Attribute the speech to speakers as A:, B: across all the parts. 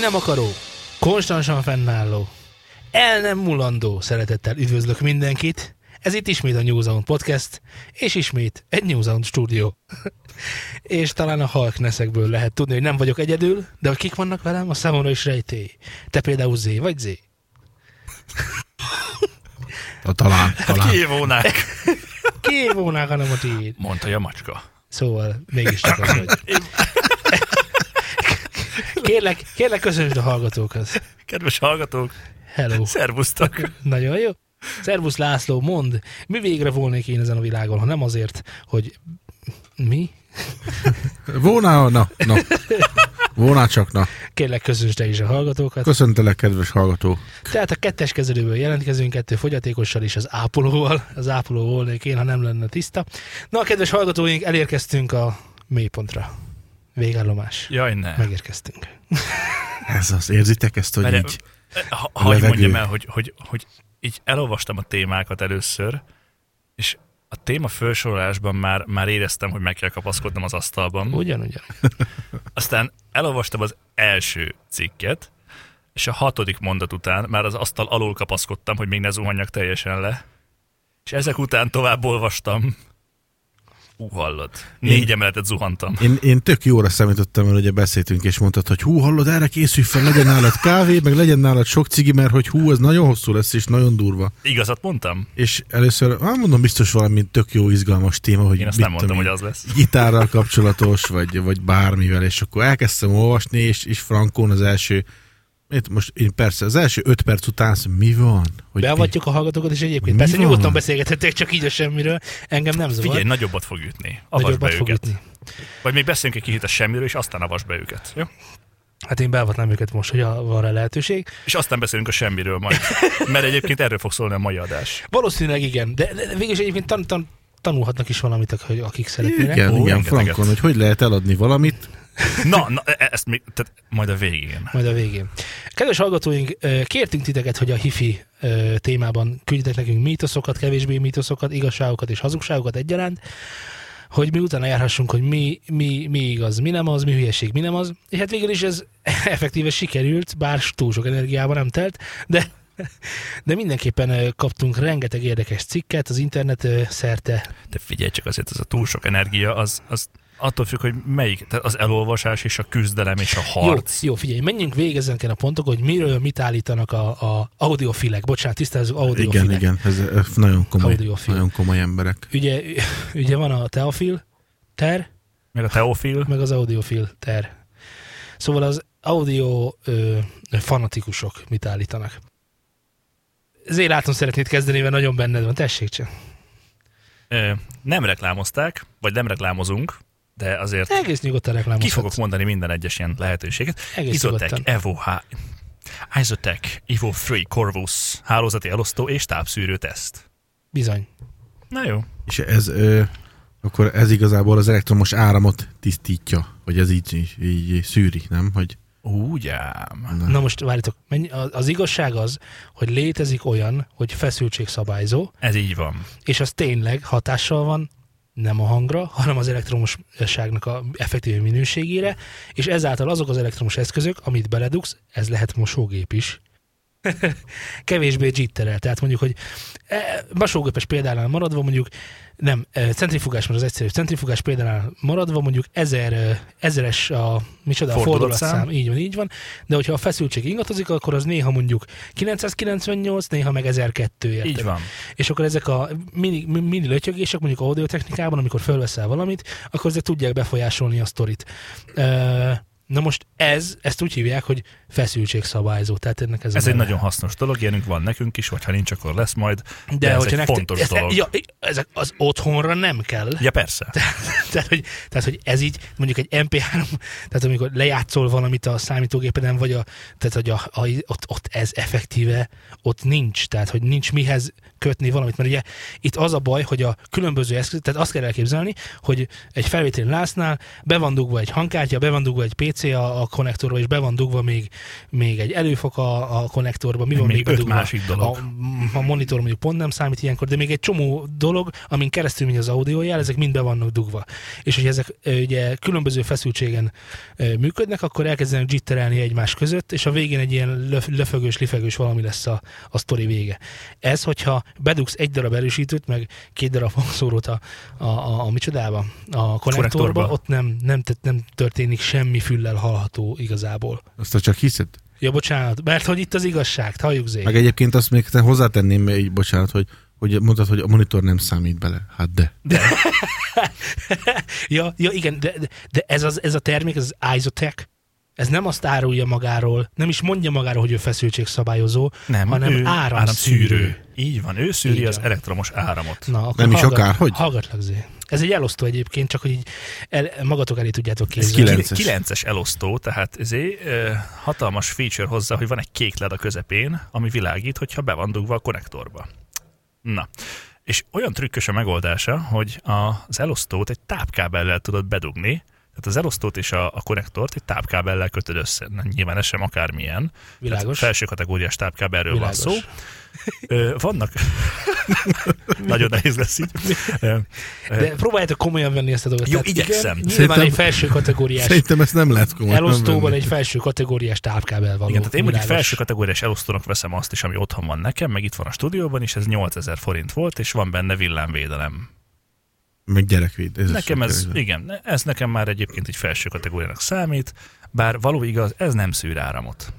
A: nem akaró, konstansan fennálló, el nem mulandó szeretettel üdvözlök mindenkit. Ez itt ismét a New Sound Podcast, és ismét egy New Sound stúdió. és talán a halk neszekből lehet tudni, hogy nem vagyok egyedül, de hogy kik vannak velem, a számomra is rejtély. Te például Z vagy Z?
B: A talán,
C: Hát
B: talán.
C: Kihívónák,
A: Kívónák, hanem a tiéd.
C: mondta a macska.
A: Szóval mégiscsak az vagy. Kérlek, kérlek köszönsd a hallgatókat.
C: Kedves hallgatók, Oh.
A: Hello.
C: szervusztak.
A: Nagyon jó. Szervusz László, mond, mi végre volnék én ezen a világon, ha nem azért, hogy mi?
B: Volna, na, na. Volna csak, na.
A: Kérlek, köszönsd te is a hallgatókat.
B: Köszöntelek, kedves hallgató.
A: Tehát a kettes kezelőből jelentkezünk, kettő fogyatékossal és az ápolóval. Az ápoló volnék én, ha nem lenne tiszta. Na, kedves hallgatóink, elérkeztünk a mélypontra. Végállomás.
C: Jaj, ne.
A: Megérkeztünk.
B: Ez az, érzitek ezt, hogy
C: Mert-
B: így?
C: Ha, hagy
B: levegő.
C: mondjam el, hogy, hogy, hogy így elolvastam a témákat először, és a téma felsorolásban már, már éreztem, hogy meg kell kapaszkodnom az asztalban.
A: Ugyan, ugyan.
C: Aztán elolvastam az első cikket, és a hatodik mondat után már az asztal alól kapaszkodtam, hogy még ne zuhanjak teljesen le. És ezek után tovább olvastam. Ú, hallod. Négy emeletet zuhantam.
B: Én, én tök jóra számítottam, mert ugye beszéltünk, és mondtad, hogy hú, hallod, erre készülj fel, legyen nálad kávé, meg legyen nálad sok cigi, mert hogy hú, ez nagyon hosszú lesz, és nagyon durva.
C: Igazat mondtam?
B: És először, hát mondom, biztos valami tök jó, izgalmas téma, hogy
C: Én Szóval- azt
B: mit
C: nem mondtam,
B: tudom
C: hogy
B: én,
C: az lesz.
B: gitárral kapcsolatos, vagy, vagy bármivel, és akkor elkezdtem olvasni, és, és Frankon az első, itt most én persze, az első öt perc után azt mondom, mi van? Hogy
A: Beavatjuk a hallgatókat, és egyébként
B: Mi
A: persze
B: van?
A: nyugodtan beszélgethettek, csak így a semmiről. Engem nem zavar.
C: Hát Figyelj, nagyobbat fog ütni. Avasd be
A: nagyobbat
C: őket.
A: fog ütni.
C: Vagy még beszéljünk egy kicsit a semmiről, és aztán avasd be őket. Jó?
A: Hát én beavatnám őket most, hogy a- van rá lehetőség.
C: És aztán beszélünk a semmiről majd. Mert egyébként erről fog szólni a mai adás.
A: Valószínűleg igen, de, de de végül is egyébként tan, tan, tanulhatnak is valamit, ak- hogy akik szeretnének.
B: Igen,
C: Ó,
B: igen,
C: rengeteget.
B: Frankon, hogy hogy lehet eladni valamit.
C: Na, na e- ezt még, tehát majd a végén.
A: Majd a végén. Kedves hallgatóink, ö, kértünk titeket, hogy a hifi ö, témában küldjetek nekünk mítoszokat, kevésbé mítoszokat, igazságokat és hazugságokat egyaránt, hogy mi utána járhassunk, hogy mi, mi, mi igaz, mi nem az, mi hülyeség, mi nem az. És hát végül is ez effektíve sikerült, bár túl sok energiába nem telt, de de mindenképpen ö, kaptunk rengeteg érdekes cikket az internet ö, szerte.
C: De figyelj csak azért, ez a túl sok energia, az, az attól függ, hogy melyik. Tehát az elolvasás és a küzdelem és a
A: Jó,
C: harc.
A: jó, figyelj, menjünk végig ezeken a pontokon, hogy miről mit állítanak a, a audiofilek. Bocsánat, tisztázzuk, audiofilek.
B: Igen, igen, ez, ez nagyon komoly,
A: Audiofil.
B: nagyon komoly emberek.
A: ugye, ugye van a teofil ter,
C: Meg a teofil.
A: meg az audiofil ter. Szóval az audio ö, fanatikusok mit állítanak. Ezért látom szeretnéd kezdeni, mert nagyon benned van. Tessék csak.
C: Ö, Nem reklámozták, vagy nem reklámozunk, de azért
A: Egész nyugodtan
C: ki
A: reklámozhatsz.
C: fogok mondani minden egyes ilyen lehetőséget.
A: hát- Egész
C: Izotec,
A: nyugodtan.
C: Evo H... Isotec Evo 3 Corvus hálózati elosztó és tápszűrő teszt.
A: Bizony.
C: Na jó.
B: És ez, ö, akkor ez igazából az elektromos áramot tisztítja, vagy ez így, így, így szűri, nem? Hogy
C: Úgy ám.
B: Na.
A: Na most várjatok. Menj, az az igazság az, hogy létezik olyan, hogy feszültségszabályzó,
C: Ez így van.
A: és az tényleg hatással van nem a hangra, hanem az elektromosságnak a effektív minőségére, és ezáltal azok az elektromos eszközök, amit beledugsz, ez lehet mosógép is, kevésbé jitterel. Tehát mondjuk, hogy e, mosógépes példánál maradva mondjuk, nem, e, centrifugás, mert az egyszerűbb centrifugás példánál maradva mondjuk ezer, e, ezeres a, micsoda, a
C: Fordulatszám.
A: fordulatszám, így van, így van, de hogyha a feszültség ingadozik, akkor az néha mondjuk 998, néha meg 1002, érted?
C: Így van.
A: És akkor ezek a mini, mini lötyögések, mondjuk audiotechnikában, amikor fölveszel valamit, akkor ezek tudják befolyásolni a sztorit. Ö, Na most ez, ezt úgy hívják, hogy feszültségszabályzó. Tehát ennek ez, a
C: Ez egy
A: neve.
C: nagyon hasznos dolog, ilyenünk van nekünk is, vagy ha nincs, akkor lesz majd. De,
A: de,
C: ez
A: hogyha
C: egy
A: nektek-
C: fontos
A: ezt,
C: dolog.
A: Ja, ezek az otthonra nem kell.
C: Ja, persze.
A: tehát, hogy, tehát, hogy ez így, mondjuk egy MP3, tehát amikor lejátszol valamit a számítógépeden, vagy a, tehát, hogy a, a, ott, ott, ez effektíve, ott nincs, tehát, hogy nincs mihez kötni valamit, mert ugye itt az a baj, hogy a különböző eszköz, tehát azt kell elképzelni, hogy egy felvételi lásznál be van dugva egy hangkártya, be van dugva egy PC a, a konnektorba, és be van dugva még, még egy előfok a, a konnektorba, mi van
C: Még
A: még,
C: öt
A: bedugva?
C: másik dolog.
A: A, a monitor mondjuk pont nem számít ilyenkor, de még egy csomó dolog, amin keresztül megy az audiójel, ezek mind be vannak dugva. És hogy ezek ö, ugye különböző feszültségen ö, működnek, akkor elkezdenek jitterelni egymás között, és a végén egy ilyen löf, löfögős, lifegős valami lesz a, a sztori vége. Ez, hogyha bedugsz egy darab erősítőt, meg két darab hangszórót a, a, a, a micsodába, a konnektorba,
C: Konnektorba.
A: ott nem, nem, tett- nem történik semmi füllel hallható igazából.
B: Azt ha csak hiszed.
A: Ja, bocsánat, mert hogy itt az igazság, halljuk Zé.
B: Meg egyébként azt még te hozzátenném, így bocsánat, hogy, hogy mondtad, hogy a monitor nem számít bele. Hát de.
A: Ja, ja igen, de, de- de ez, az, ez a termék, ez az Isotech, ez nem azt árulja magáról, nem is mondja magáról, hogy ő feszültségszabályozó.
C: Nem,
A: Hanem
C: ő
A: áramszűrő.
C: Így van, ő szűri
A: Így
C: az
A: van.
C: elektromos áramot.
A: Na, akkor
B: Nem is akárhogy?
A: Hallgatlak, Zé. Ez egy elosztó egyébként, csak hogy így el, magatok elé tudjátok
B: Ez
A: képzelni.
B: kilences.
C: 9-es Szóval elosztó, tehát ezé ö, hatalmas feature hozzá, hogy van egy kék led a közepén, ami világít, hogyha be van dugva a konnektorba. Na, és olyan trükkös a megoldása, hogy a- az elosztót egy tápkábellel tudod bedugni, tehát az elosztót és a, a konnektort egy tápkábellel kötöd össze. Na, nyilván ez sem akármilyen.
A: Világos.
C: Tehát felső kategóriás tápkábelről
A: Világos.
C: van szó. Ö, vannak... Nagyon nehéz lesz így. Ö, ö,
A: De próbáljátok komolyan venni ezt a dolgot.
C: Jó,
A: Tehát Igen,
C: igyekszem.
A: nyilván
B: Szerintem-
A: egy felső kategóriás
B: Szerintem ezt nem lehet komolyan
A: elosztóban
B: venni.
A: egy felső kategóriás távkábel való.
C: Igen, tehát én mondjuk
A: Világos.
C: felső kategóriás elosztónak veszem azt is, ami otthon van nekem, meg itt van a stúdióban is, ez 8000 forint volt, és van benne villámvédelem.
B: Meg gyerekvéd. Ez
C: Nekem
B: az-
C: ez, igen, ne- ez nekem már egyébként egy felső kategóriának számít, bár való igaz, ez nem szűr áramot.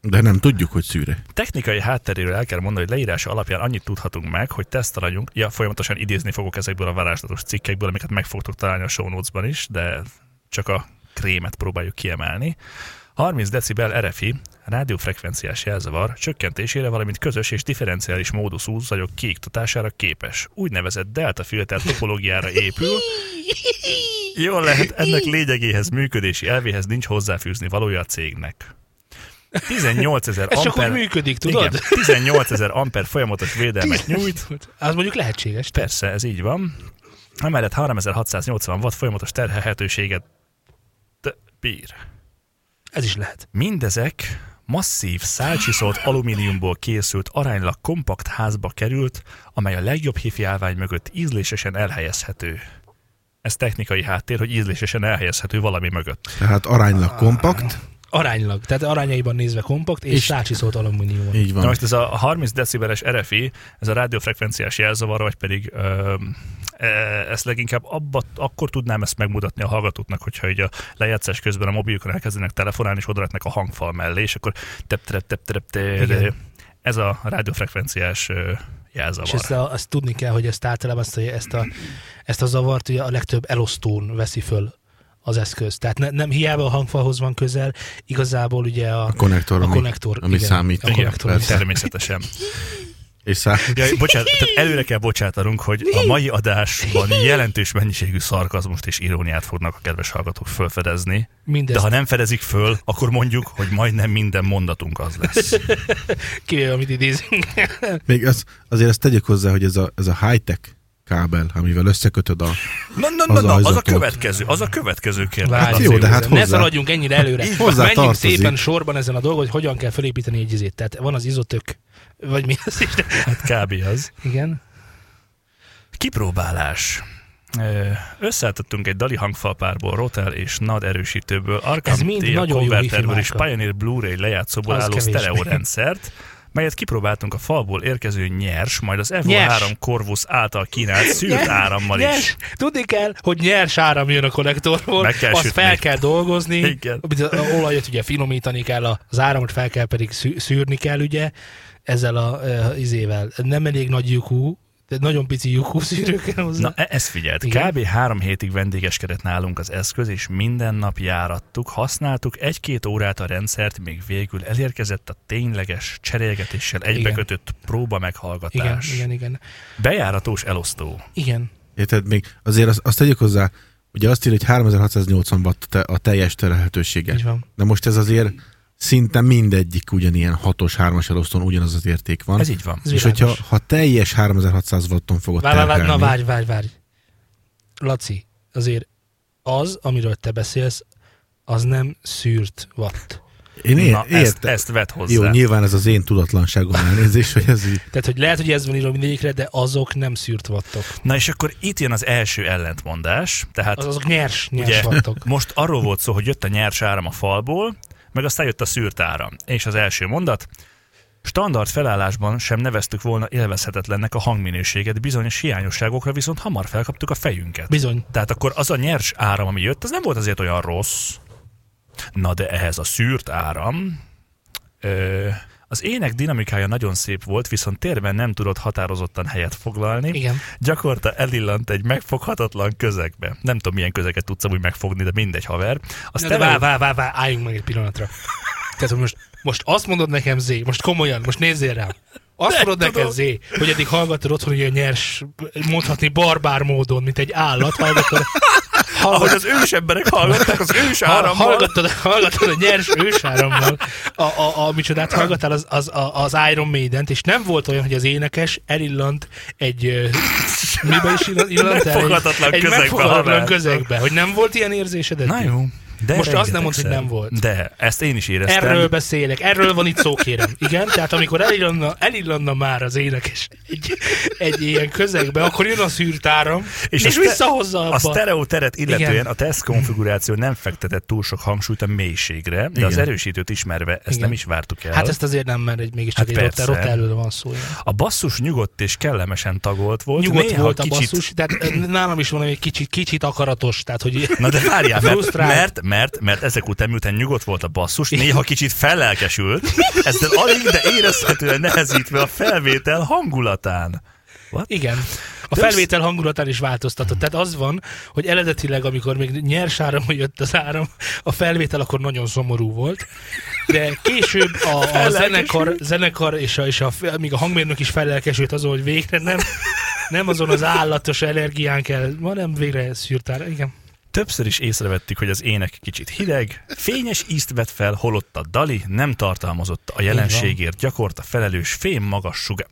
B: De nem tudjuk, hogy szűre.
C: Technikai hátteréről el kell mondani, hogy leírása alapján annyit tudhatunk meg, hogy tesztelanyunk, ja, folyamatosan idézni fogok ezekből a varázslatos cikkekből, amiket meg fogtok találni a show notes-ban is, de csak a krémet próbáljuk kiemelni. 30 decibel RFI, rádiófrekvenciás jelzavar, csökkentésére, valamint közös és differenciális móduszú zajok kiiktatására képes. Úgynevezett delta filter topológiára épül, Jól lehet, ennek lényegéhez, működési elvéhez nincs hozzáfűzni valója a cégnek. 18 ezer
A: Ez
C: amper...
A: csak úgy működik, tudod?
C: Igen, 18 ezer amper folyamatos védelmet nyújt.
A: Az mondjuk lehetséges. Te.
C: Persze, ez így van. Emellett 3680 watt folyamatos terhelhetőséget de- bír.
A: Ez is lehet.
C: Mindezek masszív, szálcsiszolt alumíniumból készült, aránylag kompakt házba került, amely a legjobb hifi állvány mögött ízlésesen elhelyezhető. Ez technikai háttér, hogy ízlésesen elhelyezhető valami mögött.
B: Tehát
A: Ah.
B: aránylag kompakt.
A: Aránylag. Tehát arányaiban nézve kompakt, és, és
B: És-
A: szácsiszolt alumínium.
B: Így van.
C: Na most ez a 30 decibeles RFI, ez a rádiófrekvenciás jelzavar, vagy pedig ö, e, ezt leginkább abba, akkor tudnám ezt megmutatni a hallgatóknak, hogyha így a lejátszás közben a mobilokon elkezdenek telefonálni, és odaraknak a hangfal mellé, és akkor tep tep tep tep tep
A: Igen.
C: Ez a rádiófrekvenciás ö,
A: És
C: jelzavar.
A: ezt, a, ezt tudni kell, hogy ezt általában ezt a, ezt a, ezt a zavart ugye a legtöbb elosztón veszi föl az eszköz. Tehát ne, nem hiába a hangfalhoz van közel, igazából ugye a,
B: A konnektor,
A: a
B: ami,
A: konnektor,
B: ami
A: igen,
B: számít.
A: a
C: Igen,
A: konnektor, ami
B: persze.
C: Szóval természetesen.
B: És szá...
C: Ja, bocsánat, tehát előre kell bocsátanunk, hogy a mai adásban jelentős mennyiségű szarkazmust és iróniát fognak a kedves hallgatók felfedezni.
A: Mindez,
C: De ha nem fedezik föl, akkor mondjuk, hogy majdnem minden mondatunk az lesz.
A: kivéve, amit idézünk.
B: Hát Még az, azért ezt tegyük hozzá, hogy ez a, ez a high-tech kábel, amivel összekötöd a...
C: Na, na, na,
B: Az
C: na, az a
B: ajzatot.
C: következő, az a következő kérdés.
A: Várj,
B: Hát jó, de hát
A: ne
B: hozzá-
A: szaladjunk ennyire előre.
B: Így van. Hozzá
A: Menjünk
B: tartozik.
A: szépen sorban ezen a dolgon, hogy hogyan kell felépíteni egy izét. Tehát van az izotök, vagy mi az is. De...
C: Hát kb. az.
A: Igen.
C: Kipróbálás. Ö, Összeálltottunk egy Dali hangfalpárból, Rotel és NAD erősítőből,
A: Ez
C: Arkham
A: mind
C: T a
A: nagyon jó
C: konverterből
A: wifi
C: és
A: márka.
C: Pioneer Blu-ray lejátszóból
A: Az
C: álló
A: kevés.
C: sztereorendszert, melyet kipróbáltunk a falból érkező nyers, majd az Evo
A: Nyers.
C: 3 Corvus által kínált szűrt
A: Nyers-
C: árammal is.
A: Nyers, tudni kell, hogy nyers áram jön a konnektorból,
C: Meg kell
A: azt
C: sütni.
A: fel kell dolgozni,
C: Igen.
A: amit az olajat ugye finomítani kell, az áramot fel kell pedig szű- szűrni kell ugye, ezzel a uh, izével. Nem elég nagy lyukú, de nagyon pici lyukú szűrő kell hozzá.
C: Na, e- ezt figyelt.
A: Igen.
C: Kb. három hétig vendégeskedett nálunk az eszköz, és minden nap járattuk, használtuk egy-két órát a rendszert, még végül elérkezett a tényleges cserélgetéssel egybekötött próba
A: igen,
C: meghallgatás.
A: igen, igen.
C: Bejáratos elosztó.
A: Igen.
B: Érted? Még azért azt, azt tegyük hozzá, ugye azt írja, hogy 3680 watt te- a teljes
A: Így
B: terhelhetősége.
A: van.
B: De most ez azért szinte mindegyik ugyanilyen 6-os, 3-as elosztón ugyanaz az érték van.
C: Ez így van.
A: Ez
B: és
A: világos.
B: hogyha ha teljes 3600 watton fogod
A: Várj, várj, várj,
B: terhelni,
A: na várj, várj, várj. Laci, azért az, amiről te beszélsz, az nem szűrt watt.
B: Én ér,
C: Na, ezt,
B: értem.
C: ezt vedd hozzá.
B: Jó, nyilván ez az én tudatlanságom elnézés, hogy ez így.
A: Tehát, hogy lehet, hogy ez van írva mindegyikre, de azok nem szűrt vattok.
C: Na és akkor itt jön az első ellentmondás, tehát
A: Az, azok nyers, nyers
C: Hát ugye
A: vattok.
C: most arról volt szó, hogy jött a nyers áram a falból, meg aztán jött a szűrt áram. És az első mondat, standard felállásban sem neveztük volna élvezhetetlennek a hangminőséget, bizonyos hiányosságokra viszont hamar felkaptuk a fejünket.
A: Bizony.
C: Tehát akkor az a nyers áram, ami jött, az nem volt azért olyan rossz. Na de ehhez a szűrt áram... Ö, az ének dinamikája nagyon szép volt, viszont térben nem tudott határozottan helyet foglalni.
A: Igen.
C: Gyakorta elillant egy megfoghatatlan közegbe. Nem tudom, milyen közeget tudsz amúgy megfogni, de mindegy, haver.
A: Na,
C: Azt
A: de
C: te
A: vá, vá, vá, vá, álljunk meg egy pillanatra. Tehát, hogy most, most azt mondod nekem, Zé, most komolyan, most nézzél rám. Azt
C: Nem
A: mondod nekem,
C: tudom.
A: Zé, hogy eddig hallgatod otthon ilyen nyers, mondhatni barbár módon, mint egy állat, hallgatod,
C: ahogy
A: hallgatod,
C: az ős emberek hallgatták az ős
A: ha-
C: árammal.
A: hallgatod, hallgatod a nyers ősárammal, a, a, a, a micsodát hallgattál az, az, a- az Iron maiden és nem volt olyan, hogy az énekes elillant egy ö, mibe is illant, illant el?
C: Megfoghatatlan
A: egy, egy
C: közegbe,
A: megfoghatatlan
C: haver.
A: közegbe, hogy nem volt ilyen érzésed eddig?
C: Na jó. De
A: Most azt nem
C: rengetegszer.
A: mondd, hogy nem volt.
C: De, ezt én is éreztem.
A: Erről beszélek, erről van itt szó, kérem. Igen, tehát amikor elillanna, elillanna már az énekes egy, egy ilyen közegbe, akkor jön a szűrt áram, és, és
C: a szte-
A: visszahozza abba.
C: A sztereó teret illetően
A: Igen.
C: a teszt konfiguráció nem fektetett túl sok hangsúlyt a mélységre, de az
B: Igen.
C: erősítőt ismerve ezt
A: Igen.
C: nem is vártuk el.
A: Hát ezt azért nem, mert egy mégiscsak
C: Hát
A: egy
C: persze.
A: rotta, előre van szó. Igen.
C: A basszus nyugodt és kellemesen tagolt volt.
A: Nyugodt
C: néha
A: volt a
C: kicsit...
A: basszus, tehát ö, nálam is van egy kicsit, kicsit akaratos, tehát hogy
C: Na de várjál, mert,
A: Frusztrál.
C: mert, mert, mert ezek után, miután nyugodt volt a basszus, néha kicsit fellelkesült, ezzel alig, de érezhetően nehezítve a felvétel hangulatán.
A: Igen. A
C: De
A: felvétel hangulatán is változtatott. Tehát az van, hogy eredetileg, amikor még nyers áramon jött az áram, a felvétel akkor nagyon szomorú volt, de később a, a
C: Fellelkesült.
A: zenekar, zenekar és, a, és a, még a hangmérnök is fellelkesült azon, hogy végre nem, nem azon az állatos energián kell, hanem végre szűrt áram. Igen.
C: Többször is észrevettük, hogy az ének kicsit hideg, fényes ízt vett fel, holott a Dali nem tartalmazott a jelenségért gyakorta felelős fém magas sugár.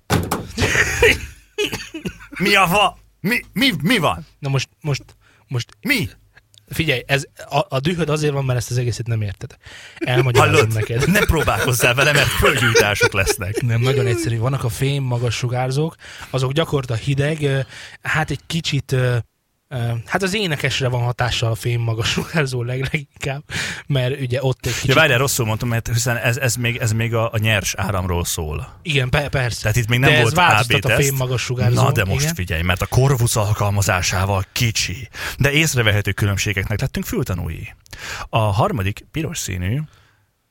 C: Mi a va? Mi, mi, mi van?
A: Na most, most, most
C: Mi?
A: figyelj, ez, a, a dühöd azért van, mert ezt az egészet nem érted. Elmagyarázom
C: Hallod?
A: neked.
C: Ne próbálkozzál vele, mert földgyújtások lesznek.
A: Nem, nagyon egyszerű. Vannak a fém magas sugárzók, azok gyakorta hideg, ö, hát egy kicsit, ö, ö, hát az énekesre van hatással a fém magas sugárzó leg, leginkább, mert ugye ott egy kicsit...
C: Ja, várjál, rosszul mondtam, mert hiszen ez, ez még, ez még a, a nyers áramról szól.
A: igen, pe- persze.
C: Tehát itt még nem
A: de
C: volt
A: ez változtat
C: AB
A: a
C: teszt.
A: fém magas sugárzó.
C: Na de most
A: igen.
C: igen. figyelj, mert a korvusz alkalmazásával kicsi, de észrevehető különbségeknek lettünk fültanúi. A harmadik, piros színű,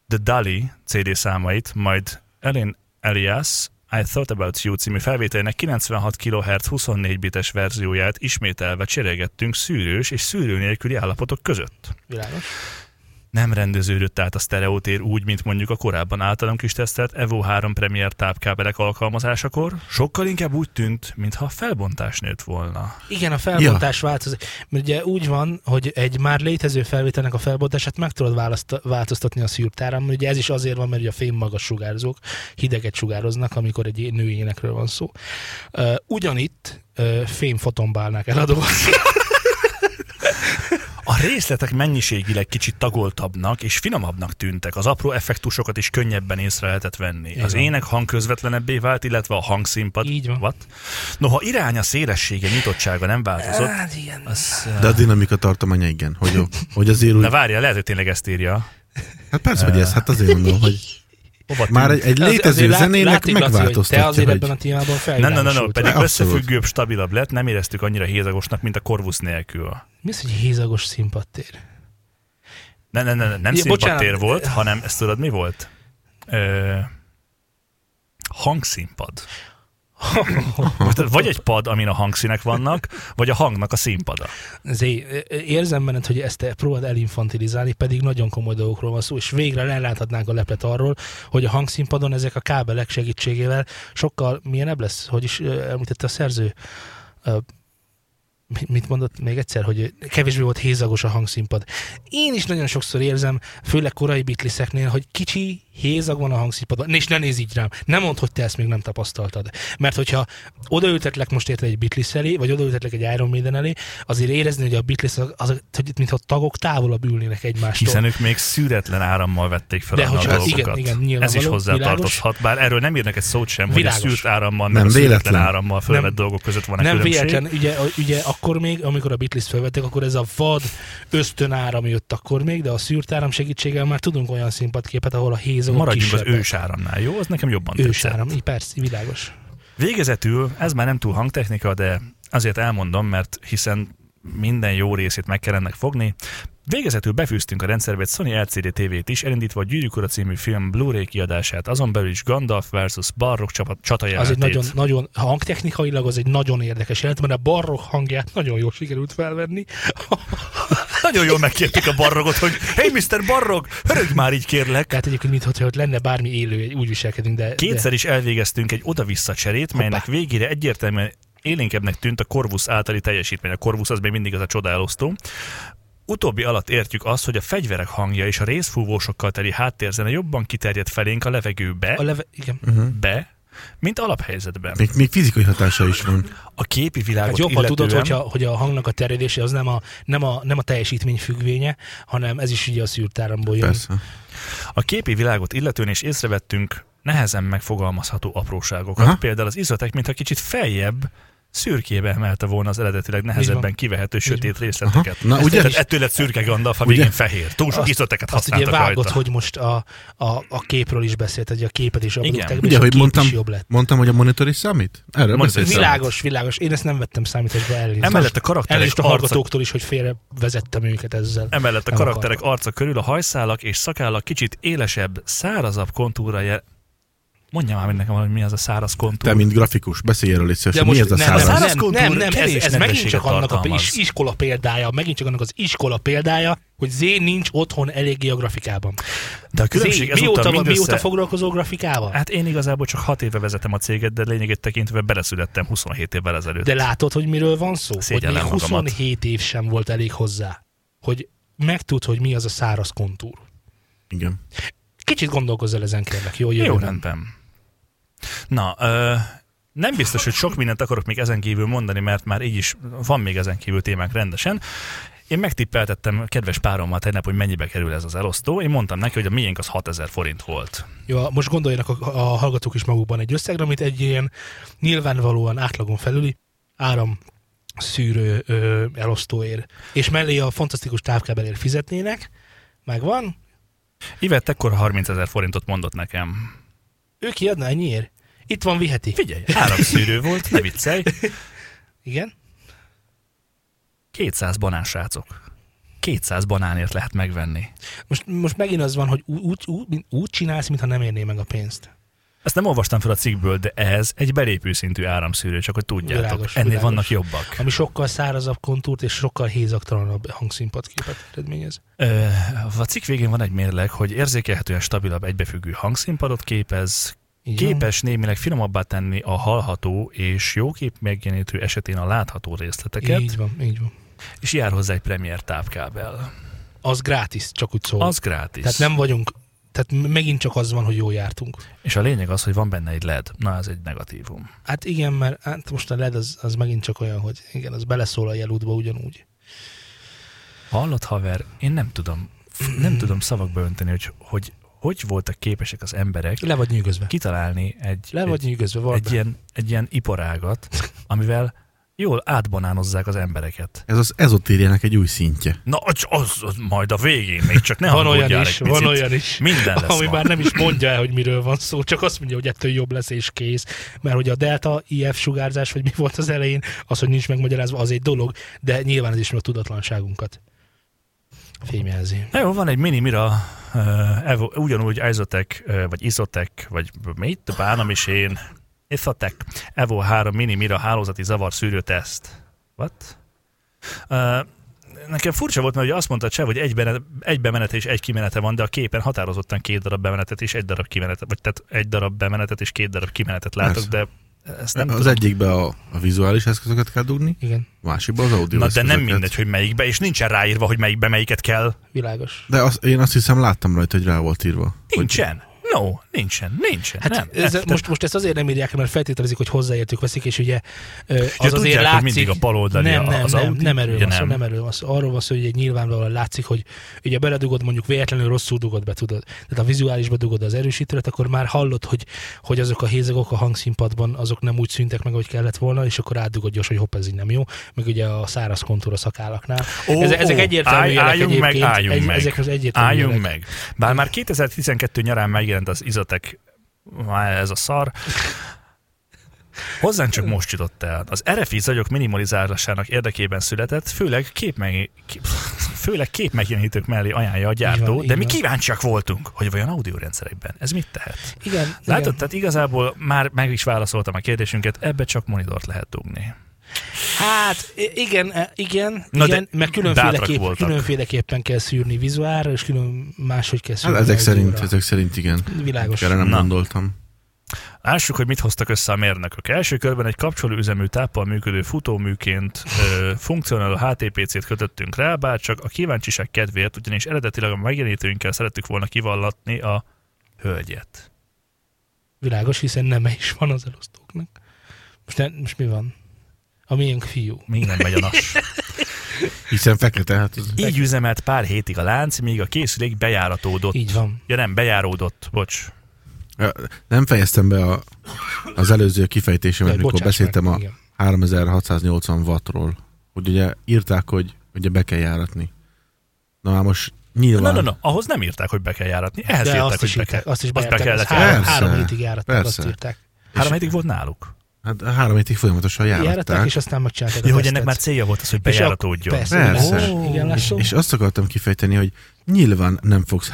C: The Dali CD számait, majd Elin Elias I Thought About You című felvételének 96 kHz 24 bites verzióját ismételve cserélgettünk szűrős és szűrő nélküli állapotok között
A: Világos.
C: nem rendeződött át a sztereotér úgy, mint mondjuk a korábban általam is tesztelt Evo 3 Premier tápkábelek alkalmazásakor, sokkal inkább úgy tűnt, mintha a felbontás nőtt volna.
A: Igen, a felbontás változik. Mert ugye úgy van, hogy egy már létező felvételnek a felbontását meg tudod választ- változtatni a szűrtáram, ugye ez is azért van, mert ugye a fém magas sugárzók hideget sugároznak, amikor egy ilyen női énekről van szó. Uh, ugyanitt uh, fém fotombálnák el a dolgot.
C: A részletek mennyiségileg kicsit tagoltabbnak és finomabbnak tűntek, az apró effektusokat is könnyebben észre lehetett venni.
A: Így
C: az
A: van.
C: ének hang közvetlenebbé vált, illetve a hangszínpad.
A: Így van.
C: What? Noha iránya, szélessége, nyitottsága nem változott,
A: Hát ilyen.
C: az...
B: De a dinamika tartománya igen, hogy, hogy azért
C: Na
B: úgy...
C: várja, lehet, hogy tényleg ezt írja.
B: Hát persze, hogy ez, hát azért mondom, hogy
C: Hova
B: már egy,
C: tűnt?
B: egy létező zenének
A: Te azért
B: megváltoztatja,
A: ebben
B: hogy
A: a témában
C: Nem,
A: felvilágosult.
C: nem, nem, nem, pedig
B: Abszolút.
C: összefüggőbb, stabilabb lett, nem éreztük annyira hézagosnak, mint a korvusz nélkül.
A: Mi az, hogy hézagos színpadtér?
C: Nem, nem, nem, nem, nem
A: Ja,
C: színpadtér
A: bocsánat.
C: volt, hanem ezt tudod, mi volt? Ö, hangszínpad. Most vagy egy pad, amin a hangszínek vannak, vagy a hangnak a színpada.
A: Zé, érzem benned, hogy ezt te próbáld elinfantilizálni, pedig nagyon komoly dolgokról van szó, és végre leláthatnánk a leplet arról, hogy a hangszínpadon ezek a kábelek segítségével sokkal milyenebb lesz, hogy is ö, említette a szerző. Ö, mi- mit mondott még egyszer, hogy kevésbé volt hézagos a hangszínpad. Én is nagyon sokszor érzem, főleg korai bitliszeknél, hogy kicsi hézag van a hangszínpadon, és ne nézz így rám, nem mondd, hogy te ezt még nem tapasztaltad. Mert hogyha odaültetlek most érted egy Beatles elé, vagy odaültetlek egy Iron Maiden elé, azért érezni, hogy a Beatles az, az hogy itt mintha tagok távolabb ülnének egymástól.
C: Hiszen ők még szűretlen árammal vették fel
A: De
C: a
A: hogyha- igen,
C: dolgokat.
A: igen,
C: Ez
A: nyilvánvaló,
C: is hozzátartozhat, bár erről nem írnak egy szót sem, világos.
A: Világos.
C: hogy a szűrt árammal,
B: Nem,
C: nem, nem
B: véletlen.
C: szűretlen árammal fölvett
A: Nem-
C: dolgok között van
A: nem
C: különbség.
A: véletlen, ugye, ugye akkor még, amikor a Beatles felvették, akkor ez a vad ösztönáram jött akkor még, de a szűrt áram segítségével már tudunk olyan színpadképet, ahol a hézagok
C: Maradjunk az
A: kisebbek.
C: ősáramnál, jó? Az nekem jobban tetszett.
A: Ősáram, így persze, világos.
C: Végezetül, ez már nem túl hangtechnika, de azért elmondom, mert hiszen minden jó részét meg kell ennek fogni. Végezetül befűztünk a rendszerbe egy Sony LCD TV-t is, elindítva a Gyűrűk Ura című film Blu-ray kiadását, azon belül is Gandalf versus Barrok csapat csata
A: Az egy
C: jelenetét.
A: nagyon, nagyon, hangtechnikailag az egy nagyon érdekes jelent, mert a barrok hangját nagyon jól sikerült felvenni.
C: nagyon jól megkértük a Barrogot, hogy Hey Mr. Barrog, hörög már így kérlek!
A: Tehát egyébként, mintha ott lenne bármi élő, úgy viselkedünk, de... de...
C: Kétszer is elvégeztünk egy oda-vissza cserét, melynek végére egyértelműen élénkebbnek tűnt a Corvus általi teljesítmény. A Corvus az még mindig az a csodálóztó. Utóbbi alatt értjük azt, hogy a fegyverek hangja és a részfúvósokkal teli háttérzene jobban kiterjedt felénk a levegőbe,
A: A leve... Igen.
B: Mhm.
C: be, mint alaphelyzetben.
B: Még, még fizikai hatása is van.
C: A képi világot
A: Hát jobban
C: illetően,
A: tudod, hogyha, hogy a hangnak a terjedése az nem a, nem, a, nem a teljesítmény függvénye, hanem ez is ugye a szűrtáramból jön.
B: Persze.
C: A képi világot illetően is észrevettünk nehezen megfogalmazható apróságokat. Aha.
B: Aha.
C: Például az izotek, mintha kicsit feljebb szürkébe emelte volna az eredetileg nehezebben
A: van.
C: kivehető sötét
B: Aha.
C: részleteket.
B: Na, ugye?
C: Tehát ettől lett szürke Gandalf, a végén
B: Ugye?
C: fehér. Túl sok
A: Azt-
C: izoteket
A: Azt ugye
C: használtak
A: vágott,
C: rajta.
A: hogy most a, a, a képről is beszélt, hogy a képet is
C: Igen.
A: abdukták, és
B: Ugye,
A: a
B: hogy
A: kép
B: mondtam,
A: is jobb lett.
B: mondtam, hogy a monitor is számít? Erről
C: Monitor
B: beszéltem.
C: számít.
A: Világos, világos. Én ezt nem vettem számításba elnézést.
C: Emellett a karakterek
A: Elnézést a
C: arca
A: hallgatóktól is, hogy félre vezettem őket ezzel.
C: Emellett a
A: Nem
C: karakterek arca körül a hajszálak és szakállak kicsit élesebb, szárazabb kontúra jel... Mondja már nekem, hogy mi az a száraz kontúr.
B: Te, mint grafikus, beszélj erről légy szíves, mi ez a
A: nem,
B: száraz?
C: száraz
A: nem,
C: kultúra
A: nem, nem, ez,
C: kevés
A: ez megint csak
C: nedvességet
A: annak a
C: tartalmaz.
A: is, iskola példája, megint csak annak az iskola példája, hogy Z nincs otthon eléggé a grafikában.
C: De a
A: Z,
C: különbség ezúttal
A: mióta,
C: mindössze...
A: mióta foglalkozó grafikával?
C: Hát én igazából csak 6 éve vezetem a céget, de lényegét tekintve beleszülettem 27 évvel ezelőtt.
A: De látod, hogy miről van szó? Hogy még
C: Szégyellem magamat.
A: 27 év sem volt elég hozzá, hogy megtud, hogy mi az a száraz kontúr.
B: Igen.
A: Kicsit gondolkozz el ezen, kérlek, jó
C: Jó,
A: jövőben.
C: rendben. Na, ö, nem biztos, hogy sok mindent akarok még ezen kívül mondani, mert már így is van még ezen kívül témánk rendesen. Én megtippeltettem a kedves párommal tegnap, hogy mennyibe kerül ez az elosztó. Én mondtam neki, hogy a miénk az 6000 forint volt.
A: Jó, most gondoljanak a, a hallgatók is magukban egy összegre, amit egy ilyen nyilvánvalóan átlagon felüli áram szűrő ö, elosztóért. És mellé a fantasztikus távkábelért fizetnének, megvan,
C: Ivett ekkor 30 ezer forintot mondott nekem.
A: ő kiadna ennyiért? Itt van, viheti.
C: Figyelj, áramszűrő volt, ne viccelj.
A: Igen?
C: 200 banán srácok. 200 banánért lehet megvenni.
A: Most, most megint az van, hogy ú- úgy, úgy, úgy csinálsz, mintha nem érné meg a pénzt.
C: Ezt nem olvastam fel a cikkből, de ez egy belépő szintű áramszűrő, csak hogy tudjátok.
A: Világos,
C: Ennél
A: világos.
C: vannak jobbak.
A: Ami sokkal szárazabb kontúrt és sokkal hézaktalanabb hangszínpadképet eredményez.
C: Ö, A cikk végén van egy mérleg, hogy érzékelhetően stabilabb egybefüggő hangszínpadot képez,
A: Így van.
C: képes némileg finomabbá tenni a hallható és jó kép megjelenítő esetén a látható részleteket,
A: Így van, így van.
C: és jár hozzá egy premier távkábel.
A: Az grátis, csak úgy szól.
C: Az gratis.
A: Tehát nem vagyunk, tehát megint csak az van, hogy jól jártunk.
C: És a lényeg az, hogy van benne egy LED. Na, ez egy negatívum.
A: Hát igen, mert hát most a LED az, az megint csak olyan, hogy igen, az beleszól a jelútba ugyanúgy.
C: Hallott haver, én nem tudom, nem tudom szavakba önteni, hogy, hogy hogy voltak képesek az emberek
A: Le vagy nyűgözve.
C: kitalálni egy,
A: Le vagy
C: egy,
A: nyűgözve, van
C: egy, ilyen, egy ilyen iparágat, amivel jól átbanánozzák az embereket.
B: Ez az ezotériának egy új szintje.
C: Na, az, az, az majd a végén, még csak ne
A: van olyan
C: aggódjál egy
A: is,
C: picit.
A: van olyan is.
C: Minden lesz
A: Ami
C: ma.
A: már nem is mondja el, hogy miről van szó, csak azt mondja, hogy ettől jobb lesz és kész. Mert hogy a delta IF sugárzás, vagy mi volt az elején, az, hogy nincs megmagyarázva, az egy dolog, de nyilván ez is a tudatlanságunkat fémjelzi.
C: Na jó, van egy mini Mira, uh, Evo, ugyanúgy Isotec, uh, vagy Isotec, vagy mit, bánom is én, Isotec, Evo 3 mini Mira hálózati zavar szűrőteszt. What? Uh, nekem furcsa volt, mert ugye azt mondta Csev, hogy egy, benet, egy bemenete és egy kimenete van, de a képen határozottan két darab bemenetet és egy darab kimenetet, vagy tehát egy darab bemenetet és két darab kimenetet látok,
B: Persze.
C: de Ezt
B: Nem
C: nem
B: az
C: tudom.
B: egyikbe a, a vizuális eszközöket kell dugni,
A: Igen,
B: a másikba az audio
C: Na, de nem
B: eszközöket.
C: mindegy, hogy melyikbe, és nincsen ráírva, hogy melyikbe melyiket kell.
A: világos.
B: De az, én azt hiszem láttam rajta, hogy rá volt írva.
C: Nincsen. No, nincsen, nincsen.
A: Hát
C: nem.
A: nem, ez,
C: Tehát-
A: most, most ezt azért nem írják, mert feltételezik, hogy hozzáértük veszik, és ugye ö, az
C: tudják,
A: azért
C: hogy
A: látszik...
C: mindig a baloldali
A: nem,
C: a-
A: nem,
C: az
A: nem,
C: Audi,
A: nem erről
C: ugye
A: van szó,
C: nem?
A: nem erről van szó. Arról van szó, hogy egy nyilvánvalóan látszik, hogy ugye beledugod, mondjuk véletlenül rosszul dugod be, tudod. Tehát a vizuálisba dugod az erősítőt, akkor már hallod, hogy, hogy azok a hézagok a hangszínpadban, azok nem úgy szűntek meg, hogy kellett volna, és akkor átdugod gyors, hogy hopp, ez így nem jó. Meg ugye a száraz kontúr a szakálaknál.
C: Ó,
A: ezek, ezek
C: ó,
A: egyértelmű
C: állj-
A: jelek
C: álljunk meg,
A: egyébként.
C: álljunk
A: Egy-
C: meg.
A: Ezek az egyértelmű
C: Álljunk
A: jelek.
C: meg. Bár már 2012 nyarán megjelent az Izatek, már ez a szar. Hozzánk csak most jutott el. Az RFI zagyok minimalizálásának érdekében született, főleg, képmeg... kép- főleg képmegjelenítők mellé ajánlja a
A: Így
C: gyártó,
A: van, így
C: de mi
A: van.
C: kíváncsiak voltunk, hogy vajon audiórendszerekben ez mit tehet.
A: Igen,
C: Látod,
A: igen.
C: tehát igazából már meg is válaszoltam a kérdésünket, ebbe csak monitort lehet dugni.
A: Hát i- igen, e, igen,
C: Na
A: Na
C: de
A: igen meg
C: bátrak
A: különféleképp,
C: voltak.
A: különféleképpen kell szűrni vizuára, és külön máshogy kell
B: Hát
A: szűrni.
B: ezek szerint,
A: audióra.
B: ezek szerint igen.
A: Világos.
B: Erre nem
C: Na.
B: gondoltam.
C: Lássuk, hogy mit hoztak össze a mérnökök. Első körben egy kapcsolóüzemű táppal működő futóműként ö, funkcionáló HTPC-t kötöttünk rá, bár csak a kíváncsiság kedvéért, ugyanis eredetileg a megjelenítőinkkel szerettük volna kivallatni a hölgyet.
A: Világos, hiszen nem is van az elosztóknak. Most, ne, most mi van? A miénk fiú.
C: Még nem megy a nas.
B: Hiszen fekete, hát ez...
C: Így üzemelt pár hétig a lánc, míg a készülék bejáratódott.
A: Így van.
C: Ja nem, bejáródott, bocs.
B: Nem fejeztem be a, az előző kifejtésemet,
A: Jaj,
B: amikor
A: bocsáss
B: beszéltem
A: meg.
B: a
A: Igen.
B: 3680 wattról. Hogy ugye írták, hogy ugye be kell járatni. Na már most
C: Na,
B: nyilván...
C: na, na, ahhoz nem írták, hogy be kell járatni. Ehhez
A: De
C: írták,
A: azt
C: hogy
A: is,
C: be kell.
A: írták, azt is
C: Azt be
A: bejárták.
C: kellett
A: Azt három,
B: járni.
A: három
B: Persze.
A: hétig járatták, azt
B: Persze.
A: írták.
C: Három hétig volt náluk.
B: Hát a három hétig folyamatosan
A: Járatták,
B: járatták.
A: és aztán megcsinálták a
C: Ja, hogy
A: tesztet.
C: ennek már célja volt az, hogy
A: És ak-
C: bejáratódjon.
A: Persze.
B: Persze.
A: világos. Igen, László?
B: És azt akartam kifejteni, hogy nyilván nem fogsz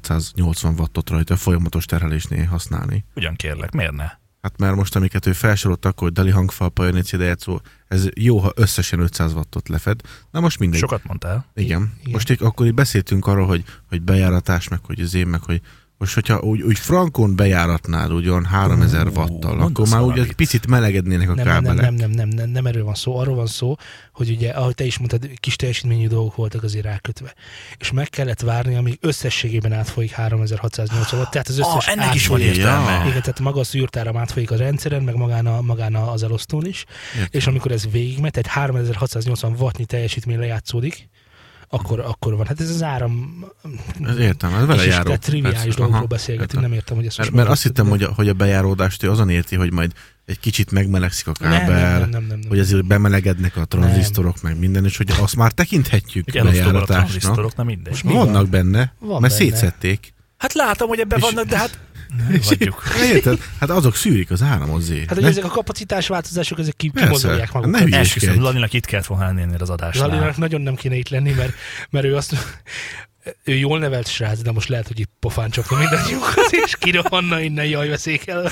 B: 3680 wattot rajta folyamatos terhelésnél használni.
C: Ugyan kérlek, miért ne?
B: Hát már most, amiket ő felsorolt, akkor hogy Dali hangfal, Pajanici, de szó, ez jó, ha összesen 500 wattot lefed. Na most mindegy.
C: Sokat mondtál.
B: Igen.
A: Igen.
B: Most így, akkor így beszéltünk arról, hogy, hogy bejáratás, meg hogy az én, meg hogy most, hogyha úgy, úgy frankon bejáratnál úgy olyan 3000 wattal, akkor
C: mondasz
B: már úgy
C: valamit.
B: egy picit melegednének a
A: nem, nem,
B: kábelek.
A: nem, nem, nem, nem, nem erről van szó. Arról van szó, hogy ugye, ahogy te is mondtad, kis teljesítményű dolgok voltak azért rákötve. És meg kellett várni, amíg összességében átfolyik 3680 volt. Tehát az összes
C: Ah, ennek is van
A: átfolyik.
C: értelme.
A: Igen, tehát maga a szűrtáram átfolyik a rendszeren, meg magán, a, magán a- az elosztón is.
B: Értem.
A: És amikor ez végigmet, egy 3680 wattnyi teljesítmény lejátszódik, akkor, akkor van. Hát ez az áram
B: Ez értem, ez vele
A: és
B: járó.
A: tehát triviális
B: Persze,
A: dolgokról
B: aha,
A: beszélgetünk,
B: értem.
A: nem értem, hogy ezt
B: Mert,
A: most miért
B: mert azt hittem, hogy a, hogy a bejáródást ő azon érti, hogy majd egy kicsit megmelegszik a
A: nem,
B: kábel,
A: nem, nem, nem, nem, nem.
B: hogy azért bemelegednek a tranzisztorok, meg minden, és hogy azt már tekinthetjük
C: Hogy elosztogol a
B: bejáratásnak.
C: tranzisztorok, nem mindegy.
A: Mi van?
B: Vannak benne,
A: Van
B: mert
A: benne.
B: szétszették.
C: Hát látom, hogy ebben
B: És-
C: vannak, de hát nem vagyjuk.
B: Érted? Hát azok szűrik az áramot zé.
A: Hát, hogy ezek a kapacitás változások, ezek ki- kimozolják
B: Hát ne
A: magukat.
B: hülyéskedj.
C: Esküszöm, Laninak itt kellett volna lenni ennél az adásnál.
A: Zalinak nagyon nem kéne itt lenni, mert, mert ő azt ő jól nevelt srác, de most lehet, hogy itt pofán csapja mindannyiunkat, és kirohanna innen, jaj, veszék el.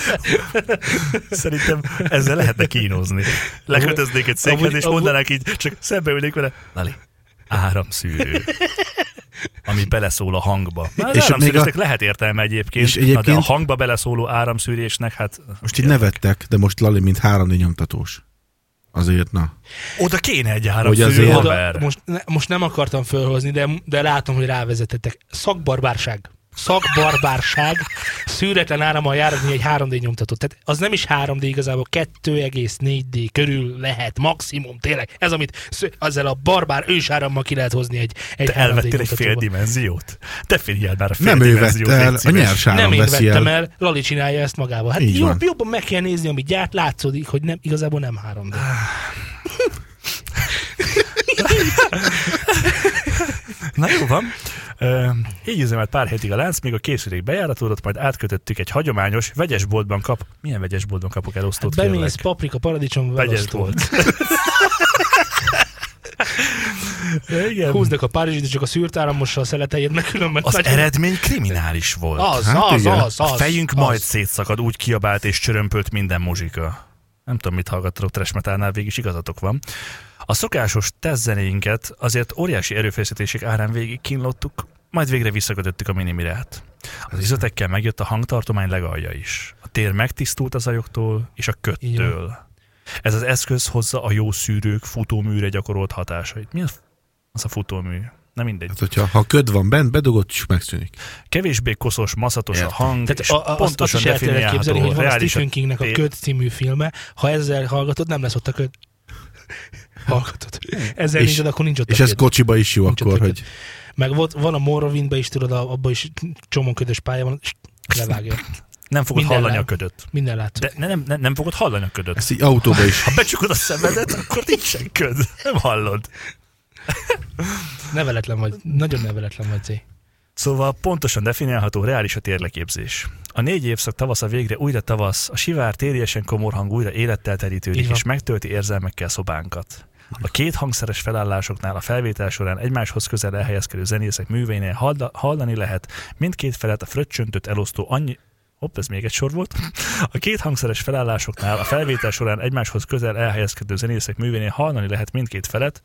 C: Szerintem ezzel lehetne kínozni. Lekötöznék egy székhez,
A: Amúgy-
C: és
A: amúgy-
C: mondanák így, csak szembe ülnék vele. Lali, áramszűrő. Ami beleszól a hangba. Már az
B: És még
C: áramszűrésnek
B: a-
C: lehet értelme egyébként,
B: És
C: és egyébként, de a
B: egyébként-
C: hangba beleszóló áramszűrésnek, hát
B: Most így nevettek, de most Lali mint 3D nyomtatós. Azért, na.
C: oda kéne egy
B: Hogy
C: áramszűrő
B: azért-
C: haver.
A: Oda, most, ne, most nem akartam fölhozni, de, de látom, hogy rávezetettek. Szakbarbárság. Szakbarbárság. Szűretlen árammal járatni egy 3D nyomtatót. Tehát az nem is 3D igazából, 2,4D körül lehet maximum, tényleg. Ez, amit sző, ezzel a barbár ősárammal ki lehet hozni egy, egy
C: Te
A: 3D
C: elvettél egy fél
A: nyomtatóval.
C: dimenziót. Te figyeld már a fél
B: Nem ő
C: dimenziót,
B: vette el,
C: légy
B: a
C: szíves.
B: nyers áram
A: nem én
B: veszi
A: vettem
B: el.
A: el, Lali csinálja ezt magával. Hát
B: Így van.
A: jobb, jobban meg kell nézni, amit gyárt, látszódik, hogy nem, igazából nem 3D.
C: Hát, Na jó van. Ö, így üzemelt pár hétig a lánc, míg a készülék bejáratódott, majd átkötöttük egy hagyományos vegyesboltban kap. Milyen vegyesboltban kapok elosztót?
A: Hát Bemész,
C: kérlek?
A: paprika, paradicsom, velosztó.
C: Vegyesbolt. Ja, Igen.
A: Húznak a Párizsit, csak a szűrt áramossal szeleteljed, meg különben
C: Az
A: nagy-
C: eredmény kriminális volt.
A: Az,
B: Hát
A: az,
B: igen.
A: az, az,
C: a fejünk
A: az.
C: majd szétszakad, úgy kiabált és csörömpölt minden muzsika. Nem tudom, mit hallgattatok Tresmetánál, végig is igazatok van. A szokásos tesztzenéinket azért óriási erőfeszítések árán végig hát. kínlottuk, majd végre visszakötöttük a minimirát. Az izotekkel megjött a hangtartomány legalja is. A tér megtisztult az ajoktól és a
A: Így
C: köttől. Ez az eszköz hozza a jó szűrők futóműre gyakorolt hatásait. Mi az, az a futómű? Na mindegy.
B: Hát, hogyha ha köd van bent, bedugod, és megszűnik.
A: Hát,
C: Kevésbé koszos, maszatos
B: Értem.
C: a hang,
A: Tehát
C: és
A: a, a, azt, azt
C: pontosan
A: is el kellett
C: definiálható.
A: képzelni, hogy van a
C: Reális
A: Stephen Kingnek a
C: é-
A: Köd című filme, ha ezzel hallgatod, nem lesz ott a köd. Hallgatod. Ezzel
B: És-
A: nincs, akkor nincs ott
B: És
A: a
B: ez
A: köd.
B: kocsiba is jó
A: Nincs
B: akkor,
A: ott a
B: hogy
A: Meg volt, van a Morrowindben is, tudod, a- abban is csomó ködös pálya van, és levágja.
C: Nem fogod
A: Minden
C: hallani
A: lám.
C: a ködöt.
A: Minden látszik.
C: De ne, nem, nem, nem fogod hallani a ködöt.
B: ezt így autóba is.
C: Ha becsukod a szemedet, akkor nincsen köd. Nem hallod.
A: Neveletlen vagy, nagyon neveletlen vagy, Zé.
C: Szóval pontosan definiálható, reális a térleképzés. A négy évszak tavasza végre újra tavasz, a sivár térjesen komor hang újra élettel
A: Így
C: terítődik,
A: van.
C: és megtölti érzelmekkel szobánkat. A két hangszeres felállásoknál a felvétel során egymáshoz közel elhelyezkedő zenészek műveinél halla- hallani lehet mindkét felet a fröccsöntött elosztó annyi, Hopp, ez még egy sor volt. A két hangszeres felállásoknál a felvétel során egymáshoz közel elhelyezkedő zenészek művénél hallani lehet mindkét felet.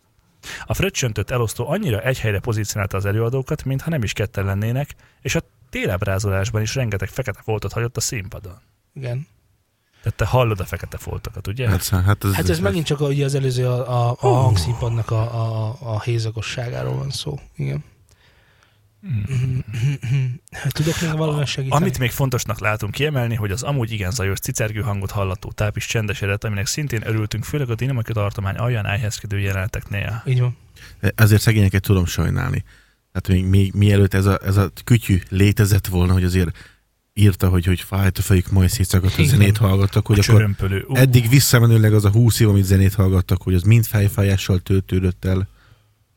C: A fröccsöntött elosztó annyira egy helyre pozícionálta az előadókat, mintha nem is ketten lennének, és a térábrázolásban is rengeteg fekete foltot hagyott a színpadon.
A: Igen.
C: Tehát te hallod a fekete foltokat, ugye?
B: Hát, hát, ez,
A: Hát ez megint csak a, ugye az előző a, a, a hangszínpadnak a, a, a- a hézagosságáról van szó. Igen. Hát Tudok még valamivel segíteni?
C: Mm. Amit még fontosnak látunk kiemelni, hogy az amúgy igen zajos cicergő hangot hallató táp is csendesedett, aminek szintén örültünk, főleg a dinamika tartomány alján elhelyezkedő jeleneteknél.
A: Így van.
B: Azért szegényeket tudom sajnálni. Hát még, még mielőtt ez a, ez a kütyű létezett volna, hogy azért írta, hogy, hogy fájt a fejük ma és éjszaka, hogy
A: Igen.
B: zenét hallgattak, hogy
C: A
B: akkor Uh.
C: csörömpölő. Ú,
B: eddig visszamenőleg az a húsz év, amit zenét hallgattak, hogy az mind fejfájással töltődött el,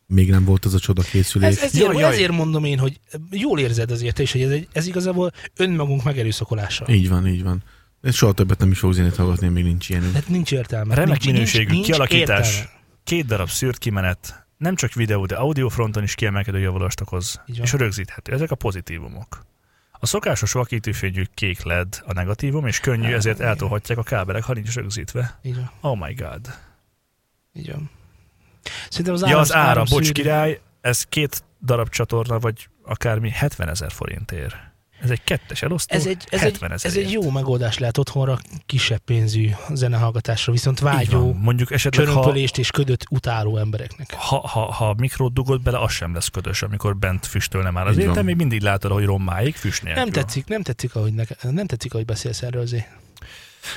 B: még nem volt az a csoda készülék.
A: Ez, ezért,
C: Jaj, jaj.
A: ezért mondom én, hogy jól érzed azért te is, hogy ez, egy, ez igazából önmagunk megerőszakolása.
B: Így van, így van. Én soha többet nem is fogok zenét hallgatni, még nincs ilyen.
A: Hát nincs értelme.
C: Remek
A: nincs,
C: minőségű kialakítás.
A: értelme.
C: Két darab szűrt kimenet, nem csak videó, de audio fronton is kiemelkedő javulást okoz,
A: Így van.
C: és rögzíthető. Ezek a pozitívumok. A szokásos vakítőfényű kék LED a negatívum, és könnyű, ezért eltolhatják a kábelek, ha nincs rögzítve.
A: Így van,
C: Oh my god.
A: így van. Szerintem az ára,
C: Ja, az ára, bocs
A: szűrő-
C: király, ez két darab csatorna, vagy akármi 70 ezer forint ér. Ez egy kettes elosztó,
A: Ez egy, ez, egy,
C: 70
A: ez
C: ezerért.
A: egy jó megoldás lehet otthonra, kisebb pénzű zenehallgatásra, viszont
C: Így van.
A: vágyó
C: Mondjuk esetleg, ha,
A: csörömpölést és ködöt utáló embereknek.
C: ha, ha, ha a mikrót dugod bele, az sem lesz ködös, amikor bent füstölne már az
B: Így van.
C: értelme, még mindig látod, hogy rommáig füst nélkül.
A: Nem tetszik, nem tetszik, ahogy, neke, nem tetszik, ahogy beszélsz erről azért.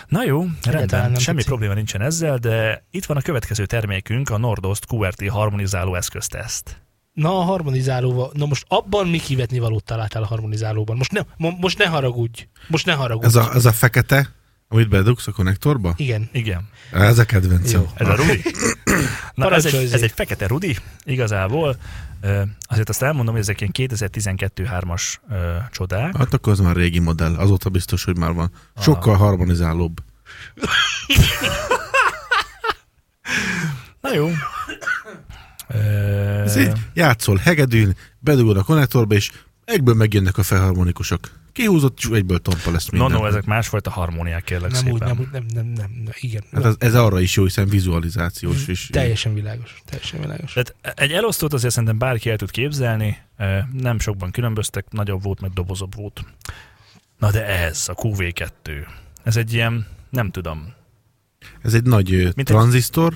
C: Na jó, rendben,
A: nem
C: semmi
A: tetszik.
C: probléma nincsen ezzel, de itt van a következő termékünk, a Nordost QRT harmonizáló eszközteszt.
A: Na, a harmonizálóval, na most abban mi kivetni valót találtál a harmonizálóban? Most ne, mo- most ne haragudj, most ne haragudj.
B: Ez a, ez a fekete, amit bedugsz a konnektorba?
A: Igen.
C: Igen,
B: Ez a kedvencem.
A: Jó.
C: ez a Rudi. Na, ez, egy,
A: Parancsolj,
C: ez
A: Zé.
C: egy fekete Rudi, igazából. Ö, Azért azt elmondom, hogy ezek ilyen 2012-3-as ö, csodák.
B: Hát akkor az már régi modell, azóta biztos, hogy már van. Sokkal harmonizálóbb.
C: Na jó. Ö,
B: Ez így játszol hegedűn, bedugod a konnektorba, és egyből megjönnek a felharmonikusok. Kihúzott, és egyből tompa lesz
C: No,
B: minden.
C: no, ezek másfajta harmóniák, kérlek
A: Nem
C: szépen.
A: úgy, nem úgy, nem, nem, nem, nem igen.
B: Hát ez, ez arra is jó, hiszen vizualizációs is.
A: Teljesen világos, teljesen világos.
C: Tehát egy elosztót azért szerintem bárki el tud képzelni, ö, nem sokban különböztek, nagyobb volt, meg dobozobb volt. Na de ez, a QV2, ez egy ilyen, nem tudom,
B: Ez egy nagy ö,
C: egy-
B: tranzisztor,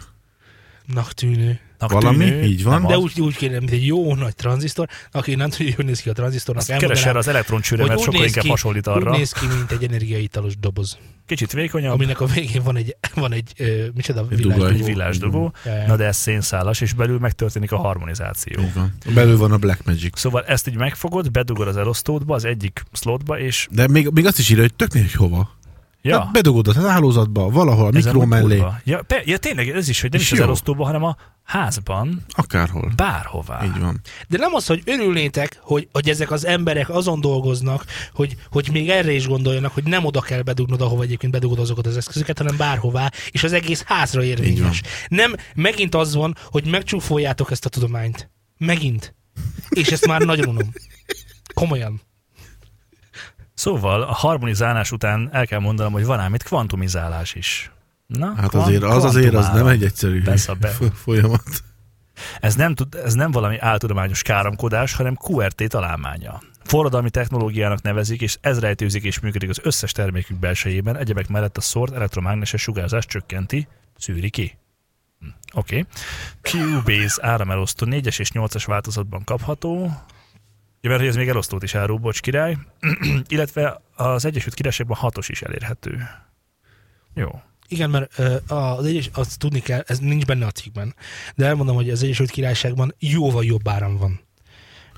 A: Nak tűnő.
C: nak
B: valami,
C: tűnő,
B: így van.
C: nem
B: De
A: De
C: az.
A: úgy, úgy kéne, mint egy jó nagy tranzisztor, aki nem tudja, hogy néz ki a tranzisztornak,
C: Azt keres erre az elektroncsőre, mert sokkal inkább hasonlít arra.
A: Úgy néz ki, mint egy energiaitalos doboz,
C: Kicsit vékonyabb,
A: aminek a végén van egy, van egy ö, micsoda
B: Egy dugaj.
A: világ.
C: egy villásdobó,
A: Ja, ja.
C: na de ez szénszálas, és belül megtörténik a harmonizáció.
B: Így van. Belül van a Black Magic.
C: Szóval ezt így megfogod, bedugod az elosztódba, az egyik slotba, és
B: De még, még azt is írja, hogy tök mindegy, hogy hova. Ja.
C: ja,
B: Hát bedugod a hálózatba, valahol a
C: ez
B: mikró
C: amúgy
B: mellé,
C: kurva. Ja, pe, ja, tényleg ez is, hogy nem
B: És
C: is az
B: jó.
C: elosztóba, hanem a házban,
B: akárhol.
C: bárhová.
B: Így van.
A: De nem az, hogy örülnétek, hogy, hogy ezek az emberek azon dolgoznak, hogy, hogy még erre is gondoljanak, hogy nem oda kell bedugnod, ahova egyébként bedugod azokat az eszközöket, hanem bárhová, és az egész házra érvényes. Nem, megint az van, hogy megcsúfoljátok ezt a tudományt. Megint. És ezt már nagyon unom. Komolyan.
C: Szóval a harmonizálás után el kell mondanom, hogy van ám itt kvantumizálás is. Na,
B: Hát
C: kvan-
B: azért az azért az nem
C: kvantumálás.
B: egy egyszerű
C: Persze, be.
B: fo- folyamat.
C: Ez nem, tud, ez nem valami áltudományos káromkodás, hanem QRT találmánya. forradalmi technológiának nevezik, és ez rejtőzik és működik az összes termékük belsejében, egyebek mellett a szort elektromágneses sugárzás csökkenti, szűri ki. Hm, Oké. Okay. Cubase áramelosztó 4-es és 8-as változatban kapható. Ja, mert hogy ez még elosztót is árul, bocs király. Illetve az Egyesült Királyságban 6-os is elérhető. Jó.
A: Igen, mert ö, az egyes, azt tudni kell, ez nincs benne a cikkben, de elmondom, hogy az Egyesült Királyságban jóval jobb áram van,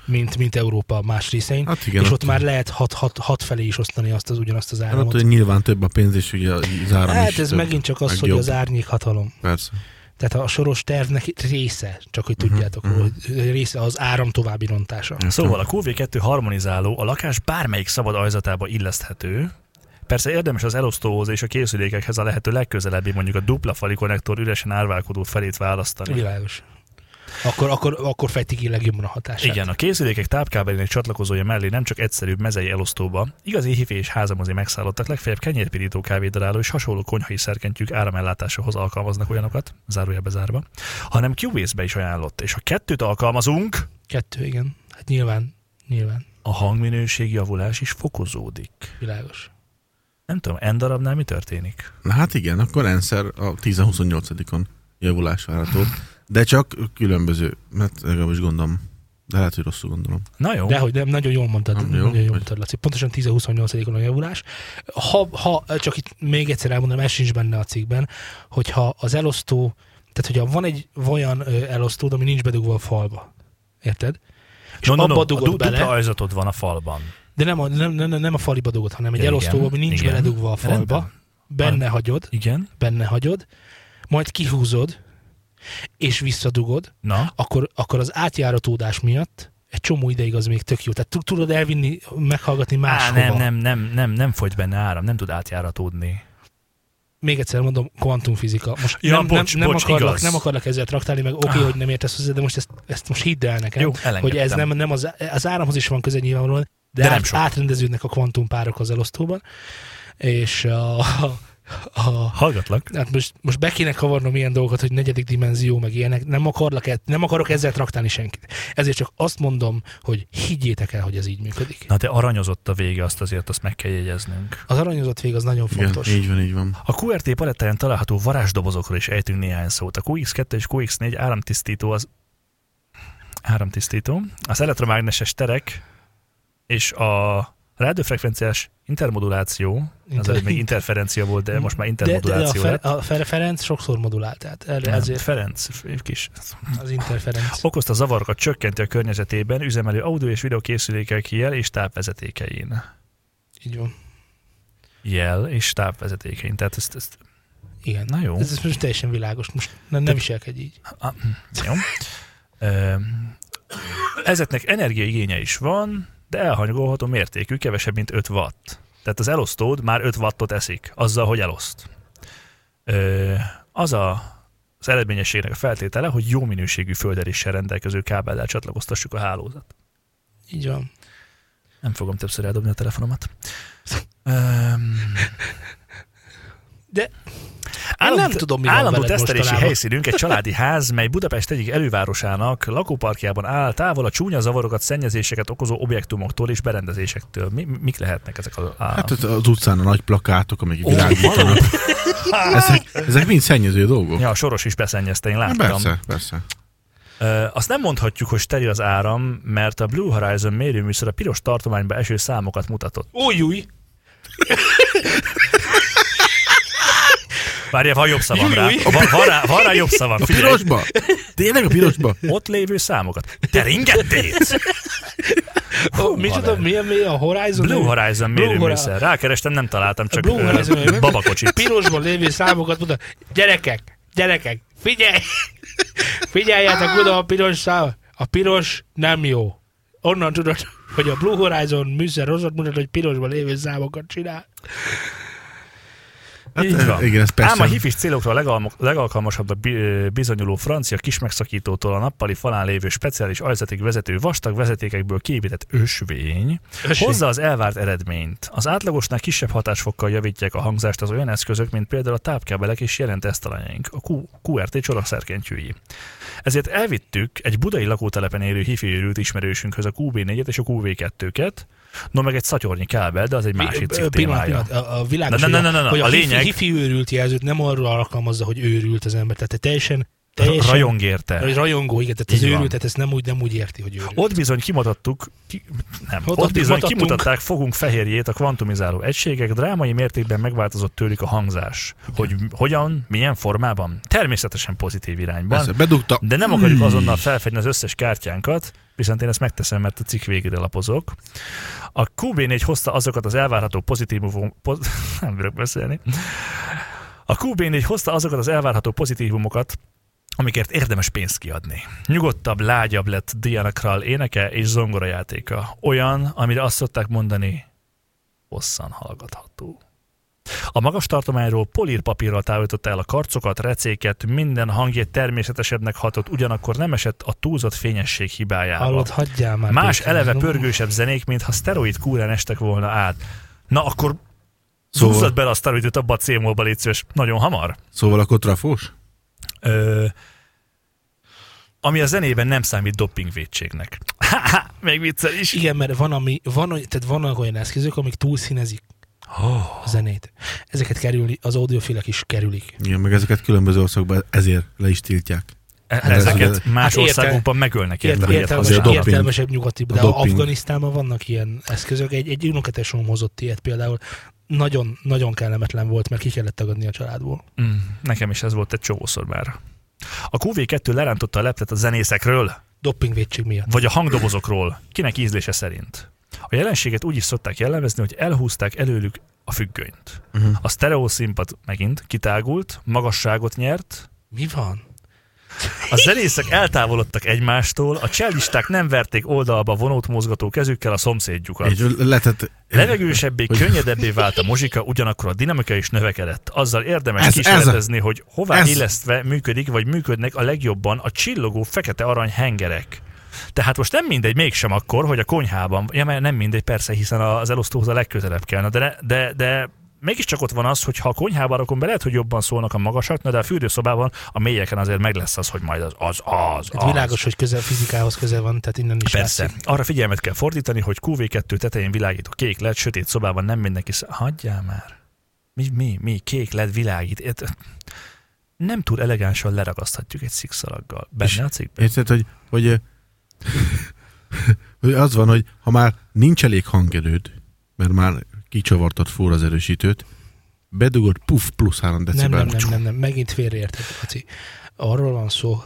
A: mint, mint Európa más részein,
B: Hát igen,
A: és
B: ott
A: ott már lehet hat, hat, hat felé is osztani azt az ugyanazt az
B: Hát,
A: áramot.
B: hogy nyilván több a pénz, és ugye az áram
A: Hát
B: is
A: ez
B: több,
A: megint csak az,
B: meg
A: hogy
B: jobb.
A: az árnyék hatalom.
B: Persze.
A: Tehát a soros tervnek része, csak hogy
B: Mhm,
A: tudjátok, hogy része az áram további rontása.
C: Szóval a QV2 harmonizáló a lakás bármelyik szabad ajzatába illeszthető, Persze érdemes az elosztóhoz és a készülékekhez a lehető legközelebbi, mondjuk a dupla fali konnektor üresen árválkodó felét választani.
A: Világos. Akkor, akkor, akkor fejtik ki legjobban a hatását.
C: Igen, a készülékek tápkábelének csatlakozója mellé nem csak egyszerűbb mezei elosztóba, igazi hifi és házamozi megszállottak legfeljebb kenyérpirító kávédaráló és hasonló konyhai szerkentjük áramellátásához alkalmaznak olyanokat, zárója bezárva, hanem Cubase-be is ajánlott, és ha kettőt alkalmazunk,
A: Kettő, igen. Hát nyilván, nyilván,
C: a hangminőség javulás is fokozódik.
A: világos.
C: Nem tudom, en darabnál mi történik?
B: Na hát igen, akkor rendszer a 10-28-on javulás várható. De csak különböző, mert legalábbis gondolom. De lehet, hogy rosszul gondolom.
C: Na jó,
A: De hogy nem, nagyon jól mondtad,
B: Nem, jó,
A: nagyon jól
B: vagy-
A: mondtad, Laci. Pontosan 10-28-on a javulás. Ha, ha, csak itt még egyszer elmondom, ez sincs benne a cikkben, hogyha az elosztó, tehát hogyha van egy olyan ö, elosztód, ami nincs bedugva a falba, érted? És
C: no, no, no,
A: abba
C: a
A: dugod
C: du-
A: bele,
C: dupla ajzatod van a falban.
A: de nem a, nem, nem, nem a faliba dugod, hanem egy
C: Igen,
A: elosztóba, ami nincs
C: igen.
A: beledugva a falba,
C: Rendben.
A: benne hagyod,
C: Igen,
A: benne hagyod, majd kihúzod, és visszadugod,
C: na,
A: akkor, akkor az átjáratódás miatt egy csomó ideig az még tök jó. Tehát tud- tudod elvinni, meghallgatni
C: Á,
A: máshova.
C: nem, nem, nem, nem, nem fogy benne áram, nem tud átjáratódni.
A: Még egyszer mondom, kvantumfizika. Most
C: Ja,
A: nem,
C: bocs,
A: nem, nem,
C: bocs,
A: akarlak,
C: igaz.
A: nem akarlak ezzel traktálni, meg oké,
C: Ah.
A: okay, hogy nem értesz hozzá, de most ezt, ezt most hidd el nekem,
C: Jó,
A: hogy ez
C: elengedtem.
A: nem, nem az, az áramhoz is van köze nyilvánvalóan, de, de
C: De nem
A: nem át,
C: sok.
A: átrendeződnek a kvantumpárok az elosztóban, és a, a, a
C: Hallgatlak.
A: hát most, most be kéne kavarnom ilyen dolgokat, hogy negyedik dimenzió, meg ilyenek. Nem, akarlak, e- nem akarok ezzel traktálni senkit. Ezért csak azt mondom, hogy higgyétek el, hogy ez így működik.
C: Na de aranyozott a vége, azt azért azt meg kell jegyeznünk.
A: Az aranyozott vég az nagyon fontos.
B: Igen, így van, így van.
C: A QRT palettáján található varázsdobozokról is ejtünk néhány szót. A QX2 és QX4 áramtisztító az áramtisztító, az elektromágneses terek és a rádiófrekvenciás intermoduláció, az
A: Inter-
C: előbb még interferencia volt, de most már
A: de, de a,
C: intermoduláció
A: Fer,
C: lett.
A: a Fer, Ferenc sokszor modulált, tehát erre
C: Nem,
A: ezért
C: Ferenc, kis.
A: az interferenc.
C: Okozta zavarokat, csökkenti a környezetében, üzemelő audio és videókészülékek jel és tápvezetékein.
A: Így van.
C: Jel és tápvezetékein. Tehát ezt, ezt
A: Igen.
C: Na jó.
A: Ez, ez most teljesen világos. Most nem, nem viselkedj így.
C: Ah, jó. Ö, Ezeknek energiaigénye is van, de elhanyagolható mértékű, kevesebb, mint 5 watt. Tehát az elosztód már 5 wattot eszik, azzal, hogy eloszt. Ö, Az a, az eredményességnek a feltétele, hogy jó minőségű földeléssel rendelkező kábellel csatlakoztassuk a hálózat.
A: Így van.
C: Nem fogom többször eldobni a telefonomat. Öm,
A: De
C: Állandó,
A: nem tudom, mi van
C: Állandó
A: veled
C: tesztelési
A: mostanában.
C: helyszínünk egy családi ház, mely Budapest egyik elővárosának lakóparkjában áll, távol a csúnya zavarokat, szennyezéseket okozó objektumoktól és berendezésektől. Mi, mik lehetnek ezek a... a...
B: Hát ott az utcán a nagy plakátok, amik
C: Ó,
B: világítanak. ezek, ezek mind szennyező dolgok.
C: Ja, a soros is beszennyezte, én
B: Na,
C: láttam.
B: persze, persze.
C: Ö, azt nem mondhatjuk, hogy steril az áram, mert a Blue Horizon mérőműszer a piros tartományba eső számokat mutatott.
A: új, új.
C: Várjál, van jobb szavam rá.
A: Júj.
C: Van, van, rá, van rá jobb szavam.
B: A
C: Figyelj,
B: pirosba? Tényleg a pirosba?
C: ott lévő számokat. Te ringettét!
A: Ó, micsoda,
C: haver.
A: milyen mély a Horizon?
C: Blue Horizon
A: Blue
C: mérőműszer. Rákerestem, nem találtam, csak
A: Blue
C: ö,
A: Horizon mérőmű.
C: babakocsit.
A: Pirosban lévő számokat mutat. Gyerekek, gyerekek, figyelj! Figyeljetek oda a piros szám. A piros nem jó. Onnan tudod, hogy a Blue Horizon műszer rosszat mutat, hogy pirosban lévő számokat csinál.
C: Így van.
B: Hát, igen, ez persze.
C: Ám a hifis célokra a legalmo- legalkalmasabb a bi- bizonyuló francia kismegszakítótól a nappali falán lévő speciális ajzatig vezető vastag vezetékekből kiépített ösvény,
A: Ösvény.
C: hozza az elvárt eredményt. Az átlagosnál kisebb hatásfokkal javítják a hangzást az olyan eszközök, mint például a tápkábelek és jelentesztalanyaink, a Q- QRT csodaszerkentyűi. Ezért elvittük egy budai lakótelepen érő hifi őrült ismerősünkhöz a QB4-et és a QV2-ket, no meg egy szatyornyi kábel, de az egy másik
A: Ö,
C: cikk
A: pillanat,
C: témája.
A: pillanat, a, a világos,
C: Na, na,
A: hogy
C: na, na, na,
A: hogy
C: a
A: hifi-
C: lényeg-
A: hifi őrült jelzőt nem arra alkalmazza, hogy őrült az ember, tehát teljesen, teljesen
C: Rajong érte.
A: rajongó, igen, tehát az
C: Így van.
A: őrült, tehát ezt nem úgy, nem úgy érti, hogy őrült.
C: Ott bizony kimutattuk, ki, nem,
A: Ott
C: ott,
A: addig
C: ott bizony
A: mutattunk.
C: kimutatták fogunk fehérjét a kvantumizáló egységek, drámai mértékben megváltozott tőlük a hangzás. Hogy m- hogyan, milyen formában? Természetesen pozitív irányban.
B: Persze, bedugta. Hmm.
C: De nem akarjuk azonnal felfedni az összes kártyánkat, viszont én ezt megteszem, mert a cikk végére lapozok. A QB4 hozta azokat az elvárható pozitívum... Poz, nem bírok beszélni. A QB4 hozta azokat az elvárható pozitívumokat, amikért érdemes pénzt kiadni. Nyugodtabb, lágyabb lett Diana Krall éneke és zongorajátéka. Olyan, amire azt szokták mondani, hosszan hallgatható. A magas tartományról polírpapírral távolította el a karcokat, recéket, minden hangjét természetesebbnek hatott, ugyanakkor nem esett a túlzott fényesség hibájába.
A: Hallod, hagyjál már.
C: Más
A: Péter,
C: eleve
A: no.
C: pörgősebb zenék, mintha szteroid kúrán estek volna át. Na akkor
B: Szóval-
C: szóval... zúzzad bele a szteroidot abba a cémolba, légy szíves. Nagyon hamar.
B: Szóval akkor trafós?
C: Ö, ami a zenében nem számít dopingvédségnek. Ha-ha, Még viccel is.
A: Igen, mert van, ami, van, oly- tehát vannak olyan eszközök, amik túlszínezik
C: Oh.
A: a zenét. Ezeket kerüli, az audiofilek is kerülik.
B: Igen, meg ezeket különböző országokban ezért le is tiltják.
C: E-
B: ez-
C: Ezeket más
A: Hát érte-
C: országokban megölnek.
A: Ért,
C: érte-
A: értelmes,
B: azért a
C: használni.
B: doping.
A: értelmesebb nyugati, de
B: doping.
A: Afganisztánban vannak ilyen eszközök. Egy, egy unokatesom hozott ilyet például. Nagyon, nagyon kellemetlen volt, mert ki kellett tagadni a családból.
C: Mm, nekem is ez volt egy csóvószor már. A QV2 lerántotta a leplet a zenészekről,
A: Dopingvédség miatt.
C: vagy a hangdobozokról, kinek ízlése szerint. A jelenséget úgy is szokták jellemezni, hogy elhúzták előlük a függönyt.
B: Mhm.
C: Uh-huh. A sztereószínpad megint kitágult, magasságot nyert,
A: Mi van?
C: a zenészek eltávolodtak egymástól, a csellisták nem verték oldalba vonót mozgató kezükkel a szomszédjukat.
B: Így lehetett...
C: Levegősebbé,
B: Hogy-
C: könnyedebbé vált a muzsika, ugyanakkor a dinamika is növekedett. Azzal érdemes
B: Ez-
C: ez,
B: ez
C: kísérletezni, ez, hogy hová
B: ez-
C: ez. illesztve működik, vagy működnek a legjobban a csillogó fekete arany hengerek. Tehát most nem mindegy, mégsem akkor, hogy a konyhában, ja, mert nem mindegy, persze, hiszen az elosztóhoz a legközelebb kell, Na, de, ne- de, de mégiscsak ott van az, hogy ha a konyhában rakom be, lehet, hogy jobban szólnak a magasak, na, de a fürdőszobában a mélyeken azért meg lesz az, hogy majd az, az, az,
A: Hát
C: az.
A: világos, hogy közel fizikához közel van, tehát innen is
C: Persze.
A: látszik.
C: Arra figyelmet kell fordítani, hogy QV2 tetején világít a kék led, sötét szobában nem mindenki sz... Hagyjál már. Mi, mi, mi, kék led világít. Ért- Nem túl elegánsan leragaszthatjuk egy szikszalaggal. Benne
B: És-
C: a cikkben.
B: Érted, hogy, hogy, ö, hogy az van, hogy ha már nincs elég hangerőd, mert már kicsavartad fúr az erősítőt, bedugod puff plusz 3 decibel.
A: Nem, nem, nem, nem, nem, megint félreérted, Laci. Arról van szó,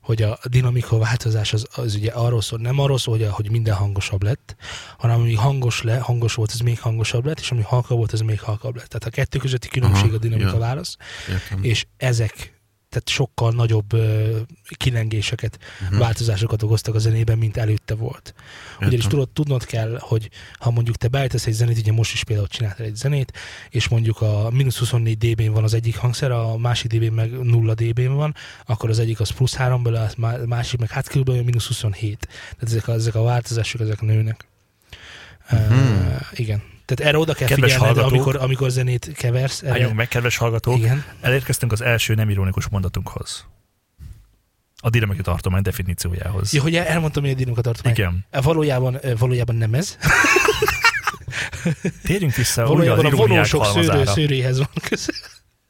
A: hogy a dinamika változás az, az ugye arról szól, nem arról szól, hogy, a- hogy minden hangosabb lett, hanem ami hangos, le, hangos volt, az még hangosabb lett, és ami halka volt, az még halkabb lett. Tehát a kettő közötti különbség
B: Aha,
A: a dinamika
B: ja.
A: válasz,
B: Értem.
A: Mm-hmm. és ezek tehát sokkal nagyobb ö, kilengéseket,
B: Mhm.
A: változásokat okoztak a zenében, mint előtte volt. Ugyanis
B: Értem.
A: tudod, tudnod kell, hogy ha mondjuk te beállítasz egy zenét, ugye most is például csináltál egy zenét, és mondjuk a mínusz 24 dB-n van az egyik hangszer, a másik dB-n meg 0 dB-n van, akkor az egyik az plusz 3 ből, a má- másik meg hát körülbelül mínusz 27. Tehát ezek a, ezek a változások, ezek nőnek.
B: Mhm.
A: Uh, igen. Tehát erre oda kell
C: Kedves
A: figyelned,
C: hallgatók!
A: amikor, amikor zenét keversz. Erre,
C: Álljunk meg, kedves hallgatók.
A: e- igen.
C: Elérkeztünk az első nem ironikus mondatunkhoz. A dinamikai tartomány definíciójához.
A: Ja, hogy el- elmondtam, hogy a dinamika tartomány.
C: Igen.
A: E, Valójában, e, valójában nem ez.
C: Térjünk vissza újra az
A: Valójában a
C: iróniák
A: vonósok szőrő,
C: halmazára.
A: szőréhez van köze.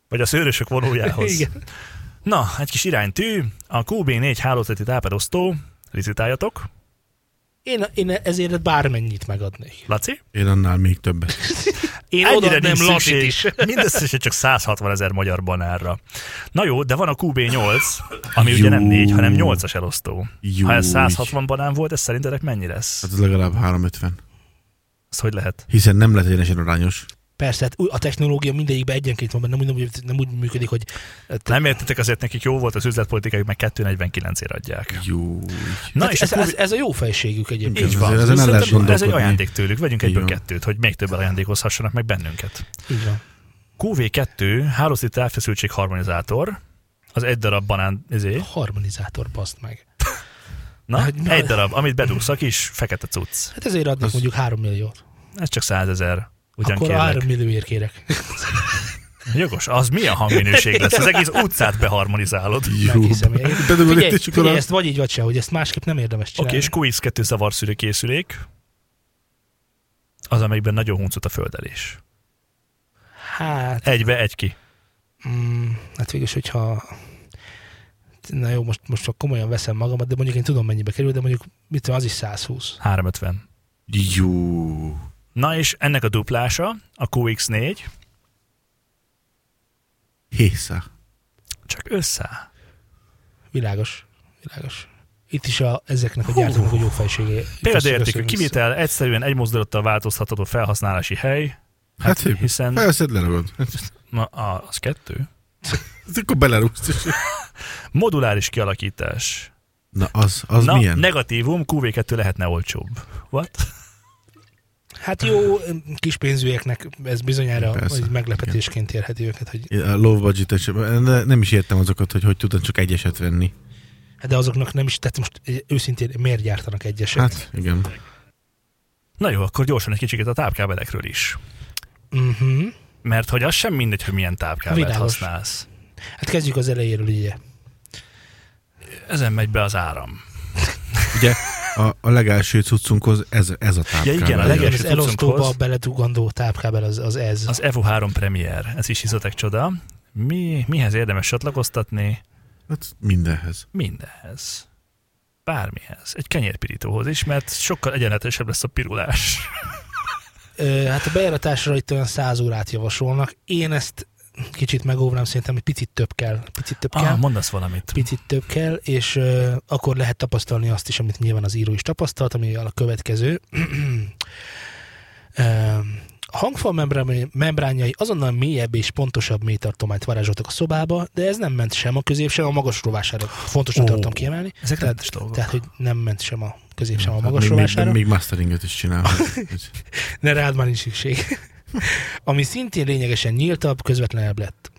C: Vagy a szőrösök vonójához.
A: Igen.
C: Na, egy kis iránytű. A QB4 hálózati táperosztó. Licitáljatok.
A: Én, én ezért bármennyit megadnék.
C: Laci?
B: Én annál még többet.
A: Én
C: Ennyire
A: odaadném
C: nincs
A: Latit
C: szükség.
A: is.
C: Mindösszesen csak 160 ezer magyar banárra. Na jó, de van a QB8, ami
B: Jó.
C: ugye nem 4, hanem 8-as elosztó.
B: Jó.
C: Ha ez 160 banán volt, ez szerintetek mennyi lesz?
B: Hát ez legalább 350.
C: Ez hogy lehet?
B: Hiszen nem lehet egyenesen arányos.
A: Persze, hát új- a technológia mindegyikben egyenként van, mert nem úgy, nem úgy, nem úgy működik, hogy
C: Nem értitek, azért nekik jó volt az üzletpolitikai, meg 249-ért adják.
B: Jó.
C: Na
A: hát
C: és
A: ez,
C: a QB...
A: ez, ez, a jó fejségük egyébként.
B: Így
C: Így van.
B: Azért ezen el lehet
C: Szerintem ez egy
B: gondolkodni.
C: ajándék tőlük, vegyünk egyből
B: Így van.
C: kettőt, hogy még többen ajándékozhassanak meg bennünket.
A: Így van.
C: QV2 hálószit elfeszültség harmonizátor, az egy darab banán, izé,
A: Harmonizátor, baszt meg.
C: na,
A: Hát, na.
C: egy darab, amit bedugsz a kis fekete cucc.
A: Hát ezért adnak
B: Az-
A: mondjuk 3 milliót.
C: Ez csak százezer. Ugyan
A: Akkor
C: kérlek.
A: 3 millióért kérek.
C: Jogos, az milyen hangminőség lesz? Az egész utcát beharmonizálod. Oké,
A: Meghiszem. Én-
B: Bedugod
A: Figyelj,
B: itt is,
A: figyelj,
B: akkor
A: ezt vagy így vagy se, hogy ezt másképp nem érdemes csinálni.
C: okay, és QX2 zavarszűrő készülék. Az, amelyikben nagyon huncut a földelés.
A: Hát,
C: Egybe, egy ki.
A: mm, hát végülis, hogyha na jó, most, most csak komolyan veszem magamat, de mondjuk én tudom mennyibe kerül, de mondjuk mit tudom, az is 120.
C: 350.
B: Jú.
C: Na és ennek a duplása, a QX4,
B: Hésza.
C: csak össze.
A: Világos. Világos. Itt is a, ezeknek a
C: Hú.
A: gyártóknak a jó fejségé.
C: Példaértékű kivitel, egyszerűen egy mozdulattal változtatható felhasználási hely,
B: Hát, hát
C: hiszen
B: felszed leragad.
C: na, á, az kettő.
B: Hát, Akkor belerúgsz is.
C: Moduláris kialakítás.
B: Na, az, az
C: na,
B: milyen?
C: negatívum, QV2 lehetne olcsóbb. What?
A: Hát jó, kis pénzűeknek ez bizonyára
B: Persze.
A: egy meglepetésként érheti őket, hogy
B: Én eh, A low budget nem is értem azokat, hogy hogy tudod csak egyeset venni.
A: hát de azoknak nem is, tehát most eh, őszintén miért gyártanak egyeset? Hát.
B: Hát, igen.
C: Na jó, akkor gyorsan egy kicsit a tápkábelekről is.
A: Uh-huh.
C: Mert hogy az sem mindegy, hogy milyen tápkábelt
A: Világos.
C: használsz.
A: hát kezdjük az elejéről, ugye.
C: Ezen megy be az áram.
B: Ugye a, a legelső cuccunkhoz ez, ez a tápkábel.
C: Ja, igen, a legelső-
A: Az
C: És a
A: elosztóba
C: cuccunkhoz?
A: beledugandó tápkábel az, az ez.
C: Az Evo 3 Premier, ez is izotek csoda. Mi, mihez érdemes csatlakoztatni?
B: Hát mindenhez.
C: Mindenhez. Bármihez. Egy kenyérpirítóhoz is, mert sokkal egyenletesebb lesz a pirulás.
A: Ö, hát a bejáratásra itt olyan 100 órát javasolnak. Én ezt kicsit megóvnám, szerintem, hogy picit több kell. Picit több kell.
C: Ah, mondasz valamit.
A: picit több kell, és ö, akkor lehet tapasztalni azt is, amit nyilván az író is tapasztalt, ami a következő. Ö, a hangfal membrán- membránjai azonnal mélyebb és pontosabb mélytartományt varázsoltak a szobába, de ez nem ment sem a közép, sem a magas rovására. Fontosnak
C: Ó.
A: tartom kiemelni.
C: Ezek rendes dolgok.
A: Tehát, hogy nem ment sem a közép, sem a
B: Hát
A: magas
B: még, még,
A: rovására.
B: még masteringet is csinál.
A: Ne rád már nincs szükség. Ami szintén lényegesen nyíltabb, közvetlenebb lett.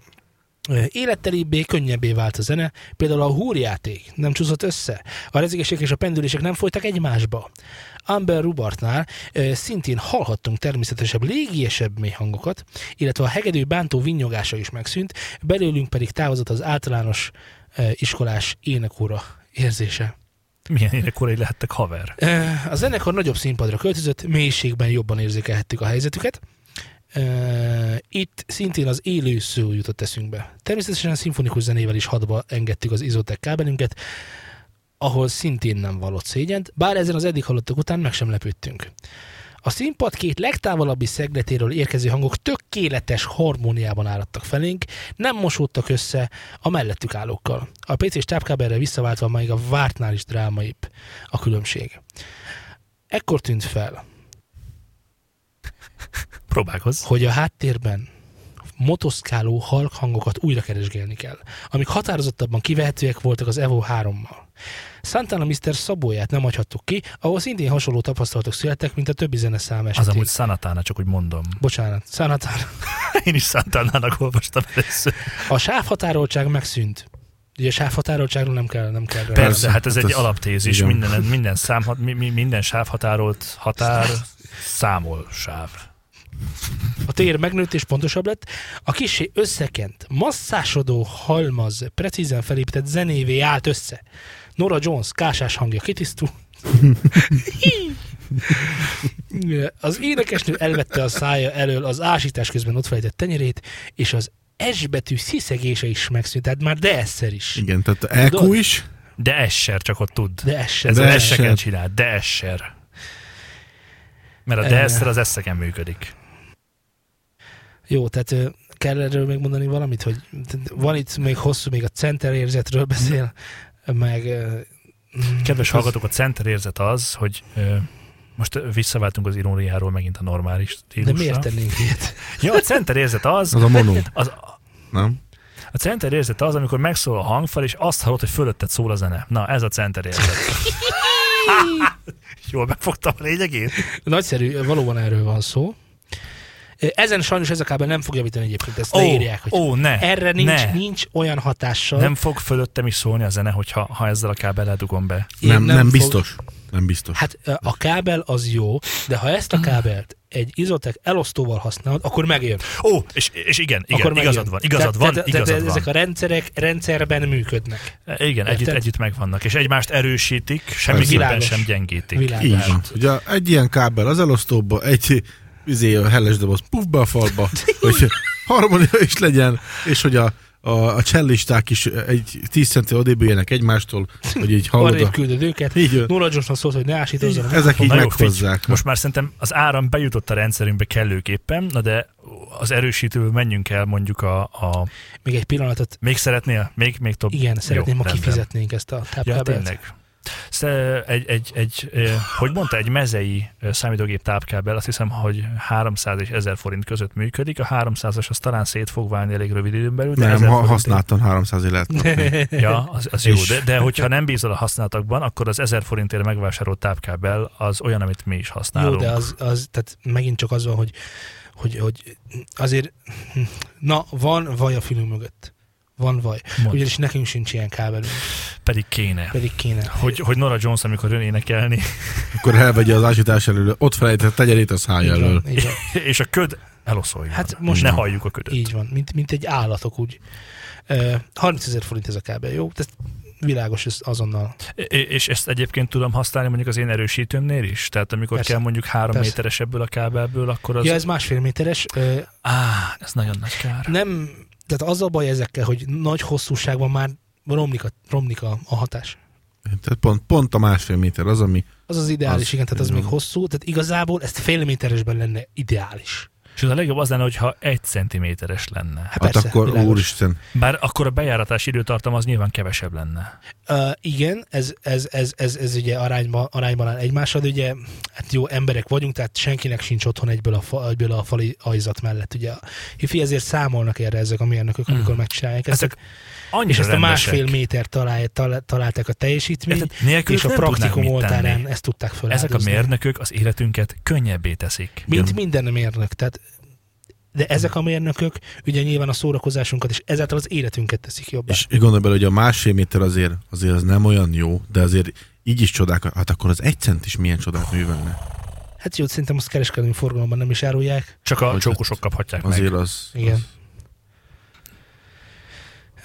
A: Ö, Élettelibbé, könnyebbé vált a zene, például a húrjáték nem csúszott össze, a rezgések és a pendülések nem folytak egymásba. Amber Rubartnál ö, szintén hallhattunk természetesebb, légiesebb mély hangokat, illetve a hegedű bántó vinnyogása is megszűnt, belőlünk pedig távozott az általános ö, iskolás énekóra érzése.
C: Milyen énekorai lehettek haver?
A: Ö, A zenekar nagyobb színpadra költözött, mélységben jobban érzékelhettük a helyzetüket. Ö, Itt szintén az élő szó jutott eszünkbe. Természetesen a szimfonikus zenével is hadba engedtük az izotek kábelünket, ahol szintén nem vallott szégyent, bár ezen az eddig hallottak után meg sem lepődtünk. A színpad két legtávolabbi szegletéről érkező hangok tökéletes harmóniában áradtak felénk, nem mosódtak össze a mellettük állókkal. A PC-s tápkábelre visszaváltva még a vártnál is drámaibb a különbség. Ekkor tűnt fel,
C: Próbálkozz.
A: hogy a háttérben motoszkáló halk hangokat újra keresgélni kell, amik határozottabban kivehetőek voltak az Evo 3-mal. Santana Mr. Szabóját nem hagyhattuk ki, ahol szintén hasonló tapasztalatok születtek, mint a többi zeneszám
C: Az
A: esetén.
C: amúgy Sanatána, csak úgy mondom.
A: Bocsánat, Santana.
C: Én is Santánának olvastam először.
A: A sávhatároltság megszűnt. Ugye a sávhatároltságról nem kell, nem kell.
C: Persze, hát ez
B: Hát
C: egy
B: az-
C: alaptézis.
B: igen.
C: Minden, minden, szám, mi, mi, minden sáv határolt határ, számol sáv.
A: A tér megnőtt és pontosabb lett. A kisé összekent, masszásodó halmaz, precízen felépített zenévé állt össze. Nora Jones kásás hangja kitisztul. Az énekesnő elvette a szája elől az ásítás közben ott fejtett tenyerét, és az S betű sziszegése is megszűnt, tehát már de eszer is.
B: Igen, tehát a EQ
A: Tudod?
B: is.
C: De esser csak ott tud.
A: De eszer.
C: Ez az
B: De
C: esseken
B: esser.
C: csinál, de esser. Mert a
A: Eh.
C: de esser az eszeken működik.
A: Jó, tehát ö, kell erről még mondani valamit, hogy tehát van itt még hosszú, még a center érzetről beszél, meg ö,
C: Kedves hallgatók, a center érzet az, hogy ö, most ö, visszaváltunk az iróniáról megint a normális
A: de
C: stílusra.
A: miért tennénk ilyet?
C: Ja, a center érzet az,
B: Az a monó,
C: az,
B: nem?
C: a center érzet az, amikor megszól a hangfal, és azt hallod, hogy fölötted szól a zene. Na, ez a center érzet. Jól megfogtam a lényegét?
A: Nagyszerű, valóban erről van szó. Ezen sajnos ez a kábel nem fog javítani egyébként, ezt
C: Ó,
A: leírják. Hogy
C: ó, ne,
A: erre nincs,
C: ne.
A: nincs olyan hatással.
C: Nem fog fölöttem is szólni a zene, hogyha, ha ezzel a kábellel dugom be.
A: Én
B: nem, nem,
A: fog-
B: biztos. Nem biztos.
A: Hát ö, a kábel az jó, de ha
C: Mm.
A: ezt a kábelt egy izotek elosztóval használod, akkor megjön.
C: Ó, és, és igen, igen
A: akkor megjön.
C: igazad van, igazad
A: tehát,
C: van,
A: tehát,
C: igazad
A: tehát
C: van.
A: ezek a rendszerek rendszerben működnek.
C: Igen, együtt,
A: Érted?
C: együtt megvannak, és egymást erősítik, semmiképpen
A: Világos.
C: sem gyengítik.
A: Világos.
B: Így van. Ugye egy ilyen kábel az elosztóba, egy izé, a helles doboz puff be a falba, hogy harmonia is legyen, és hogy a, a, a csellisták is egy 10 centi odébb üljenek egymástól, hogy így hallod
A: Arrébb
B: a...
A: küldöd őket.
B: Így jön.
A: Nora Johnson szólt, hogy ne ásítozzon. a
B: Ezek így
C: Na jó,
B: meghozzák.
C: figy- Most már szerintem az áram bejutott a rendszerünkbe kellőképpen, na de az erősítőből menjünk el mondjuk a... a...
A: Még egy pillanatot.
C: Még szeretnél? Még, még több?
A: Igen, szeretném,
C: Jó,
A: ha
C: rendben.
A: kifizetnénk ezt a
C: Ja,
A: tápkábelt.
C: tényleg. Sz- Egy, egy, egy, ö, hogy mondta, egy mezei ö, számítógép tápkábel, azt hiszem, hogy 300 és 1000 forint között működik. A 300-as az talán szét fog válni elég rövid időn belül. de
B: Nem,
C: 1000
B: ha
C: forint-
B: használtan 300 lehet. kapni.
C: Ja, az, az jó,
B: És-
C: de, de hogyha nem bízol a használatokban, akkor az 1000 forintért megvásárolt tápkábel az olyan, amit mi is
A: Jó,
C: használunk.
A: de az, az, tehát megint csak az van, hogy, hogy, hogy azért, na, van vaj a fülünk mögött. Van vaj.
C: Mondd.
A: Ugyanis nekünk sincs ilyen kábelünk,
C: Pedig kéne.
A: pedig kéne.
C: Hogy, hogy Nora Jones, amikor jön énekelni,
B: Akkor elvegye az ásítás elől, ott felejtett tenyerét a
A: Így
B: szája
A: van,
B: elől.
A: így van.
C: és a köd eloszolja.
A: Hát
C: Hát
A: most
C: most ne
A: nem.
C: halljuk a ködöt.
A: Így van, mint, mint egy állatok úgy. Ö, 30 ezer forint ez a kábel, jó? Tehát világos, ez azonnal.
C: E- És ezt egyébként tudom használni mondjuk az én erősítőmnél is? Tehát amikor
A: Persze.
C: kell mondjuk három
A: Persze.
C: méteres ebből a kábelből, akkor az...
A: Ja, ez másfél méteres. Ö,
C: Á, ez nagyon nagy kár.
A: nem, tehát az a baj ezekkel, hogy nagy hosszúságban már romlik a, romlik a, a hatás.
B: Tehát pont, pont a másfél méter az, ami
A: Az az ideális,
B: Az-
A: igen, tehát az
B: így
A: még
B: van.
A: hosszú, tehát igazából ezt fél méteresben lenne ideális.
C: És a legjobb az lenne, hogyha egy centiméteres lenne.
A: Hát
B: hát
A: persze,
B: akkor
A: világos.
B: úristen.
C: Bár akkor a bejáratás időtartam az nyilván kevesebb lenne.
A: Ö, igen, ez, ez, ez, ez, ez ugye arányban, arányban áll egymással, de ugye hát jó emberek vagyunk, tehát senkinek sincs otthon egyből a, fa, egyből a fali ajzat mellett. Ugye a hifi ezért számolnak erre ezek a mérnökök, amikor megcsinálják ezt.
C: Hmm. Ezek Annyira
A: és ezt a
C: rendesek.
A: másfél méter talál, talál, találták a teljesítményt,
C: Érted? Nélkülük
A: és a
C: nem tudnánk
A: praktikum
C: mit tenni.
A: oltárán ezt tudták fel.
C: Ezek a mérnökök az életünket könnyebbé teszik.
A: Mint minden mérnök, tehát de ezek a mérnökök ugye nyilván a szórakozásunkat és ezáltal az életünket teszik jobbá.
B: És gondolj bele, hogy a másfél méter azért, azért az nem olyan jó, de azért így is csodákat, hát akkor az egy cent is milyen csodát művelne.
A: Hát jó, szerintem azt kereskedelmi forgalomban nem is árulják.
C: Csak a
B: Hogy
C: csókosok kaphatják meg.
B: Azért az...
A: Igen.
B: az-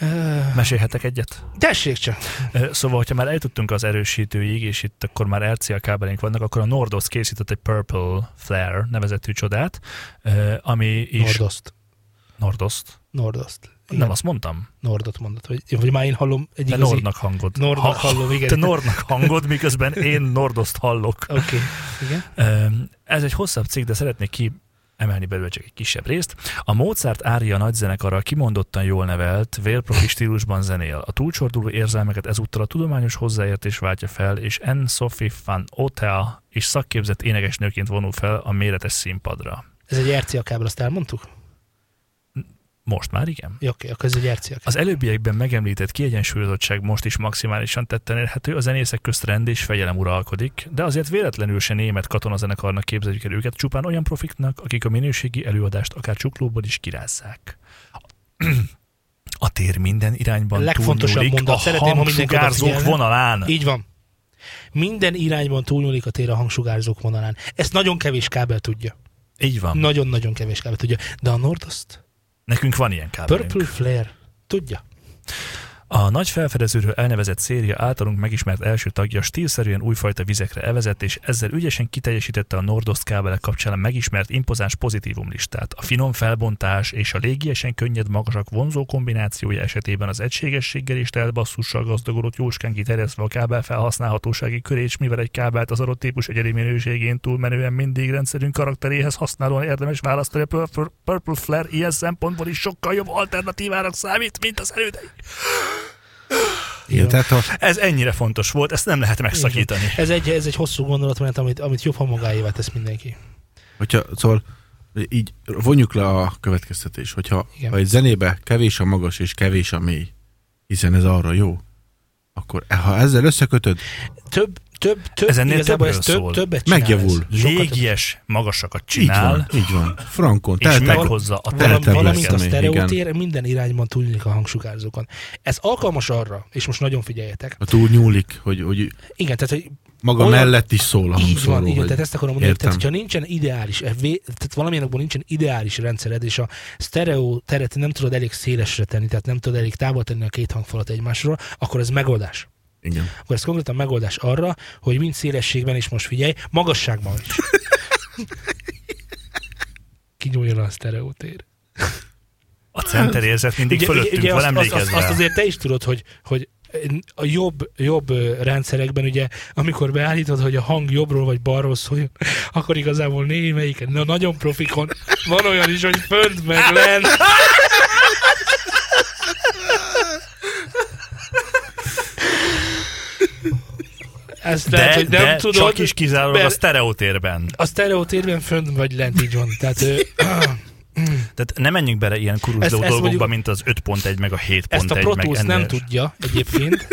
A: Ö,
C: Mesélhetek egyet?
A: Tessék csak!
C: Ö, Szóval, hogyha már eljutottunk az erősítőig, és itt akkor már RCA kábelénk vannak, akkor a Nordosz készített egy Purple Flare nevezetű csodát, ö, ami is...
A: Nordoszt.
C: Nordoszt?
A: Nordoszt. Igen.
C: Nem, azt mondtam.
A: Nordot mondod, hogy, vagy már én hallom egy
C: Te
A: igazi...
C: Nordnak hangod.
A: Nordnak
C: Ha-
A: hallom, igen.
C: Te Nordnak hangod, miközben én Nordoszt hallok.
A: Oké, okay. igen.
C: Ö, Ez egy hosszabb cikk, de szeretnék ki emelni belőle csak egy kisebb részt. A Mozart Ária nagyzenekara kimondottan jól nevelt, vérprofi stílusban zenél. A túlcsorduló érzelmeket ezúttal a tudományos hozzáértés váltja fel, és Anne Sophie van Otea is szakképzett énekesnőként vonul fel a méretes színpadra.
A: Ez egy RCA kábel, azt elmondtuk?
C: Most már igen.
A: Jó, oké, akkor ez egy RCA kábel.
C: Az előbbiekben megemlített kiegyensúlyozottság most is maximálisan tetten érhető, a zenészek közt rend és fegyelem uralkodik, de azért véletlenül se német katonazenekarnak képzeljük el őket, csupán olyan profiknak, akik a minőségi előadást akár csuklóból is kirázzák. A tér minden irányban
A: Legfontosabb
C: túlnyúlik
A: mondat.
C: a
A: Szeretném, ha mindenki
C: hangsugárzók
A: odafigyelne.
C: vonalán.
A: Így van. Minden irányban túlnyúlik a tér a hangsugárzók vonalán. Ezt nagyon kevés kábel tudja.
C: Így van.
A: Nagyon-nagyon kevés kábel tudja. De a Nordoszt,
C: Nekünk van ilyen kábelünk.
A: Purple Flare, tudja.
C: A nagy felfedezőről elnevezett széria általunk megismert első tagja stílszerűen újfajta vizekre evezett, és ezzel ügyesen kiteljesítette a Nordoszt kábelek kapcsán megismert impozáns pozitívum listát. A finom felbontás és a légiesen könnyed magasak vonzó kombinációja esetében az egységességgel és telt basszussal gazdagodott jóskán kiterjesztve a kábel felhasználhatósági körét, és mivel egy kábelt az adott típus egyedi minőségén túlmenően mindig rendszerünk karakteréhez használóan érdemes választani, a Purple, Purple Flare ilyen szempontból is sokkal jobb alternatívának számít, mint az elődei.
B: Igen, tehát ha
C: Ez ennyire fontos volt, ezt nem lehet megszakítani.
A: Ez egy, ez egy hosszú gondolatmenet, amit, amit jobb, ha magáévá tesz mindenki.
B: Hogyha, szóval így vonjuk le a következtetés, hogyha
A: Igen.
B: ha egy zenébe kevés a magas és kevés a mély, hiszen ez arra jó, akkor e- ha ezzel összekötöd,
A: Több, több, több,
C: Ez ennél
A: igazából ez
C: többről
A: több,
C: szól.
A: többet csinál.
B: Megjavul.
A: ez. Sokat-
C: Légies magasakat
B: Így
C: csinál,
B: van, így van. Frankon,
C: és
B: teltek,
C: meghozza a
A: Valam-
B: Tehetetlen
A: valamint a
B: személy,
A: sztereotér minden irányban túlnyílik a hangsugárzókon. Ez alkalmas arra, és most nagyon figyeljetek.
B: a túl nyúlik, hogy, hogy
A: Igen, tehát, hogy
B: maga
A: Olyan-
B: mellett is szól a
A: így van,
B: hangszóró.
A: igen,
B: vagy-
A: tehát ezt akarom mondani,
B: Értem.
A: tehát, hogyha nincsen ideális, eh, vé- tehát valamilyen okból nincsen ideális rendszered, és a sztereó teret nem tudod elég szélesre tenni, tehát nem tudod elég távol tenni a két hangfalat egymásról, akkor ez megoldás.
B: Igen.
A: Akkor ez konkrétan megoldás arra, hogy mind szélességben is most figyelj, magasságban is. Kinyúljon a sztereótér.
C: a centerérzet mindig fölöttünk van,
A: azt, azt,
C: emlékezz
A: azt, azt
C: rá.
A: azért te is tudod, hogy, hogy a jobb, jobb ö, rendszerekben, ugye, amikor beállítod, hogy a hang jobbról vagy balról szóljon, akkor igazából némelyik, na nagyon profikon, van olyan is, hogy fönt meg lent. Ezt
C: De,
A: lehet, hogy nem
C: de
A: tudod,
C: csak is kizárólag
A: mert-
C: a sztereotérben.
A: a sztereotérben fönt vagy lent, így van. Tehát ö,
C: Tehát ne menjünk bele ilyen
A: Ezt-
C: kuruzló
A: ezt
C: dolgokba,
A: mondjuk-
C: mint az 5.1 meg a 7.1
A: Ezt a Pro
C: meg
A: Tools
C: ennél
A: nem
C: s-
A: tudja egyébként,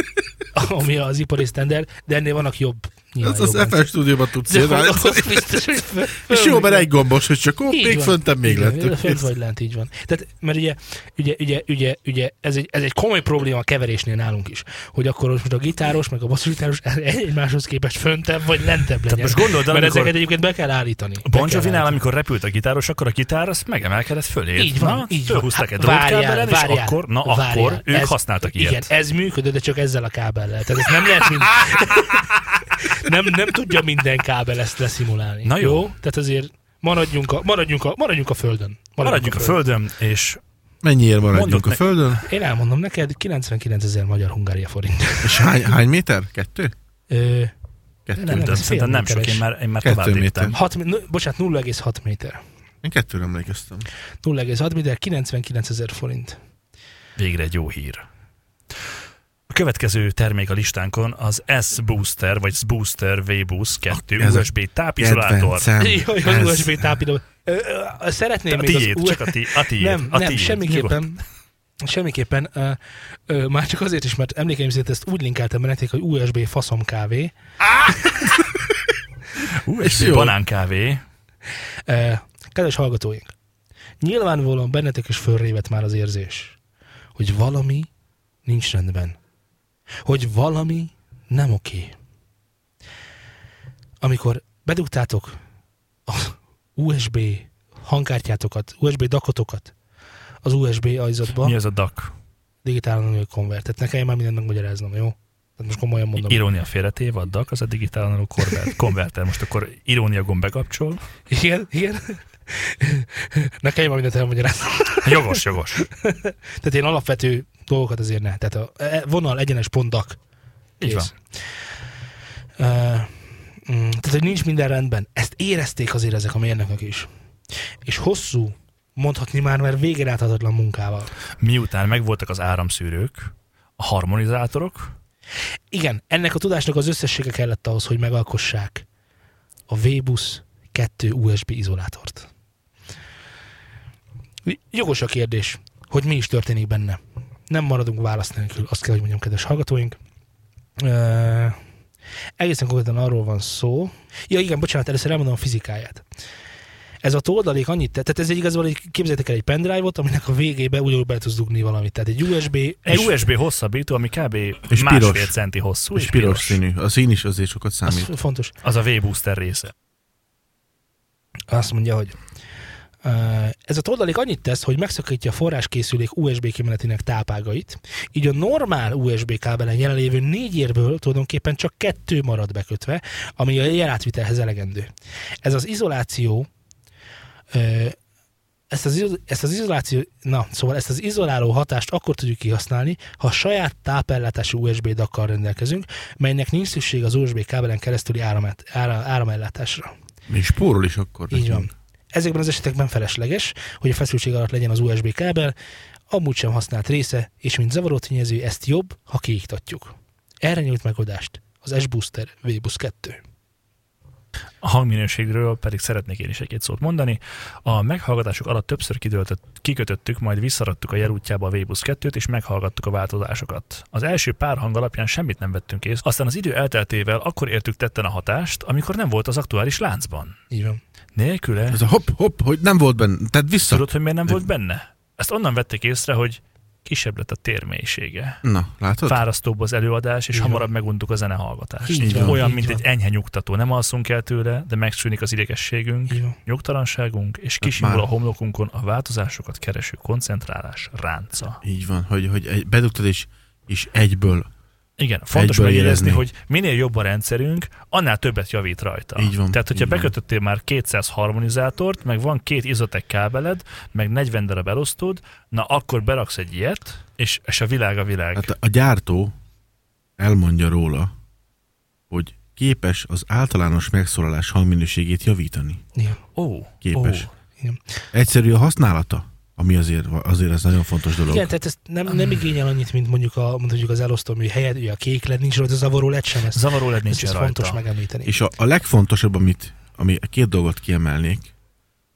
A: ami az ipari standard, de ennél vannak jobb. nyilván
B: Az, az
A: jobb
B: FL stúdióban tudsz
A: rendszer. De
B: jönni.
A: az biztos, hogy föl-
B: És jó,
A: föl-
B: mert egy gombos, hogy csak ó,
A: Így
B: még
A: van.
B: föntem még
A: Igen,
B: lettünk.
A: Fönt vagy lent, így van. Tehát, mert ugye, ugye, ugye, ugye, ugye ez, egy, ez egy komoly probléma a keverésnél nálunk is, hogy akkor most a gitáros, meg a basszusgitáros egymáshoz képest föntebb vagy lentebb legyen.
C: most gondold el,
A: mert
C: amikor-
A: ezeket egyébként be kell állítani. Be
C: Bon
A: kell
C: Jovinál,
A: állítani.
C: amikor repült a gitáros, akkor a gitár azt megemelkedett fölé.
A: Így van,
C: na,
A: így van. Hát
C: fölhúzták egy
A: várjál,
C: drótkábelen, és
A: várjál,
C: akkor, na akkor,
A: várjál.
C: ők
A: Ez-
C: használtak ilyet.
A: Igen, ez működött, de csak ezzel a kábellel. Tehát ez nem lehet mind... nem, nem tudja minden kábel ezt leszimulálni.
C: Na jó.
A: Tehát azért maradjunk a, maradjunk a, maradjunk a földön.
C: Maradjunk a földön, és
B: Mennyiért maradjunk
C: Mondott
B: a
C: ne-
B: földön?
A: Én elmondom neked, 99 ezer magyar hungária forint.
B: És hány, hány méter? Kettő?
A: Ö,
B: Kettő.
A: Nem,
C: nem,
A: ez
C: tudom,
A: fél
C: szerintem nem sok,
A: méteres.
C: én már, én már
B: Kettő
C: tovább léptem.
B: méter.
A: hat, mé- nö- bocsánat, 0,6 méter.
B: Én kettőre emlékeztem.
A: 0,6 méter, 99 ezer forint.
C: Végre egy jó hír. A következő termék a listánkon az S-Booster, vagy S-Booster V-Boost 2
B: Ah, Ez a
C: USB tápizolátor.
B: Kedvencem.
A: Jó, jó,
B: Ez-
A: az USB tápidó. Ö, ö, Szeretném
C: A
A: még az
C: tiéd,
A: új-
C: csak a ti- a tiéd.
A: Nem,
C: a
A: nem,
C: tiéd.
A: semmiképpen. Semmiképpen, ö, ö, már csak azért is, mert emlékeim szerint ezt úgy linkeltem be nektek, hogy USB faszom kávé.
C: Ú,
B: És
C: és
B: jó.
C: banánkávé.
A: Ö, Kedves hallgatóink, nyilvánvalóan bennetek is fölrévet már az érzés, hogy valami nincs rendben. Hogy valami nem oké. Amikor bedugtátok a USB hangkártyátokat, USB dakotokat az USB ajzatba,
C: Mi az a DAC?
A: digitál analóg konvert. Tehát nekem már mindent megmagyaráznom, jó? Tehát most komolyan mondom.
C: Irónia félretéve, a DAC az a digitál analóg konver- konverter. Most akkor irónia gomb bekapcsol.
A: Igen, igen. nekem már mindent elmagyaráznom.
C: Jogos, jogos.
A: Tehát én alapvető dolgokat azért ne. Tehát a e, vonal, egyenes pont, dak.
C: Így van.
A: Kész. Ö, mm, tehát, hogy nincs minden rendben. Ezt érezték azért ezek a mérnökök is. És hosszú, mondhatni már, mert végre láthatatlan munkával.
C: Miután megvoltak az áramszűrők, a harmonizátorok,
A: Igen, ennek a tudásnak az összessége kellett ahhoz, hogy megalkossák a V-Bus 2 USB izolátort. Jogos a kérdés, hogy mi is történik benne. Nem maradunk válasz nélkül, azt kell, hogy mondjam, kedves hallgatóink. Ö, egészen konkrétan arról van szó. Ja igen, bocsánat, először elmondom a fizikáját. Ez a toldalék annyit tett, tehát ez egy igazából egy, képzeljétek el egy pendrive-ot, aminek a végébe ugyanúgy bele tudsz dugni valamit. Tehát egy USB,
C: egy USB hosszabbító, ami kb.
B: És
C: másfél
B: piros.
C: centi hosszú,
B: És piros színű. A szín is azért sokat
A: az
B: számít.
A: fontos.
C: Az a V-booster része.
A: azt mondja, hogy ö, ez a toldalék annyit tesz, hogy megszakítja a forráskészülék USB kimenetének tápágait, így a normál USB kábelen jelenlévő négy érből tulajdonképpen csak kettő marad bekötve, ami a jelátvitelhez elegendő. Ez az izoláció ö, ezt az, izo- ezt az izoláció, na, szóval ezt az izoláló hatást akkor tudjuk kihasználni, ha a saját tápellátású USB dakkal rendelkezünk, melynek nincs szükség az USB kábelen keresztüli áramát, ára, áramellátásra.
B: És spórol is akkor.
A: Így
B: nekünk.
A: van. Ezekben az esetekben felesleges, hogy a feszültség alatt legyen az USB kábel, amúgy sem használt része, és mint zavaró tényező ezt jobb, ha kiiktatjuk. Erre nyújt megoldást az S-Booster V-Bus 2.
C: A hangminőségről pedig szeretnék én is egy-két szót mondani. A meghallgatások alatt többször kidöltött, kikötöttük, majd visszaradtuk a jelútjába a Vébusz 2-t, és meghallgattuk a változásokat. Az első pár hang alapján semmit nem vettünk észre, aztán az idő elteltével akkor értük tetten a hatást, amikor nem volt az aktuális láncban.
A: Így van.
C: Nélküle
B: Ez a hopp, hopp, hogy nem volt benne. Tehát vissza.
C: Tudod, hogy miért nem volt benne? Ezt onnan vették észre, hogy kisebb lett a térmélysége.
B: Na, látod?
C: Fárasztóbb az előadás, és
A: Így van.
C: hamarabb meguntuk a zenehallgatást.
A: Így van,
C: Olyan,
A: így
C: mint
A: van.
C: egy enyhe nyugtató. Nem alszunk el tőle, de megszűnik az idegességünk,
A: Így van.
C: nyugtalanságunk, és
B: Hát már-
C: kisimul a homlokunkon a változásokat kereső koncentrálás ránca.
B: Így van, hogy, hogy egy, bedugtad és, és egyből.
C: Igen, fontos
B: Egyből
C: megjegyezni,
B: érezni.
C: hogy minél jobb a rendszerünk, annál többet javít rajta.
B: Így van,
C: Tehát, hogyha
B: így van.
C: bekötöttél már 200 harmonizátort, meg van két izotek kábeled, meg 40 darab elosztód, na akkor beraksz egy ilyet, és, és a világ a világ. Hát,
B: Hát a gyártó elmondja róla, hogy képes az általános megszólalás hangminőségét javítani.
A: Igen.
C: ó,
B: Képes.
C: Ó,
A: Igen.
B: Egyszerű a használata, ami azért, azért ez nagyon fontos dolog.
A: Igen, tehát ez nem, nem igényel annyit, mint mondjuk a, mondjuk az elosztómű helyed, ugye a kék led, nincs rajta zavaró led sem, ez,
C: zavaró led
A: ez,
C: nincs
A: ez
C: rajta.
A: fontos megemlíteni.
B: És a, a legfontosabb, amit, ami a két dolgot kiemelnék,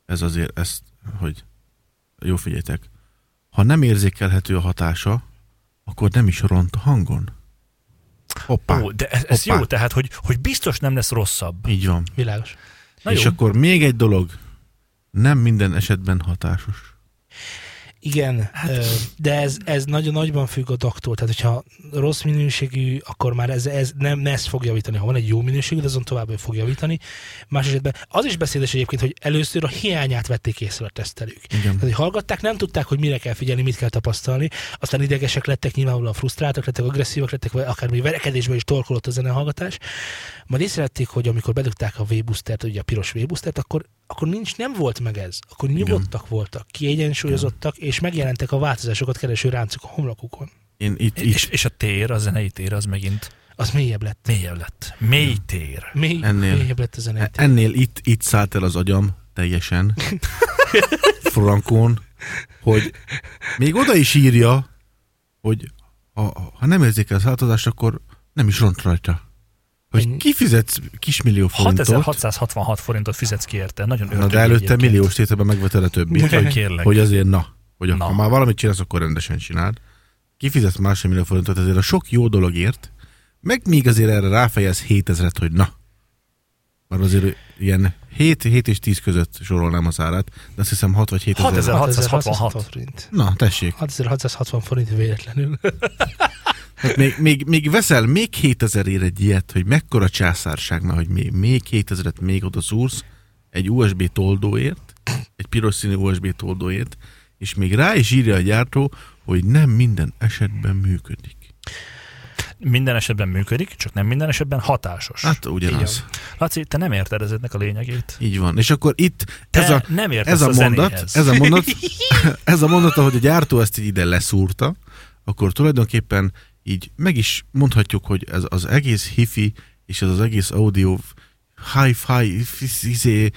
B: ez azért ezt, hogy jó figyeljetek, ha nem érzékelhető a hatása, akkor nem is ront a hangon. Hoppá,
C: Ó, de ez, ez
B: Hoppá.
C: jó, tehát, hogy, hogy biztos nem lesz rosszabb.
B: így van.
A: Világos.
C: Na
B: és
C: jó,
B: akkor még egy dolog, nem minden esetben hatásos.
A: Igen, ö, de ez, ez nagyon nagyban függ a daktól, tehát hogyha rossz minőségű, akkor már ez, ez nem nem ezt fog javítani. Ha van egy jó minőségű, de azon tovább fog javítani. Más esetben az is beszédes egyébként, hogy először a hiányát vették észre a tesztelők.
B: Igen.
A: Tehát, hogy hallgatták, nem tudták, hogy mire kell figyelni, mit kell tapasztalni. Aztán idegesek lettek, nyilvánvalóan frusztráltak lettek, agresszívak lettek, vagy akár még verekedésben is torkolott a zenehallgatás. Majd észrevették, hogy amikor bedugták a V-boostert, ugye a piros V-boostert, akkor, akkor nincs, nem volt meg ez. Akkor nyugodtak voltak, kiegyensúlyozottak, és megjelentek a változásokat kereső ráncok a homlokukon.
B: Én itt,
C: és,
B: itt
C: és a tér, a zenei tér, az megint
A: Az mélyebb lett.
C: mélyebb lett. Mély tér.
A: Mély,
B: Ennél- E,
A: mélyebb lett a zenei. tér.
B: Hát ennél itt, itt szállt el az agyam teljesen, frankón, hogy még oda is írja, hogy ha, ha nem érzékelsz változást, akkor nem is ront rajta. Hogy
A: Ennyi.
B: kifizetsz kismillió forintot,
C: 6666 forintot fizetsz ki érte. Nagyon
B: na
C: örülök
B: de előtte
C: egyébként.
B: milliós tételben megveted a többit,
C: Úgyhogy
B: hogy,
C: kérlek.
B: hogy azért na, hogy na.
C: Na.
B: ha már valamit csinálsz, akkor rendesen csináld. Kifizetsz másfél millió forintot ezért a sok jó dologért, meg még azért erre ráfejez 7000-et, hogy na. Már azért ilyen 7, 7 és 10 között sorolnám az árát, de azt hiszem 6 vagy 7000.
C: 6000.
A: 6666 forint.
B: Na, tessék.
A: 6660 forint véletlenül.
B: Hát még, még, még veszel még 7000 ér egy ilyet, hogy mekkora császárság már, hogy még, még 7000-et még oda szúrsz egy USB toldóért, egy piros színű USB toldóért, és még rá is írja a gyártó, hogy nem minden esetben működik.
C: Minden esetben működik, csak nem minden esetben hatásos.
B: Hát ugyanaz.
C: Laci, te nem érted ezeknek a lényegét.
B: Így van. És akkor itt
C: Te
B: ez a,
C: nem értesz
B: ez a, mondat,
C: zenéhez.
B: ez a mondat, ez a mondat, ahogy a gyártó ezt így ide leszúrta, akkor tulajdonképpen így meg is mondhatjuk, hogy ez az egész hifi és ez az egész audio hi-fi f- izé,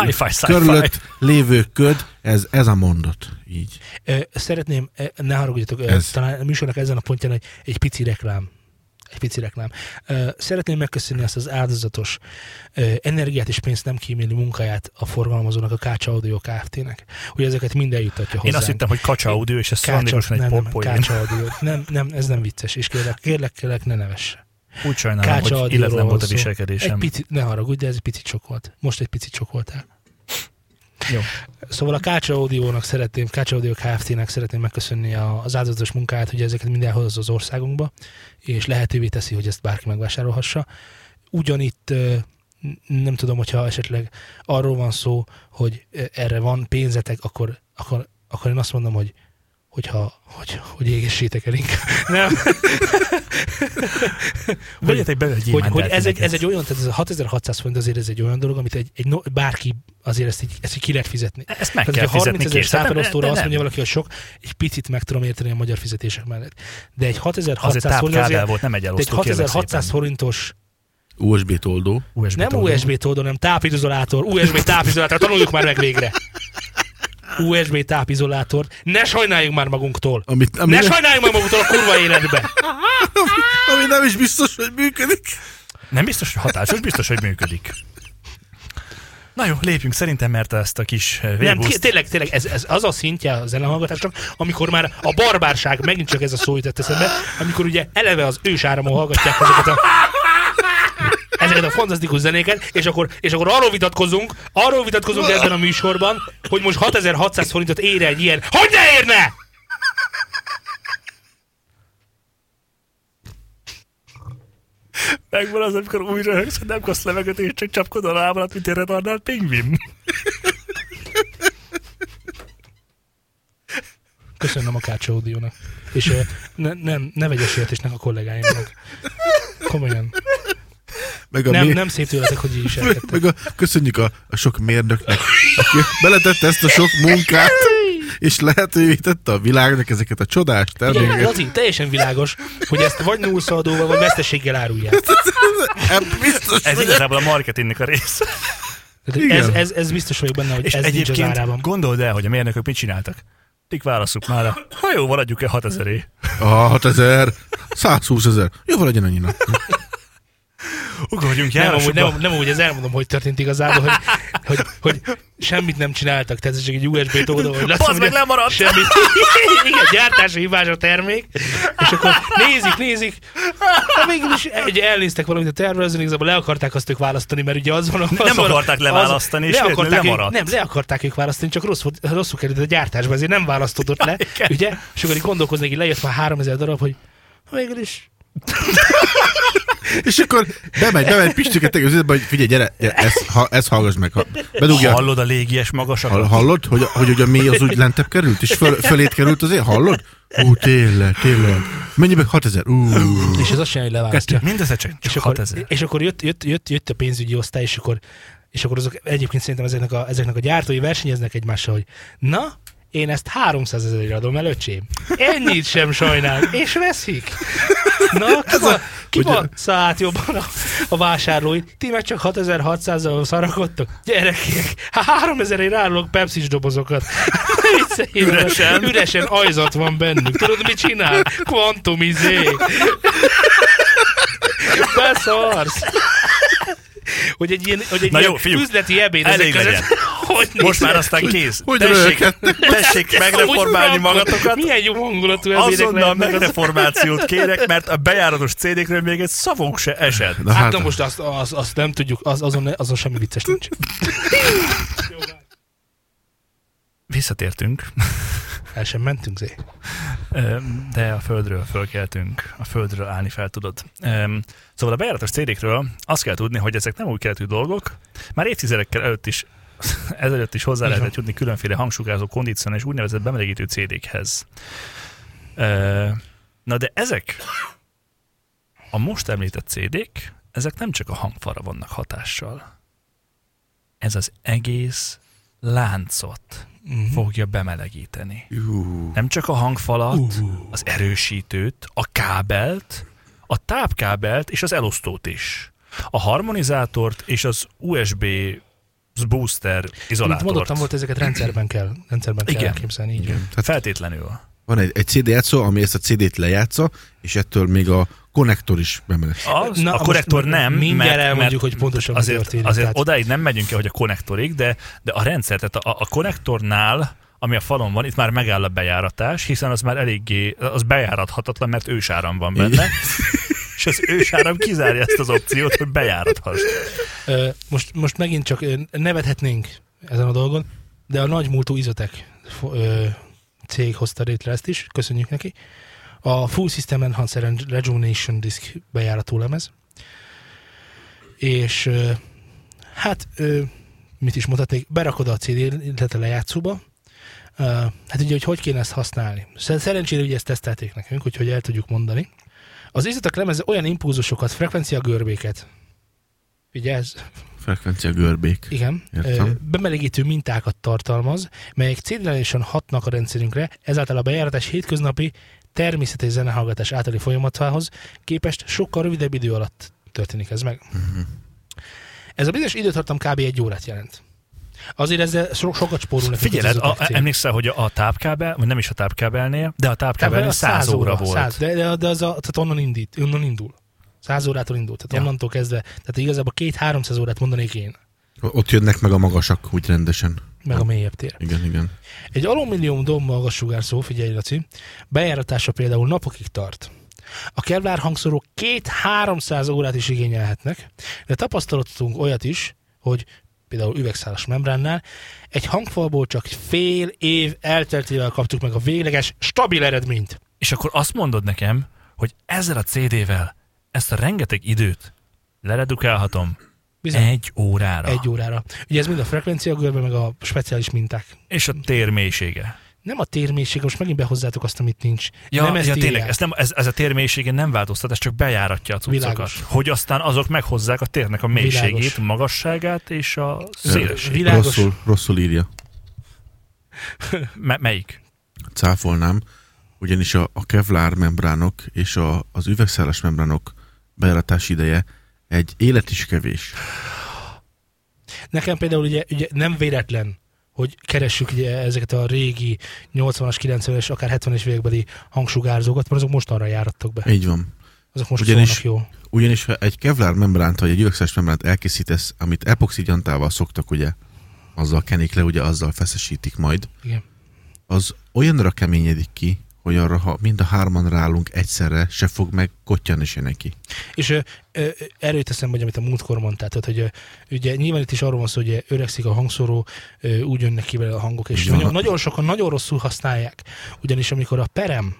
C: Hi-fi, sci-fi.
B: körülött lévő köd, ez, ez a mondat. Így.
A: Ö, Szeretném, ö, ne haragudjatok, ö,
B: Ez.
A: talán a műsornak ezen a pontján egy, egy pici reklám. Egy pici reklám. Ö, Szeretném megköszönni ezt az áldozatos ö, energiát és pénzt nem kímélő munkáját a forgalmazónak, a Kácsa Audio Kft-nek, hogy ezeket minden juttatja hozzá.
C: Én azt hittem, hogy kacsa audio, és ez szándékosan egy
A: nem, nem,
C: poppoén.
A: Kácsa Audio. Nem, nem, ez nem vicces, és kérlek, kérlek, kérlek ne nevess.
C: Úgy sajnálom,
A: Kácsa
C: hogy
A: Adiról
C: illetlen volt
A: van
C: a
A: szó. Egy
C: viselkedésem.
A: pici, ne haragudj, de ez egy picit sok volt. Most egy picit sok voltál.
C: Jó.
A: Szóval a Kácsa Audio-nak szeretném, Kácsa Audio Kft-nek szeretném megköszönni a- az áldozatos munkáját, hogy ezeket mindenhol az az országunkba, és lehetővé teszi, hogy ezt bárki megvásárolhassa. Ugyanitt ö, n- nem tudom, hogyha esetleg arról van szó, hogy ö, erre van pénzetek, akkor, akkor, akkor én azt mondom, hogy hogyha, hogy, hogy égessétek el inkább. Nem.
C: Vegyetek bele egy
A: hogy, hogy
C: gyémántdát
A: ez, egy, ez
C: neked.
A: egy olyan, tehát ez a 6600 forint azért ez egy olyan dolog, amit egy, egy no, bárki azért ezt, így, ezt így ki lehet fizetni.
C: Ezt meg
A: Tehát,
C: kell
A: hogyha
C: fizetni
A: 30 ezer
C: kész. Hát nem- de
A: sáfelosztóra azt
C: nem.
A: mondja valaki, hogy sok, egy picit meg tudom érteni a magyar fizetések mellett. De egy
C: Azért
A: 6600 forint
C: tápkábel
A: azért,
C: volt, nem egy
A: de egy
C: elosztó, kérlek
A: 6600
C: szépen.
A: forintos,
B: USB toldó.
C: USB
A: nem
C: toldó.
A: USB tódó, hanem tápizolátor, USB tápizolátor, tanuljuk már meg végre. USB tápizolátor, ne sajnáljuk már magunktól.
B: Amit, ami,
A: Ne
B: nem,
A: sajnáljuk már magunktól a kurva életbe.
B: ami nem is biztos, hogy működik.
C: Nem biztos, hogy hatásos, biztos, hogy működik. Na jó, lépjünk szerintem, mert ezt a kis eh,
A: Nem,
C: végbuszt...
A: té- tényleg, tényleg, ez, ez, az a szintje az ellenhallgatásnak, amikor már a barbárság, megint csak ez a szó jutott eszembe, amikor ugye eleve az ősáramon hallgatják ezeket a ezeket a fantasztikus zenéket, és akkor, és akkor arról vitatkozunk, arról vitatkozunk ebben a műsorban, hogy most 6600 forintot ér egy ilyen. Hogy ne érne?
C: Megvan az, amikor újra högsz, hogy nem kapsz levegőt, és csak csapkod a lábalat, mint egy retardált pingvin.
A: Köszönöm a Kácsa Audiónak. És ö, ne, nem, ne vegyes sértésnek a kollégáimnak. Komolyan.
B: Meg a
A: Nem,
B: mi-
A: nem szép tőletek, hogy így is elkezdtek.
B: Meg a, köszönjük a, a sok mérnöknek, aki beletette ezt a sok munkát, és lehetővé tette a világnak ezeket a csodás
A: Ugye,
B: termékeket.
A: Laci, teljesen világos, hogy ezt vagy nullszaladóval, vagy veszteséggel árulják.
B: Hát Biztos,
C: Ez
B: hogy
C: igazából a marketingnek a része.
A: Tehát
B: Igen.
A: Ez, ez, ez biztos vagyok benne, hogy
C: És
A: ez nincs az
C: egyébként
A: árában.
C: gondold el, hogy a mérnökök mit csináltak. Tik válaszuk már a ha jó, maradjuk-e 6000 é.
B: a 6000, 120 ezer. Jó, van legyen annyira.
C: Ugorjunk,
A: Nem, amúgy,
C: járassuk
A: nem,
C: a-
A: nem úgy, ez elmondom, hogy történt igazából, hogy, hogy, hogy semmit nem csináltak, tehát ez csak egy USB-t oda, hogy
C: Bazd meg, lemaradt!
A: Semmit. Igen, gyártási hibás a termék, és akkor nézik, nézik, de mégis egy elnéztek valamit a tervezőn, igazából le akarták azt ők választani, mert ugye az van, az
C: Nem
A: van-
C: akarták leválasztani, és
A: le
C: véletlenül
A: akarták, ők,
C: lemaradt.
A: nem, le akarták ők választani, csak rossz, volt- rosszul került a gyártásba, ezért nem választódott le,
C: Igen.
A: ugye? És akkor így gondolkoznék, így lejött már 3000 darab, hogy végül is
B: És akkor bemegy, bemegy Pistike tegyük az üzletbe, hogy figyelj, gyere, gyere ezt, ha, ezt hallgass meg. Ha, bedugja,
C: Hallod a légies
B: Hall,
C: magasakat?
B: hallod, hogy, hogy, hogy a mély az úgy lentebb került, és föl, fölét került azért, hallod? Ú, tényleg, tényleg. Mennyibe? 6000. Ú,
A: És ez azt csinálja, hogy leválasztja.
C: Mindezek csak, csak
A: És akkor,
C: 6000.
A: és akkor jött, jött, jött, jött a pénzügyi osztály, és akkor, és akkor azok egyébként szerintem ezeknek a, ezeknek a gyártói versenyeznek egymással, hogy na, én ezt 300 ezerre adom el, öcsém. Ennyit sem sajnálom. És veszik. Na, ki, ba, ki
B: ugye-
A: bassza át jobban a, a vásárlóit? Ti meg csak 6600-al szarakodtok? Gyerekek, ha 3000 ért árulok pepsis dobozokat. Ne vicceljünk.
C: Üresen.
A: Üresen ajzat van bennük. Tudod, mit csinál? izé. Kvantumizé. Beszarsz! Hogy egy ilyen, hogy egy
C: Na
A: ilyen
C: jó, fiúk,
A: üzleti ebéd ezek
C: elég
A: között.
C: legyen.
A: Hogy
C: Most
A: nézel
C: már aztán kész.
B: hogy
C: tessék,
B: röhöghettek.
C: tessék
A: ki?
C: megreformálni
A: Hogy rakod?
C: magatokat.
A: Milyen jó hangulatú ebédek
C: Azonnal
A: lehetnek az...
C: megreformációt kérek, mert a bejáratos CD-kről még egy szavunk se esett.
B: Na
A: Hát
B: hát,
A: na most azt, azt, azt nem tudjuk, az, azon, ne- azon semmi vicces nincs.
C: Visszatértünk,
A: El sem mentünk, Zé.
C: ö, de a földről fölkeltünk, a földről állni fel tudod. Öm, Szóval a bejáratos CD-kről azt kell tudni, hogy ezek nem új keletű dolgok. Már évtizedekkel előtt is ezelőtt is hozzá
A: Így van.
C: lehetett jutni különféle hangsugázó, kondicion és úgynevezett bemelegítő CD-khez. Ö, Na de ezek a most említett CD-k, ezek nem csak a hangfalra vannak hatással. Ez az egész láncot
A: Mhm.
C: fogja bemelegíteni. Nem csak a hangfalat, az erősítőt, a kábelt, a tápkábelt és az elosztót is. A harmonizátort és az USB booster
A: Mint
C: izolátort.
A: mondottam, volt ezeket rendszerben kell, rendszerben kell
C: Igen.
A: elképzelni. Így van.
C: Feltétlenül.
B: van egy, egy CD játszó, ami ezt a CD-t lejátsza, és ettől még a konnektor is bemeleg.
C: Az,
A: Na,
C: Na, a
A: most
C: konnektor nem,
A: mindjárt
C: mert,
A: elmondjuk,
C: mert
A: hogy pontosan mi
C: azért,
A: történik,
C: Azért
A: tehát-
C: odáig nem megyünk el, hogy a konnektorig, de, de a rendszer, tehát a, a konnektornál, ami a falon van, itt már megáll a bejáratás, hiszen az már eléggé, az bejárathatatlan, mert ősáram van benne. és az ősáram kizárja ezt az opciót, hogy bejárathass.
A: Ö, most, most megint csak ö, nevethetnénk ezen a dolgon, de a nagymúltú Izotek fo- ö, cég hozta létre ezt is, köszönjük neki. A Full System Enhancer and Rejuvenation Disk bejáratú lemez. És ö, hát, ö, mit is mutatnék, berakod a CD, illetve lejátszóba, Ö, hát ugye, hogy hogy kéne ezt használni. Szer- Szerencsére ugye ezt tesztelték nekünk, úgyhogy el tudjuk mondani. Az izotek lemeze olyan impulzusokat, frekvencia görbéket, vigyázz,
B: Frekvencia görbék.
A: igen.
B: Értem.
A: Ö, Bemelegítő mintákat tartalmaz, melyek célirányosan hatnak a rendszerünkre, ezáltal a bejáratás hétköznapi természetes zenehallgatás általi folyamatához képest sokkal rövidebb idő alatt történik ez meg.
C: Mhm.
A: Ez a bizonyos időtartam kb. egy órát jelent. Azért ezzel so- sokat spórolnak.
C: Figyeled, a, emlékszel, hogy a tápkábel, vagy nem is a tápkábelnél, de a tápkábelnél 100 óra volt.
A: Hát, Száz, de, de, de az a, tehát onnan, indít, onnan indul. Száz órától indul, tehát
C: Ja.
A: onnantól kezdve. Tehát igazából két-háromszáz órát mondanék én.
B: Ott jönnek meg a magasak, úgy rendesen.
A: meg a mélyebb tér.
B: Igen, igen.
A: Egy alumínium dom magassugárzó, figyelj Laci, bejáratása például napokig tart. A Kevlar hangszorok 2-300 órát is igényelhetnek, de tapasztalatunk olyat is, hogy például üvegszálas membránnál, egy hangfalból csak fél év elteltével kaptuk meg a végleges, stabil eredményt.
C: És akkor azt mondod nekem, hogy ezzel a CD-vel ezt a rengeteg időt leredukálhatom
A: Bizony.
C: egy órára.
A: Egy órára. Ugye ez mind a frekvencia görbe, meg a speciális minták.
C: És a tér mélysége.
A: Nem a térmérség, most megint behozzátok azt, amit nincs.
C: Ja,
A: nem
C: nem
A: ezt
C: ja tényleg,
A: írják.
C: ez, nem, ez, ez a tér mélységén nem változtat, ez csak bejáratja a cuccokat.
A: Világos.
C: Hogy aztán azok meghozzák a térnek a mélységét,
A: Világos.
C: Világos. magasságát és a szélességét.
A: Világos.
B: Rosszul, rosszul írja.
C: Me- melyik?
B: cáfolnám, ugyanis a, a kevlár membránok és a, az üvegszálas membránok bejáratás ideje egy élet is kevés.
A: Nekem például ugye, ugye nem véletlen, hogy keressük ugye ezeket a régi 80-as, 90-es, akár 70-es évekbeli hangsugárzókat, mert azok mostanra járattak be.
B: Így van.
A: Azok most
B: Ugyanis-
A: szólnak jó.
B: Ugyanis ha egy kevlár membránt vagy egy üvegszálas membránt elkészítesz, amit epoxigyantával szoktak ugye, azzal kenik le, ugye azzal feszesítik majd,
A: Igen.
B: az olyanra keményedik ki, hogy arra, ha mind a hárman rálunk egyszerre, se fog meg kottyanni se neki.
A: És ö, ö, erről teszem, hogy amit a múltkor mondtál, tehát, hogy ö, ugye nyilván itt is arról van szó, hogy ugye öregszik a hangszóró, ö, úgy jönnek ki vele a hangok, és
B: Így van.
A: nagyon, nagyon sokan nagyon rosszul használják. Ugyanis amikor a perem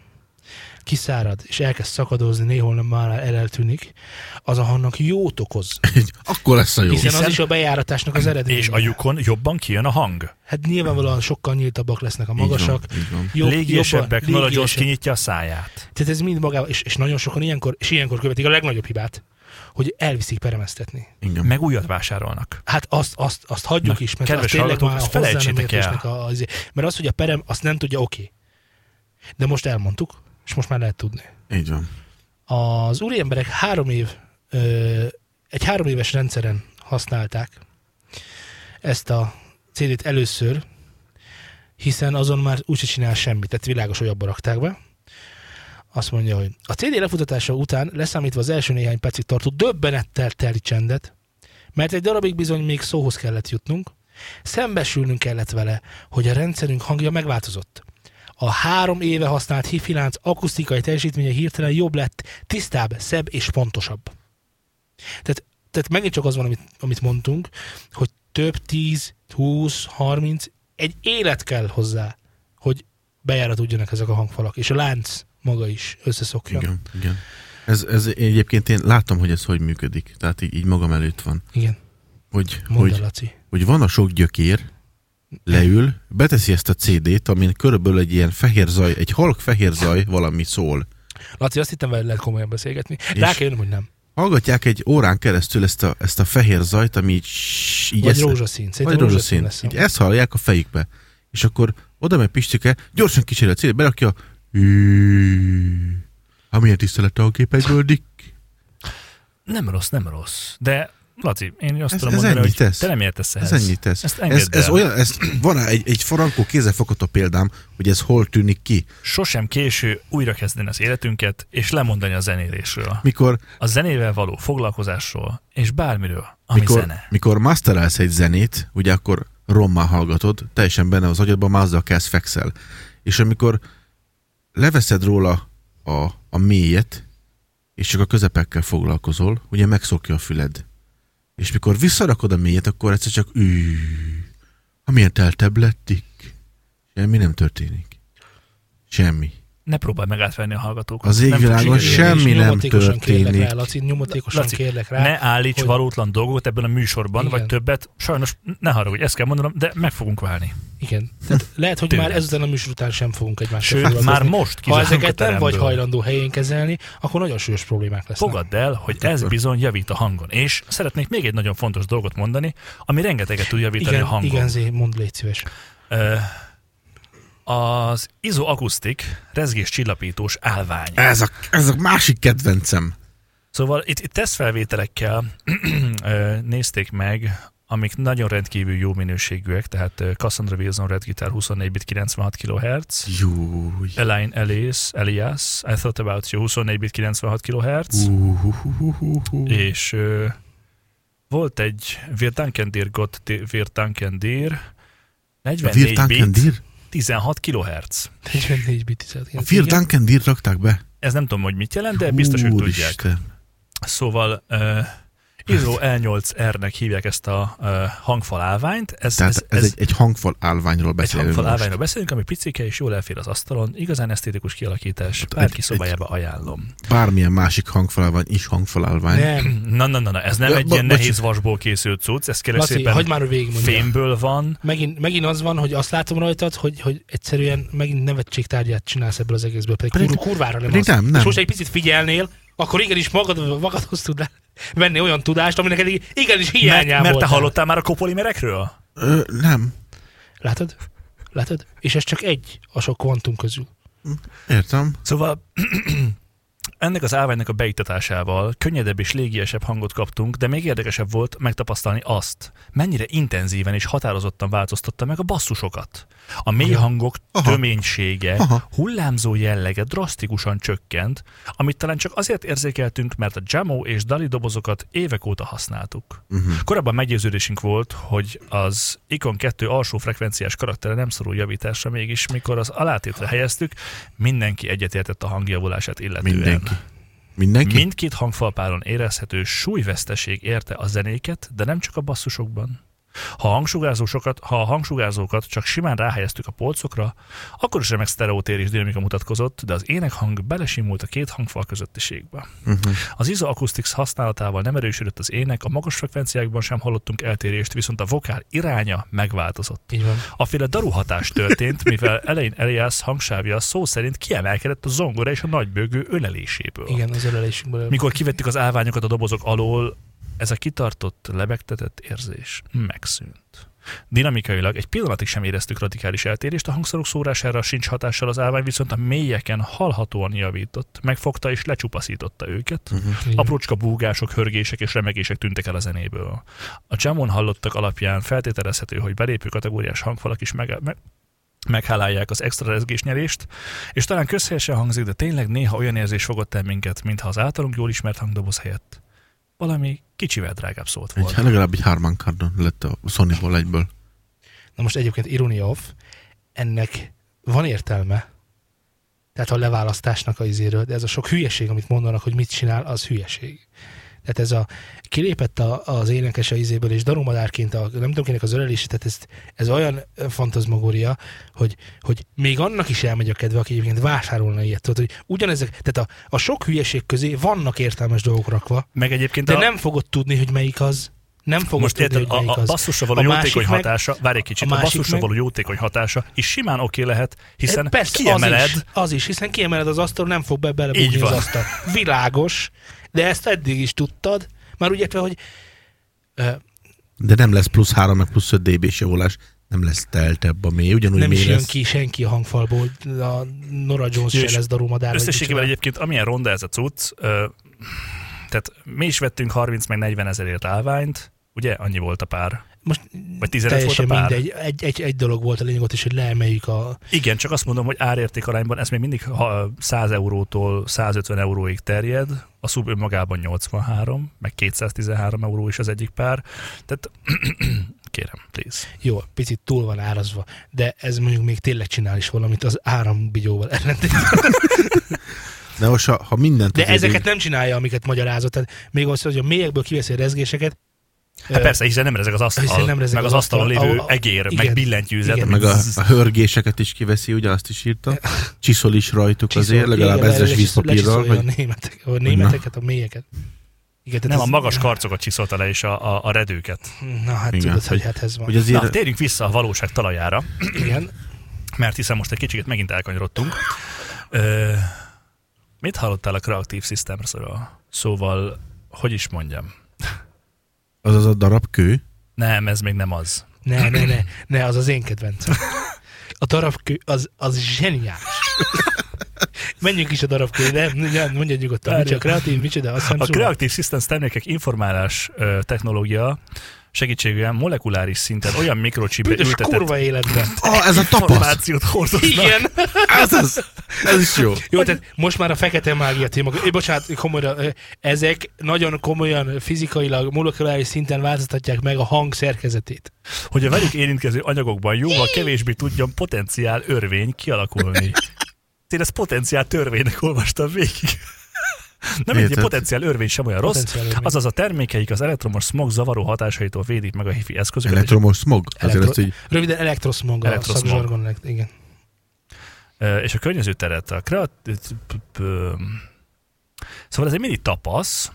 A: kiszárad, és elkezd szakadozni, néhol nem már el- eltűnik, az a hangnak jót okoz.
B: Akkor lesz a jó.
A: Hiszen, az
C: Hiszen-
A: is a bejáratásnak az eredménye.
C: És a lyukon jobban kijön a hang.
A: Hát nyilvánvalóan sokkal nyíltabbak lesznek a magasak.
B: Így van, így van.
A: Jobb,
C: légiesebbek,
A: jobban-
C: valahogy ott
A: légiesebb.
C: kinyitja a száját.
A: Tehát ez mind magával, és, és nagyon sokan ilyenkor, és ilyenkor követik a legnagyobb hibát, hogy elviszik peremeztetni.
B: Igen.
C: Meg újat vásárolnak.
A: Hát azt, azt, azt hagyjuk
C: Na,
A: is, mert
C: kedves
A: az tényleg
C: hallgatók,
A: már
C: ezt
A: hozzá nem
C: felejtsétek el.
A: értésnek a, az, mert az, hogy a perem, azt nem tudja, oké. De most elmondtuk, és most már lehet tudni.
B: Így van.
A: Az úriemberek három év, ö, egy három éves rendszeren használták ezt a CD-t először, hiszen azon már úgyse csinál semmit, tehát világos, hogy abba rakták be. Azt mondja, hogy a CD lefutatása után, leszámítva az első néhány percig tartó döbbenettel teli csendet, mert egy darabig bizony még szóhoz kellett jutnunk, szembesülnünk kellett vele, hogy a rendszerünk hangja megváltozott. A három éve használt hifi lánc akusztikai teljesítménye hirtelen jobb lett, tisztább, szebb és pontosabb. Tehát, tehát megint csak az van, amit, amit mondtunk, hogy több 10, 20, 30, egy élet kell hozzá, hogy bejárat tudjanak ezek a hangfalak, és a lánc maga is összeszokja.
B: Igen, igen. Ez, ez egyébként én látom, hogy ez hogy működik. Tehát így, így magam előtt van.
A: Igen,
B: Hogy,
A: mondd el,
B: hogy,
A: Laci.
B: hogy van a sok gyökér, leül, beteszi ezt a CD-t, amin körülbelül egy ilyen fehér zaj, egy halk fehér zaj valami szól.
A: Laci, azt hittem, veled lehet komolyan beszélgetni. Rá
B: És-
A: kell jönnöm, hogy nem.
B: Hallgatják egy órán keresztül ezt a, ezt a fehér zajt, ami így, ssss, így
A: Vagy
B: ezt,
A: rózsaszín.
B: vagy
A: Szerintem
B: rózsaszín.
A: lesz.
B: Így e- ezt hallják a fejükbe. És akkor oda megy Pistike, gyorsan kicserél a CD-t, berakja, ha milyen tisztelete a gépekből, Dick.
C: Nem rossz, nem rossz. De Laci, én azt
B: Ez-
C: tudom
B: ez
C: mondani,
B: ennyi
C: hogy
B: tesz.
C: te nem értesz
B: Ez,
C: ehhez.
B: ez ennyit tesz.
C: Ezt engedd
B: ez, ez
C: el.
B: olyan, ez, van rá egy, egy farankó kézzelfogható példám, hogy ez hol tűnik ki.
C: Sosem késő újrakezdeni az életünket, és lemondani a zenélésről.
B: Mikor,
C: A zenével való foglalkozásról, és bármiről, ami
B: mikor,
C: zene.
B: mikor masterelsz egy zenét, ugye akkor rommá hallgatod, teljesen benne az agyadban, már azzal kezd fekszel. És amikor leveszed róla a, a mélyet, és csak a közepekkel foglalkozol, ugye megszokja a füled. És mikor visszarakod a mélyet, akkor egyszer csak ű, amilyen teltebb lettik. Semmi nem történik. Semmi.
C: Ne próbálj meg átvenni a hallgatókat.
B: Az
C: Nem fog
B: égvilágon
C: sikerülni.
B: sem- semmi nem
A: Nyomatékosan Kérlek
B: történik.
A: rá, Laci, nyomatékosan
C: Laci,
A: kérlek rá.
C: Ne állíts
A: hogy-
C: hogy... valótlan dolgot ebben a műsorban,
A: Igen.
C: vagy többet. Sajnos, ne haragudj, ezt kell mondanom, de meg fogunk válni.
A: Igen. Tehát lehet, hogy
C: Tényleg.
A: már ezután a műsor után sem fogunk egymással
C: Sőt,
A: foglalkozni.
C: már most
A: ha
C: kizárunk a
A: ezeket nem
C: teremből.
A: vagy hajlandó helyén kezelni, akkor nagyon súlyos problémák lesznek.
C: Fogadd el, hogy ez bizony javít a hangon. És szeretnék még egy nagyon fontos dolgot mondani, ami rengeteget tud javítani a
A: igen,
C: hangon.
A: igen, Zé, mondd légy szíves.
C: Ö, az izoakusztik rezgés csillapítós állvány.
B: Ez a, ez a másik kedvencem.
C: Szóval itt, itt tesztfelvételekkel ö, nézték meg, amik nagyon rendkívül jó minőségűek, tehát ö, Cassandra Wilson Red Guitar 24 bit 96 kHz,
B: Júj.
C: Elaine Elias, Elias, I Thought About You 24 bit 96 kHz,
B: Mm. Uhuhuhuhuhu.
C: és ö, Volt egy Virtankendir Gott Virtankendir,
B: A
C: 44 bit,
B: Virtankendir?
C: 16 kHz.
A: 44 bit 16.
B: A Virtankendir rakták be?
C: Ez nem tudom, hogy mit jelent, de biztos, hogy tudják.
B: Úristen.
C: Szóval uh, ISO L8R-nek hívják ezt a uh, hangfalálványt. Ez,
B: Tehát ez, ez,
C: ez
B: egy, egy hangfal állványról
C: egy
B: beszélünk
C: hangfalálványról beszélünk, ami picike és jól elfér az asztalon. Igazán esztétikus kialakítás.
B: egy-
C: Bárki
B: egy-
C: szobájába ajánlom.
B: Bármilyen másik hangfalálvány is hangfalálvány.
A: Nem,
C: Na, na, na, na, ez nem
B: Ja,
C: egy
B: bo-
C: ilyen
B: bocs.
C: nehéz vasból készült cucc, ez kérlek
A: Laci, hagyd
C: szépen
A: már, hogy végigmondjam.
C: fémből van.
A: Megint, megint az van, hogy azt látom rajtad, hogy, hogy egyszerűen megint nevetségtárgyát csinálsz ebből az egészből, pedig,
B: Pedig-
A: pedig kurvára nem
B: pedig
A: az.
B: nem, nem.
A: És most egy picit figyelnél, akkor igenis magad, magadhoz tudnál venni olyan tudást, aminek eddig igenis
C: Mert,
A: hiányá
C: mert te
A: voltál.
C: hallottál már a kopolimerekről?
B: Ö, nem.
A: Látod? Látod? És ez csak egy a sok kvantum közül.
B: Értem.
C: Szóval ennek az állványnak a beiktatásával könnyedebb és légiesebb hangot kaptunk, de még érdekesebb volt megtapasztalni azt, mennyire intenzíven és határozottan változtatta meg a basszusokat. A mély hangok
B: Aha.
C: töménysége,
B: Aha.
C: hullámzó jellege drasztikusan csökkent, amit talán csak azért érzékeltünk, mert a Jamo és Dali dobozokat évek óta használtuk.
B: Uh-huh.
C: Korábban meggyőződésünk volt, hogy az Icon 2 alsó frekvenciás karaktere nem szorul javításra, mégis mikor az alátétre helyeztük, mindenki egyetértett a hangjavulását illetően.
B: Mindenki. Mindenki? Mind?
C: Mindkét hangfalpáron érezhető súlyveszteség érte a zenéket, de nem csak a basszusokban. Ha a, hangsugárzósokat, ha a hangsugárzókat csak simán ráhelyeztük a polcokra, akkor is remek sztereotér és dinamika mutatkozott, de az énekhang belesimult a két hangfal közöttiségbe.
B: Uh-huh.
C: Az ISO Acoustics használatával nem erősödött az ének, a magas frekvenciákban sem hallottunk eltérést, viszont a vokál iránya megváltozott.
A: Így van.
C: Aféle daruhatás történt, mivel elején Elias hangsávja szó szerint kiemelkedett a zongora és a nagybőgő öleléséből.
A: Igen, az ölelésünkből.
C: Mikor kivettük az állványokat a dobozok alól, ez a kitartott, lebegtetett érzés megszűnt. Dinamikailag egy pillanatig sem éreztük radikális eltérést, a hangszerok szórására sincs hatással az állvány, viszont a mélyeken halhatóan javított, megfogta és lecsupaszította őket.
A: Így van.
C: Aprócska búgások, hörgések és remegések tűntek el a zenéből. A jamon hallottak alapján feltételezhető, hogy belépő kategóriás hangfalak is meg, meg, meghálálják az extra rezgésnyerést, és talán közhelyesen hangzik, de tényleg néha olyan érzés fogott el minket, mintha az általunk jól ismert hangdoboz helyett valami kicsivel drágább szólt
B: Egy, hát
C: volna.
B: legalább egy Harman Kardon lett a Sonyból egyből.
A: Na most egyébként ironia off, ennek van értelme, tehát a leválasztásnak a izéről, de ez a sok hülyeség, amit mondanak, hogy mit csinál, az hülyeség. Tehát ez a kilépett a, az énekes a izéből, és darumadárként a, nem tudom kinek az ölelési, tehát ez, ez olyan fantazmagória, hogy, hogy még annak is elmegy a kedve, aki egyébként vásárolna ilyet. Tudod, hogy ugyanezek, tehát a, a sok hülyeség közé vannak értelmes dolgok rakva,
C: Meg egyébként
A: de
C: a,
A: nem fogod tudni, hogy melyik az. Nem fogod
C: most
A: tudni,
C: érted,
A: hogy melyik
C: a, a
A: az.
C: basszusra való
A: A másik
C: jótékony
A: meg-
C: hatása, várj egy kicsit,
A: a
C: a,
A: másik
C: basszusra
A: meg-
C: való jótékony hatása is simán oké lehet, hiszen
A: E, Persze,
C: kiemeled,
A: az is, az is, hiszen kiemeled az asztal, nem fog be
C: Így
A: belebújni az
C: van.
A: asztal. Világos, de ezt eddig is tudtad, már úgy értve, hogy ö,
B: De nem lesz plusz 3, meg plusz 5 dB-s javulás. Nem lesz teltebb a mély. Ugyanúgy
A: nem
B: mély
A: is jön
B: lesz.
A: ki senki a hangfalból, a Nora Jones
C: Jó,
A: se
C: és
A: lesz darumadár. vagy
C: Összességében
A: micsoda.
C: egyébként amilyen ronda ez a cucc, ö, tehát mi is vettünk 30 meg 40 ezerért állványt, ugye annyi volt a pár,
A: Most
C: vagy 15 volt a
A: teljesen
C: pár.
A: mindegy, egy, egy, egy dolog volt a lényeg ott is, hogy leemeljük a...
C: Igen, csak azt mondom, hogy árérték arányban ez még mindig ha, 100 eurótól 150 euróig terjed, a szub önmagában 83, meg 213 euró is az egyik pár, tehát kérem, please.
A: Jó, picit túl van árazva, de ez mondjuk még tényleg csinál is valamit az árambigyóval ellentétben.
B: De most, ha, ha mindent...
A: De
B: az eddig-
A: ezeket nem csinálja, amiket magyarázott. Tehát még az, hogy a mélyekből kiveszi a rezgéseket,
C: Hát
A: ö,
C: persze, hiszen nem ezek az asztal,
A: Hiszen nem
C: nem
A: rezeg
C: meg az
A: az asztal,
C: asztalon lévő
A: a- a-
C: egér,
A: igen,
C: meg billentyűzet,
A: igen.
C: ami
B: Meg a,
C: zzz-
B: a hörgéseket is kiveszi, ugye azt is írta. Csiszol is rajtuk
A: Csiszol-
B: azért, legalább
A: igen,
B: ezres
A: le-
B: vízpapírral.
A: lecsiszolja
B: Hogy...
A: A, németek, a németeket, a mélyeket. Igen, tehát
C: nem a
A: ez-
C: magas karcokat csiszolta le, és a, a, a redőket.
A: Na hát
B: Igen,
A: tudod, hogy
B: hogy-
A: hát ez van.
B: Hogy azért...
C: Na, térjünk vissza a valóság talajára,
A: Igen.
C: mert hiszen most egy kicsit megint elkanyarodtunk. Ö, mit hallottál a Creative Systems-ről? Szóval, hogy is mondjam?
B: Az az a darab kő.
C: Nem, ez még nem az.
A: Ne, ne, ne, ne, az az én kedvencem. A darabkő, az, az zseniális. Menjünk is a darabkő, de mondja nyugodtan,
C: Várjál.
A: micsoda kreatív, micsoda, a
C: A
A: Samsung.
C: Creative Systems termékek informálás ö, technológia segítségével molekuláris szinten olyan mikrocsipbe
A: Büdös
C: ültetett
A: kurva életben.
B: Ah, ez a tapasz.
C: információt hordoznak.
A: Igen.
B: Ez, ez, ez is jó.
A: Jó, tehát most már a fekete mágia téma. Ö, Bocsánat, komolyan, ö, ezek nagyon komolyan fizikailag, molekuláris szinten változtatják meg a hang szerkezetét.
C: hogy a velük érintkező anyagokban jóval kevésbé tudjon potenciál örvény kialakulni. Én ezt potenciál törvénynek olvastam végig. Nem egy
B: Érted?
C: potenciál örvény sem olyan rossz,
A: Potenciál örvény.
C: azaz a termékeik az elektromos smog zavaró hatásaitól védik meg a hifi eszközöket. és-
B: Elektromos smog. Azért
A: Elektro-
B: ezt így
A: Röviden elektroszmog a
C: Elektroszmog.
A: szakzsargon. lett, Igen.
C: Ö, és a környező teret, a kreat... ö, p- p- ö, Szóval ez egy mindig tapasz,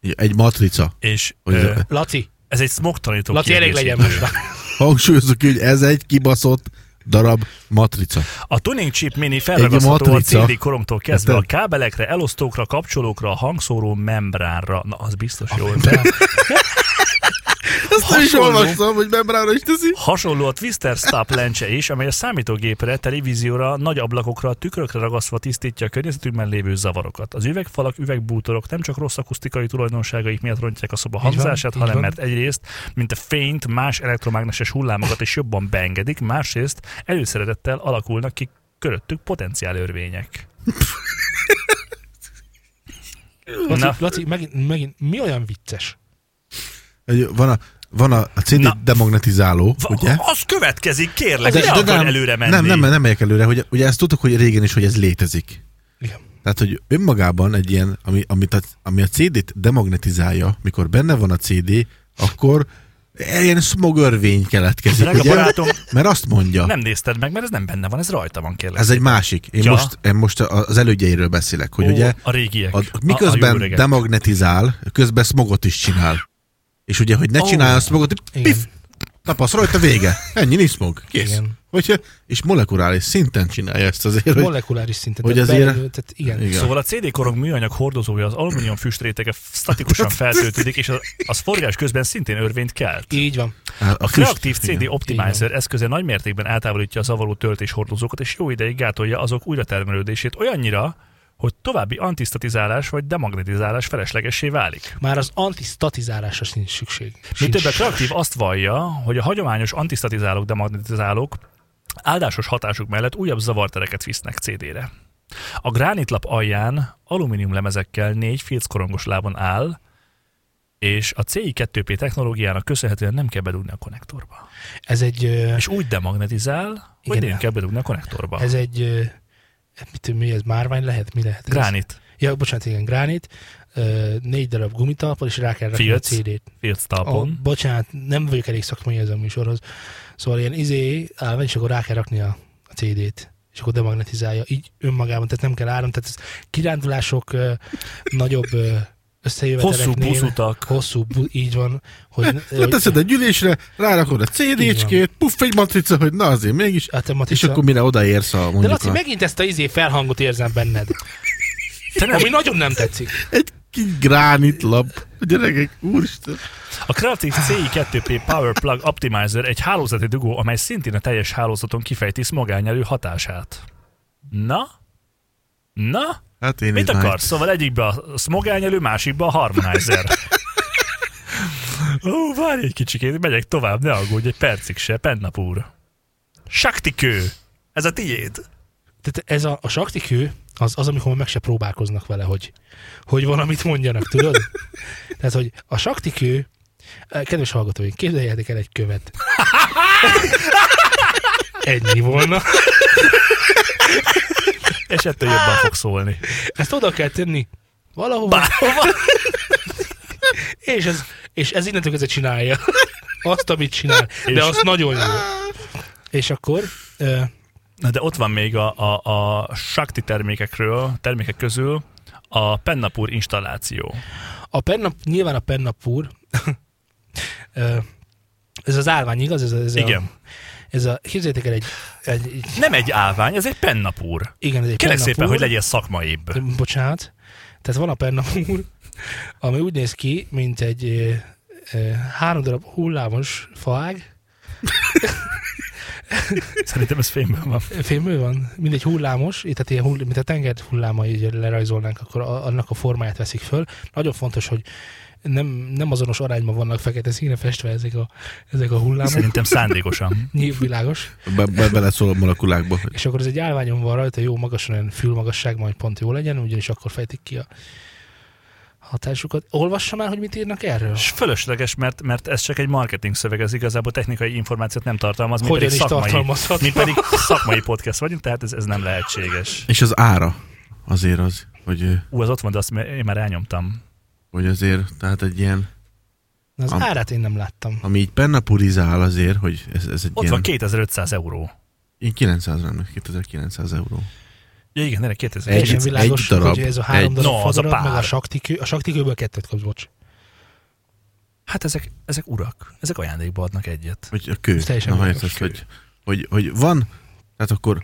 B: egy matrica.
C: és
B: Hogy ez-
C: ö,
A: Laci,
C: ez egy smog tanító
A: Laci elég legyen most már.
B: Hangsúlyozzuk ki, hogy ez egy kibaszott darab matrica.
C: A tuning chip mini felragasztható a
B: matrica.
C: CD korongtól kezdve a
B: Hát,
C: kábelekre, elosztókra, kapcsolókra, a hangszóró membránra. Na, az biztos jól.
B: Ezt nem is
C: Hasonló.
B: olvastam, hogy membrára is teszi.
C: Hasonló a Twister Stop lencse is, amely a számítógépre, televízióra, nagy ablakokra, a tükrökre ragasztva tisztítja a környezetükben lévő zavarokat. Az üvegfalak, üvegbútorok nem csak rossz akusztikai tulajdonságaik miatt rontják a szoba
A: van,
C: hangzását,
A: így
C: hanem
A: van.
C: mert egyrészt, mint a fényt, más elektromágneses hullámokat is jobban beengedik, másrészt előszeretettel alakulnak ki köröttük potenciál örvények. Na.
A: Laci, Laci megint, megint, mi olyan vicces?
B: Egy- Van a, van a, a CD
C: Na.
B: demagnetizáló,
C: Va-
B: ugye?
C: Az következik, kérlek, de, ne akar előre menni.
B: nem, nem, nem megyek előre, hogy ugye ezt tudtuk, hogy régen is, hogy ez létezik.
A: Igen.
B: Tehát, hogy önmagában egy ilyen, ami, amit a, ami a CD-t demagnetizálja, mikor benne van a CD, akkor ilyen smogörvény keletkezik,
C: Drága
B: ugye?
C: barátom,
B: Mert azt mondja,
C: nem nézted meg, mert ez nem benne van, ez rajta van, kérlek.
B: ez egy másik. Én,
C: Ja.
B: most, én most a- az elődjeiről beszélek, hogy
C: Ó,
B: ugye
C: a régiek.
B: a,
C: a, a jó
B: miközben
C: öregek.
B: demagnetizál, közben smogot is csinál. És ugye, hogy ne
C: Ó.
B: csináljon smogot,
A: Igen.
B: pif, tapasz rajta, vége. Ennyi, nincs smog. Kész.
A: Igen.
B: Hogyha, és molekulális szinten csinálja ezt azért, hogy
A: Molekuláris szinten.
B: hogy
A: tehát
B: azért-
A: belül- Tehát igen.
B: Igen.
C: Szóval a CD korong műanyag hordozója az alumínium füstrétege statikusan feltöltődik, és az, az forgás közben szintén örvényt kelt.
A: Így van.
B: Á,
C: A
B: füst-
C: kreatív CD
B: igen.
C: Optimizer eszköze nagymértékben átávolítja a zavaró töltéshordozókat, és jó ideig gátolja azok újratermelődését olyannyira, hogy további antisztatizálás vagy demagnetizálás feleslegessé válik.
A: Már az antisztatizálásra sincs szükség.
C: Mi
A: Sincs.
C: több, a Kreatív azt vallja, hogy a hagyományos antisztatizálók, demagnetizálók áldásos hatásuk mellett újabb zavartereket visznek CD-re. A gránitlap alján alumínium lemezekkel négy filckorongos lábon áll, és a CI2P technológiának köszönhetően nem kell bedugni a konnektorba.
A: Ez egy... ö,
C: És úgy demagnetizál, hogy
A: Igen.
C: nem kell bedugni a konnektorba.
A: Ez egy... ö, Mit, tudom, mi ez? Márvány lehet? Mi lehet? ez?
C: Gránit,
A: Ja, bocsánat, igen, gránit. Ö, négy darab gumitalpal, és rá kell rakni
C: Filc.
A: a CD-t.
C: filc
A: A,
C: talpon.
A: bocsánat, nem vagyok elég szakmai ez a műsorhoz. Szóval ilyen izé állvány, és akkor rá kell rakni a, a CD-t és akkor demagnetizálja így önmagában, tehát nem kell áram, tehát ez kirándulások ö, nagyobb ö, összejöveteleknél.
C: Hosszú buszutak.
A: Hosszú, bu- így van, hogy,
B: Na,
A: hogy
B: teszed a gyűlésre, rárakod a CD-cskét, puff egy matrica, hogy na azért mégis,
A: a te
B: és
A: matrica-
B: akkor mire odaérsz a
A: De
B: mondjuk
A: Laci,
B: a,
A: megint ezt a izé felhangot érzem benned,
C: Te nem,
A: ami nagyon nem tetszik.
B: egy kis gránitlap. Gyerekek, úristen.
C: A Creative CI2P Power Plug Optimizer egy hálózati dugó, amely szintén a teljes hálózaton kifejti magányelő hatását. Na? Na?
B: Hát én
C: Mit
B: így már-
C: akarsz? Szóval egyikbe a smogányelő, másikba a harmonizer. Ó, várj egy kicsikét, megyek tovább, ne aggódj, egy percig se, pennap úr. Saktikő! Ez a tiéd.
A: Tehát ez a, a saktikő, az, az, amikor meg se próbálkoznak vele, hogy, hogy valamit mondjanak, tudod? Tehát, hogy a saktikő, eh, kedves hallgatóink, képzeljétek el egy követ. Ennyi volna.
C: És ettől jobban fog szólni.
A: Ezt oda kell tenni valahova. és, ez, és ez innentől kezdve csinálja. Azt, amit csinál.
C: És-
A: De azt nagyon jó. És akkor eh,
C: Na de ott van még a, a, a Shakti termékekről, termékek közül a Pennapur installáció.
A: A pennap, nyilván a pennapúr, ö, ez az állvány, igaz? Ez, a, ez
C: Igen.
A: A, ez a, képzeljétek el egy, egy, egy
C: Nem egy állvány, ez egy pennapúr.
A: igen, ez egy
C: Kérlek
A: pennapúr.
C: szépen, hogy legyél szakmaibb.
A: Bocsánat. Tehát van a pennapúr, ami úgy néz ki, mint egy ö, ö, három darab hullámos faág,
C: Szerintem ez fémben van.
A: Fémű van, mindegy hullámos, így, tehát ilyen hull, mint a tenger hullámai így lerajzolnánk, akkor a, annak a formáját veszik föl. Nagyon fontos, hogy nem, nem azonos arányban vannak fekete színre festve ezek a, ezek a hullámok.
C: Szerintem szándékosan.
A: Nyilv világos.
B: Be, be, beleszól a molekulákba.
A: És akkor ez egy állványon van rajta, jó magasan, olyan fülmagasság majd pont jó legyen, ugyanis akkor fejtik ki a hatásukat. Olvassa már, hogy mit írnak erről?
C: És fölösleges, mert, mert ez csak egy marketing szöveg, ez igazából technikai információt nem tartalmaz, mi
A: Hogyan
C: pedig,
A: is
C: szakmai,
A: tartalmazhat?
C: mi pedig szakmai podcast vagyunk, tehát ez, ez nem lehetséges.
B: És az ára azért az, hogy,
C: Ú, az ott van, de azt m- én már elnyomtam.
B: hogy azért, tehát egy ilyen,
A: Na, az
B: Am-
A: árát én nem láttam.
B: ami így benne purizál azért, hogy ez, ez egy
C: Ott
B: ilyen,
C: van 2500 euró.
B: ilyen 900 nem, 2900 euró.
C: Ja, igen, erre 2000.
A: Teljesen
B: egy
A: világos,
B: darab,
A: hogy ez a három
B: egy-
A: darab
C: No, az a
A: fadarab, meg a
C: pár.
A: saktikő, a saktikőből kettőt kapsz, bocs.
C: Hát ezek, ezek urak, ezek ajándékba adnak egyet.
B: Vagy a kő.
A: Ez teljesen
B: Na, ha
A: világos
B: érted,
A: kő.
B: hogy, hogy, hogy van, tehát akkor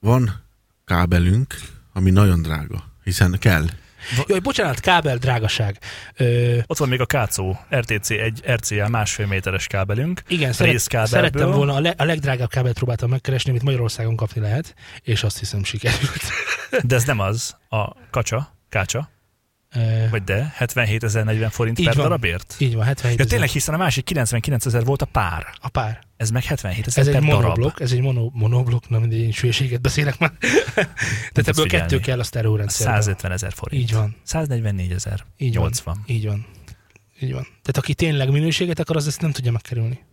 B: van kábelünk, ami nagyon drága, hiszen kell.
A: Jaj, bocsánat, kábel drágaság. Ö,
C: Ott van még a Kácó RTC 1 RCA másfél méteres kábelünk.
A: igen, szeret,
C: Részkábelből.
A: szerettem volna, a, le, a legdrágább kábelt próbáltam megkeresni, amit Magyarországon kapni lehet, és azt hiszem sikerült.
C: De ez nem az, a kacsa, kácsa,
A: Ö,
C: vagy de, 77.040 forint
A: Így
C: per
A: van.
C: darabért.
A: így van, 77
C: Ja,
A: ezer.
C: tényleg, hiszen a másik 99 ezer volt a pár.
A: A pár.
C: Ez meg 77 ezer
A: Ez egy
C: per darab.
A: monoblok, ez egy mono, monoblok, nem mindegy, én hülyeséget beszélek már. Tehát ebből
C: figyelni.
A: kettő kell a sztereórendszerben.
C: 150 ezer forint.
A: Így van,
C: 144 ezer.
A: Így van.
C: 80.
A: így van. Így van. Tehát aki tényleg minőséget akar, az ezt nem tudja megkerülni.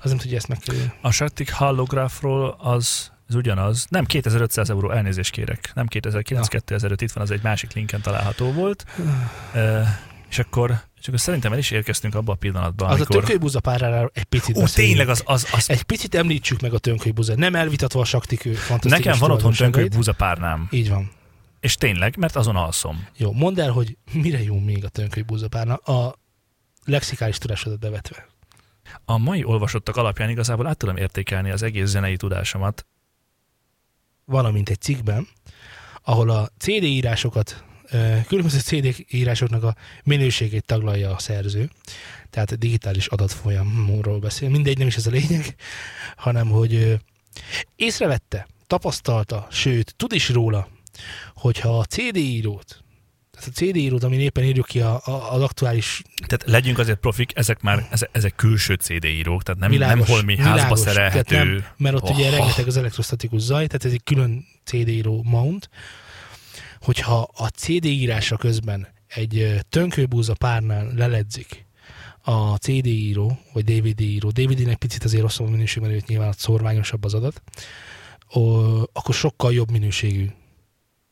A: Az nem tudja ezt megkerülni.
C: A Shaktik hallográfról az, az ugyanaz. Nem 2500 euró, elnézést kérek. Nem 2009,
A: Na.
C: 2005, itt van, az egy másik linken található volt. Ö, és akkor, és akkor szerintem el is érkeztünk abba a pillanatba,
A: Az a
C: amikor...
A: tökőbúza párára egy picit
C: Ú,
A: beszéljünk.
C: tényleg az, az, az
A: Egy picit említsük meg a tönkölybuza. Nem elvitatva a saktikő fantasztikus
C: Nekem van otthon
A: tönköly
C: tönköly búzapárnám.
A: Így van.
C: És tényleg, mert azon alszom.
A: Jó, mondd el, hogy mire jó még a tönköly búzapárna a lexikális tudásodat bevetve.
C: A mai olvasottak alapján igazából át tudom értékelni az egész zenei tudásomat.
A: Valamint egy cikkben, ahol a CD írásokat, ö, különböző CD írásoknak a minőségét taglalja a szerző, tehát a digitális adatfolyamról beszél. Mindegy, nem is ez a lényeg, hanem hogy ö, észrevette, tapasztalta, sőt, tud is róla, hogyha a CD írót, tehát a CD írót, amin éppen írjuk ki a, a, az aktuális
C: Tehát legyünk azért profik, ezek már ezek, ezek külső CD írók, tehát nem,
A: Világos,
C: nem holmi
A: világos.
C: házba
A: Tehát
C: szerelhető.
A: nem, mert ott ugye
C: Oh.
A: rengeteg az elektrostatikus zaj, tehát ez egy külön CD író mount. Hogyha a CD írása közben egy ö, tönkőbúza párnál leledzik a CD író, vagy DVD író, DVD-nek picit azért rosszabb a minőség, mert őt nyilván ott szorványosabb az adat, ö, akkor sokkal jobb minőségű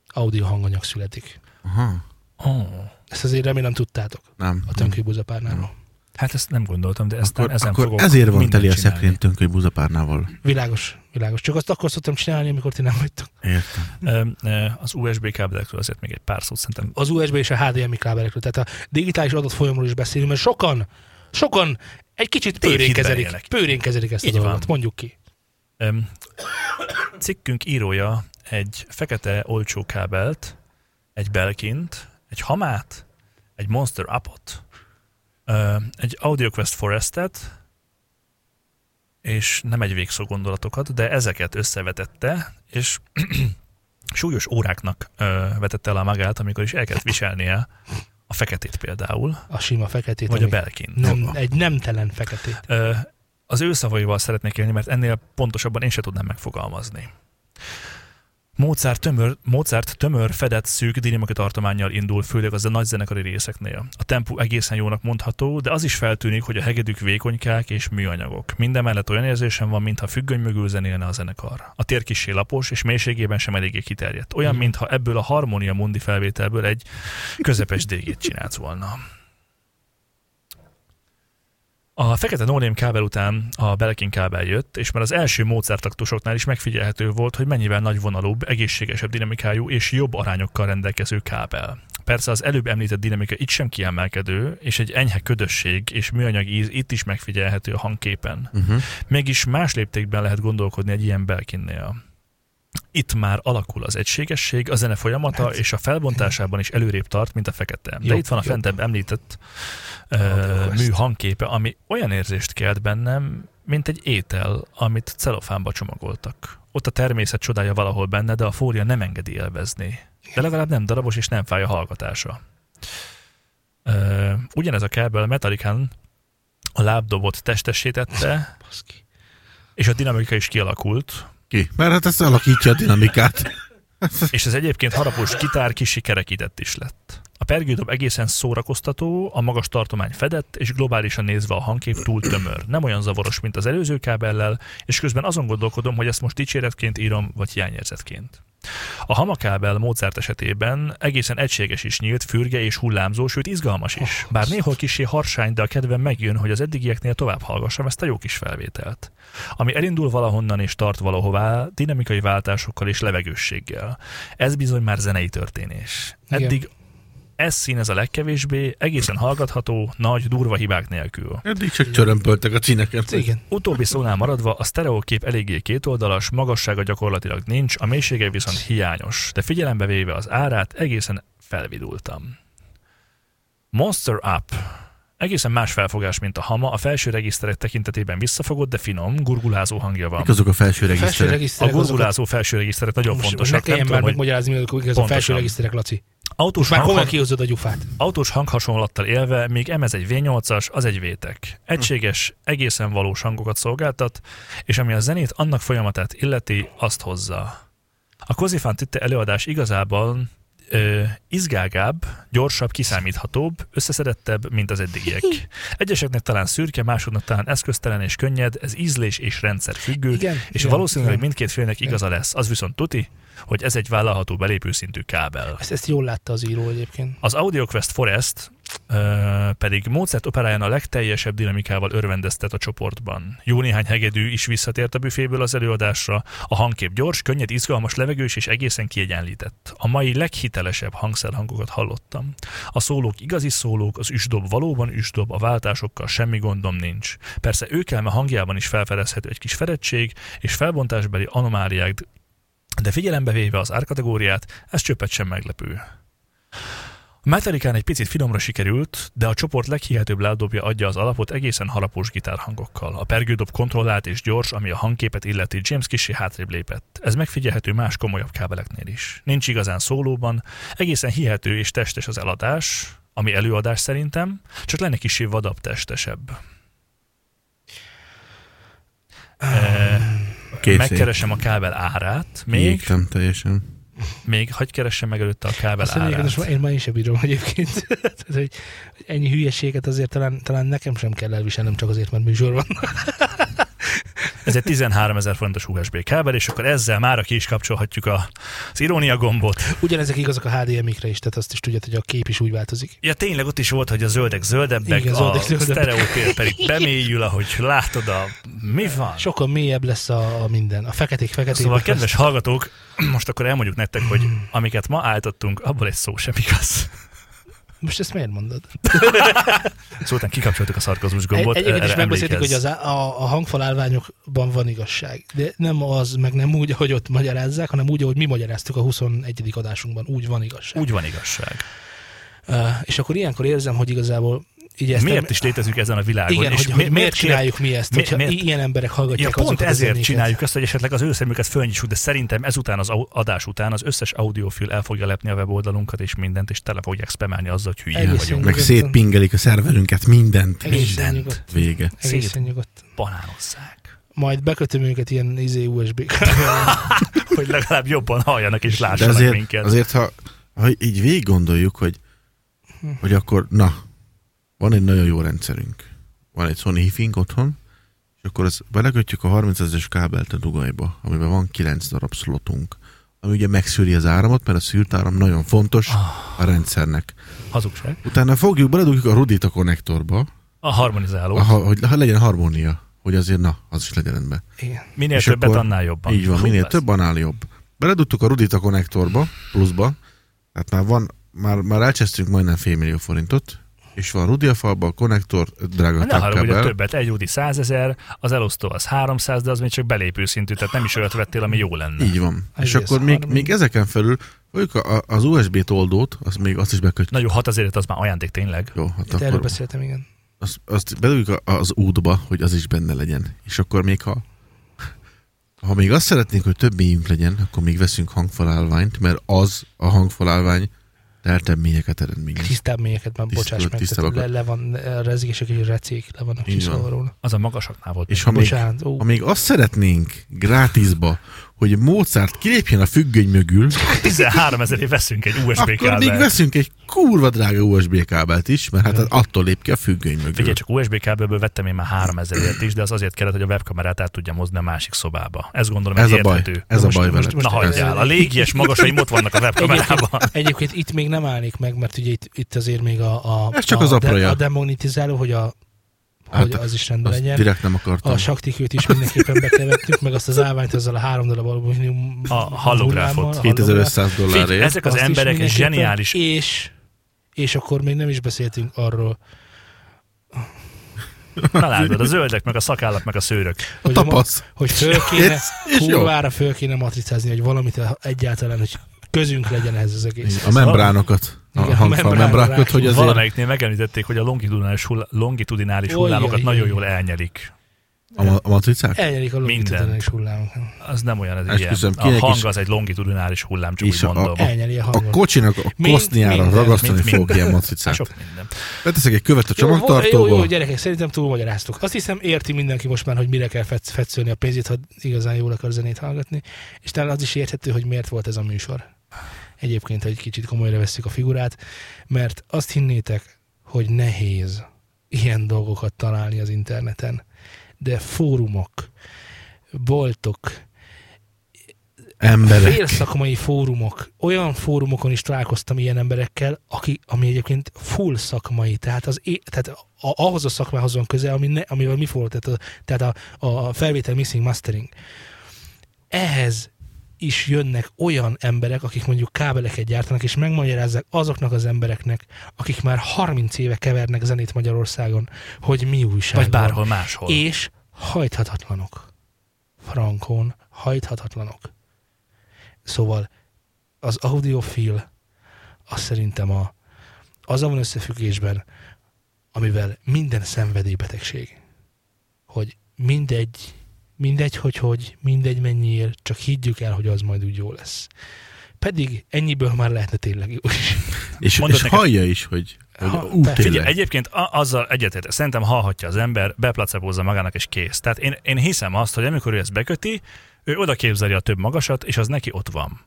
A: audio hanganyag születik.
B: Aha,
C: Oh.
A: Ezt azért remélem tudtátok
B: nem.
C: Hmm.
A: a tönkőbúza párnáról.
C: Hát ezt nem gondoltam, de ezt
B: Akkor,
C: ezen
B: akkor
C: fogok
B: ezért van
C: mindent
B: teli a
C: csinálni.
B: szekrény tönköly búzapárnával.
A: Világos, világos. Csak azt akkor szoktam csinálni, amikor ti nem vagytok.
B: Értem.
C: Ö, ö, Az USB kábelekről azért még egy pár szót szerintem.
A: az USB és a HDMI kábelekről, tehát a digitális adatfolyamról is beszélünk, mert sokan, sokan egy kicsit
C: Tévhitben
A: pőrén kezelik,
C: élnek.
A: pőrén kezelik ezt a
C: Így van.
A: dolgot, mondjuk ki.
C: Ö, Cikkünk írója egy fekete olcsó kábelt, egy Belkint, egy Hamát, egy Monster Appot, ö, egy AudioQuest Forestet, és nem egy végszó gondolatokat, de ezeket összevetette, és súlyos óráknak ö, vetette el a magát, amikor is el kellett viselnie a feketét például,
A: A sima feketét,
C: vagy a
A: ami
C: Belkint.
A: nem, egy nemtelen feketét.
C: Ö, Az ő szavaival szeretnék élni, mert ennél pontosabban én se tudnám megfogalmazni. Mozart tömör, Mozart tömör fedett szűk dinamikai tartományjal indul, főleg az a nagyzenekari részeknél. A tempó egészen jónak mondható, de az is feltűnik, hogy a hegedük vékonykák és műanyagok. Mindemellett olyan érzésem van, mintha függöny mögül zenélne a zenekar. A tér kissé lapos, és mélységében sem eléggé kiterjedt. Olyan,
A: Mhm.
C: mintha ebből a harmónia mundi felvételből egy közepes dégét csinált volna. A fekete no kábel után a Belkin kábel jött, és már az első Mozart taktusoknál is megfigyelhető volt, hogy mennyivel nagyvonalúbb, egészségesebb dinamikájú és jobb arányokkal rendelkező kábel. Persze az előbb említett dinamika itt sem kiemelkedő, és egy enyhe ködösség és műanyag íz itt is megfigyelhető a hangképen.
B: Uh-huh.
C: Mégis más léptékben lehet gondolkodni egy ilyen Belkinnél. Itt már alakul az egységesség, a zene folyamata
A: Hát-
C: és a felbontásában is előrébb tart, mint a fekete. De
A: Jobb,
C: itt van a
A: jobb.
C: fentebb említett
A: Audio
C: ö,
A: Quest.
C: mű hangképe, ami olyan érzést kelt bennem, mint egy étel, amit celofánba csomagoltak. Ott a természet csodája valahol benne, de a fólia nem engedi élvezni. De legalább nem darabos és nem fáj a hallgatása. Ö, ugyanez a kábel Metallicán a lábdobot testesítette,
A: Baszki.
C: és a dinamika is kialakult,
B: Ki? Mert hát ezt alakítja a dinamikát.
C: és ez egyébként harapós gitár kicsi kerekített is lett. A pergődob egészen szórakoztató, a magas tartomány fedett, és globálisan nézve a hangkép túl tömör. Nem olyan zavaros, mint az előző kábellel, és közben azon gondolkodom, hogy ezt most dicséretként írom, vagy hiányérzetként. A hamakábel Mozart esetében egészen egységes is nyílt, fürge és hullámzó, sőt izgalmas is. Bár néhol kisé harsány, de a kedvem megjön, hogy az eddigieknél tovább hallgassam ezt a jó kis felvételt. Ami elindul valahonnan és tart valahová, dinamikai váltásokkal és levegősséggel. Ez bizony már zenei történés.
A: Igen.
C: Eddig ez szín ez a legkevésbé, egészen hallgatható, nagy, durva hibák nélkül.
B: Eddig csak csörömpöltek a cíneket.
A: Hát Igen.
C: Utóbbi szónál maradva, a sztereókép eléggé kétoldalas, magassága gyakorlatilag nincs, a mélysége viszont hiányos, de figyelembe véve az árát egészen felvidultam. Monster Up Egészen más felfogás, mint a hama, a felső regiszterek tekintetében visszafogott, de finom, gurgulázó hangja van.
B: Mik azok a
A: Felső
B: felső regiszterek?
C: A
A: regiszterek azokat-
C: gurgulázó felső regiszterek nagyon
A: Most- most
C: fontosak.
A: Ne
C: Nem
A: kelljen már
C: tudom, hogy
A: megmagyarázni, hogy ez a felső
C: Pontosan.
A: regiszterek, Laci.
C: autós
A: Már
C: hanghang-
A: komolyan kihúzod a gyufát.
C: Autós hanghasonlattal élve, még emez egy V8-as, az egy vétek. Egységes, egészen valós hangokat szolgáltat, és ami a zenét annak folyamatát illeti, azt hozza. A Kozifán Titte előadás igazában ö, izgágább, gyorsabb, kiszámíthatóbb, összeszedettebb, mint az eddigiek. Egyeseknek talán szürke, másodnak talán eszköztelen és könnyed, ez ízlés és rendszer függő,
A: Igen,
C: és
A: igen,
C: valószínűleg
A: igen.
C: mindkét félnek igaza lesz. Az viszont tuti, hogy ez egy vállalható belépőszintű kábel.
A: Ezt, ezt jól látta az író egyébként.
C: Az Audio Quest Forest ö, pedig Mozart operáján a legteljesebb dinamikával örvendeztet a csoportban. Jó néhány hegedű is visszatért a büféből az előadásra, a hangkép gyors, könnyed, izgalmas, levegős és egészen kiegyenlített. A mai leghitelesebb hangszerhangokat hallottam. A szólók igazi szólók, az üsdob valóban üsdob, a váltásokkal semmi gondom nincs. Persze őkelme hangjában is felfedezhető egy kis feredtség és felbontásbeli anomáliák, de figyelembe véve az árkategóriát, ez csöppet sem meglepő. A Metallicán egy picit finomra sikerült, de a csoport leghihetőbb ládobja adja az alapot egészen harapós gitárhangokkal. A pergődob kontrollált és gyors, ami a hangképet illeti, James kicsi hátrébb lépett. Ez megfigyelhető más komolyabb kábeleknél is. Nincs igazán szólóban, egészen hihető és testes az eladás, ami előadás szerintem, csak lenne kicsi vadabb testesebb. Eh,
B: Kész
C: Megkeresem a kábel árát,
B: ég.
C: még,
B: Jégtem teljesen.
C: még hagyj keressem meg előtte a kábel
A: Azt mondja,
C: árát.
A: most már- én már én sem bírom egyébként. Tehát, hogy hogy ennyi hülyeséget azért talán, talán nekem sem kell elviselnem, csak azért, mert műsor van.
C: Ez egy 13 ezer forintos USB kábel, és akkor ezzel már ki is kapcsolhatjuk a, az irónia gombot.
A: Ugyanezek igazak a HDMI-kre is, tehát azt is tudjátok, hogy a kép is úgy változik.
C: Ja, tényleg ott is volt, hogy a zöldek zöldebbek,
A: Igen,
C: Igen,
A: zöldek
C: zöldek, a
A: zöldebbek.
C: sztereotér pedig bemélyül, ahogy látod a... Mi van?
A: Sokkal mélyebb lesz a, a minden. A feketék feketék.
C: Szóval, kedves hallgatók, most akkor elmondjuk nektek, hogy
A: Mm.
C: amiket ma álltottunk, abból egy szó sem igaz.
A: Most ezt miért mondod?
C: Szóval utána kikapcsoltuk a szarkazmus
A: Egy,
C: gombot.
A: egyébként is
C: erre
A: megbeszéltük, hogy
C: emlékezz.
A: az á- a, a hangfalállványokban van igazság. De nem az, meg nem úgy, ahogy ott magyarázzák, hanem úgy, ahogy mi magyaráztuk a 21. adásunkban. Úgy van igazság.
C: Úgy van igazság.
A: Uh, és akkor ilyenkor érzem, hogy igazából így ezt
C: Ezt miért
A: nem-
C: is létezünk ezen a világon?
A: Igen,
C: és
A: hogy,
C: mi-
A: hogy miért, miért
C: kéne-
A: csináljuk mi ezt,
C: mi-
A: hogyha
C: miért-
A: ilyen emberek
C: Ja,
A: hallgatják
C: pont
A: azokat a
C: ezért
A: zenéket.
C: csináljuk ezt, hogy esetleg az ő szemüket fölnyissuk, de szerintem ezután az au- adás után az összes audiofil el fogja lepni a weboldalunkat és mindent, és tele fogják spamelni azzal, hogy hülyék
A: Egészen
C: vagyunk.
B: Meg
A: Nyugodtan.
B: szétpingelik a szerverünket, mindent.
A: Egészen
C: mindent.
A: nyugodt.
B: Vége.
A: Egészen
C: Szét-
A: nyugodt.
C: Banánozzák.
A: Majd bekötöm őket ilyen izé USB
C: Hogy legalább jobban halljanak és
B: De
C: lássanak
B: azért,
C: minket.
B: azért ha, ha így végig gondoljuk, hogy, hogy akkor, na, van egy nagyon jó rendszerünk. Van egy Sony hifink otthon, és akkor ezt belekötjük a 30 ezeres kábelt a dugajba, amiben van 9 darab szlotunk, ami ugye megszűri az áramot, mert a szűrt áram nagyon fontos a rendszernek.
C: Hazugság.
B: Utána fogjuk, beledugjuk a rudit a konnektorba,
C: A harmonizáló.
B: ha, hogy ha legyen harmónia, hogy azért na, az is legyen rendben.
A: Igen.
C: Minél
B: és
C: többet,
B: akkor-
C: annál jobban.
B: Így van,
C: Hú,
B: minél
C: persze.
B: több, annál jobb. Beledugtuk a Rudit a konnektorba, pluszba, tehát már van, már, már elcsesztünk majdnem fél millió forintot, és van Rudi a falba, a konnektor, öt drága
C: Ne haragudj, a
B: tápkábel.
C: többet, egy údi 100 ezer, az elosztó az 300, de az még csak belépő szintű, tehát nem is olyat vettél, ami jó lenne.
B: Így van.
A: Ez
B: és akkor
A: az
B: még,
A: harmadik.
B: még ezeken felül, mondjuk a, a- az USB toldót, azt még azt is bekötjük.
C: Na jó, 6 ezeret az már ajándék tényleg.
B: Jó, hát
A: Itt erről
B: akkor
A: beszéltem, igen.
B: azt, azt bedugjuk a- az útba, hogy az is benne legyen. És akkor még ha ha még azt szeretnénk, hogy több mélyünk legyen, akkor még veszünk hangfalálványt, mert az a hangfalálvány teltebb mélyeket eredményez.
A: Tisztább mélyeket már,
B: Tisztább-
A: bocsáss meg, tehát
B: tisztábbakat.
A: le, le van a rezgések és recék, le vannak
B: Így van.
A: kiszalva róla.
C: Az a magasaknál volt.
B: És ha még,
A: Bocsánat, ó,
B: ha még azt szeretnénk grátisba, hogy Mozart kilépjen a függöny mögül,
C: 13 ezerért veszünk egy USB
B: akkor még
C: kábelt.
B: veszünk egy kurva drága USB kábelt is, mert hát attól lép ki a függöny mögül.
C: Figyelj, csak USB kábelből vettem én már 3000-ért is, de az azért kellett, hogy a webkamerát át tudjam hozni a másik szobába. Ez gondolom,
B: Ez
C: ez
B: a baj,
C: érthető.
B: ez a
A: most-
B: baj
A: most-
B: veled.
C: Na
A: most-
B: Ez-
C: hagyjál, a légies magasaim ott vannak a webkamerában.
A: Egyébként itt még nem állnék meg, mert ugye itt, itt azért még a, a,
B: Ez csak
A: a,
B: az apraja.
A: de, a demonetizáló, hogy, a,
B: Hát,
A: hogy az is rendben
B: Azt
A: legyen.
B: direkt nem akartam.
A: A saktikőt is mindenképpen bekevettük, meg azt az állványt, azzal a három darab alumínium
C: A hallográfot.
A: hullámmal, a
B: 2500 dollárért.
C: Ezek az
A: Azt is
C: emberek egy
A: mindenképpen.
C: zseniális
A: És, és akkor még nem is beszéltünk arról,
C: Na látod, a zöldek, meg a szakállat, meg a szőrök.
B: Hát A
A: hogy,
B: tapasz.
A: hogy föl kéne,
B: És jó.
A: kurvára föl kéne matricázni, hogy valamit egyáltalán, hogy közünk legyen ehhez az egész.
B: A membránokat.
A: Igen,
B: A
A: a
B: hangfal
A: membránra
B: membránokat, hogy
A: rákunk.
B: azért
C: Valamelyiknél megemlítették, hogy a longitudinális, hull- longitudinális
A: Ojjaj.
C: hullámokat nagyon jól elnyelik.
B: a, ma- a matricák.
A: Elnyerik a longitudinális hullámok.
C: Az nem olyan, ez
B: Esküszöm,
C: ilyen.
B: kinek
C: A hang
B: is-
C: az egy longitudinális hullám, csak
B: És
C: úgy
B: a-
C: mondom.
B: a-
A: Elnyeli a
B: A
A: hangot.
B: kocsinak a
A: Mind-
B: koszniára
A: minden,
B: ragasztani
C: mint
B: fogja a
C: Hát
B: matricát.
C: Sok minden.
B: Beteszek egy követ a
A: Jó, jó, jó,
B: csomagtartóba.
A: gyerekek, szerintem túlmagyaráztuk. Azt hiszem érti mindenki most már, hogy mire kell fetsz, fetszölni a pénzét, ha igazán jól akar zenét hallgatni. És talán az is érthető, hogy miért volt ez a műsor. Egyébként, ha egy kicsit komolyra vesszük a figurát, mert azt hinnétek, hogy nehéz ilyen dolgokat találni az interneten. De fórumok, boltok,
B: Emberek.
A: félszakmai fórumok, olyan fórumokon is találkoztam ilyen emberekkel, aki, ami egyébként full szakmai, tehát, az, é- tehát a, ahhoz a szakmához van köze, ami ne, amivel mi fordult, tehát, a, tehát a, a felvétel mixing mastering. Ehhez is jönnek olyan emberek, akik mondjuk kábeleket gyártanak, és megmagyarázzák azoknak az embereknek, akik már 30 éve kevernek zenét Magyarországon, hogy mi újság.
C: Vagy
A: van.
C: bárhol máshol.
A: És hajthatatlanok. Frankon hajthatatlanok. Szóval az audiofil az szerintem a, az van összefüggésben, amivel minden szenvedélybetegség. Hogy mindegy, mindegy, hogy hogy, mindegy mennyiért, csak higgyük el, hogy az majd úgy jó lesz. Pedig ennyiből már lehetne tényleg jó is.
B: És,
C: Mondod
B: és
C: nekem-
B: hallja is, hogy,
A: Ha,
B: hogy ú,
A: Ah, persze.
C: Ugye,
B: tényleg.
C: egyébként a- azzal egyetért, szerintem hallhatja az ember, beplacebózza magának és kész. Tehát én, én hiszem azt, hogy amikor ő ezt beköti, ő oda képzeli a több magasat, és az neki ott van.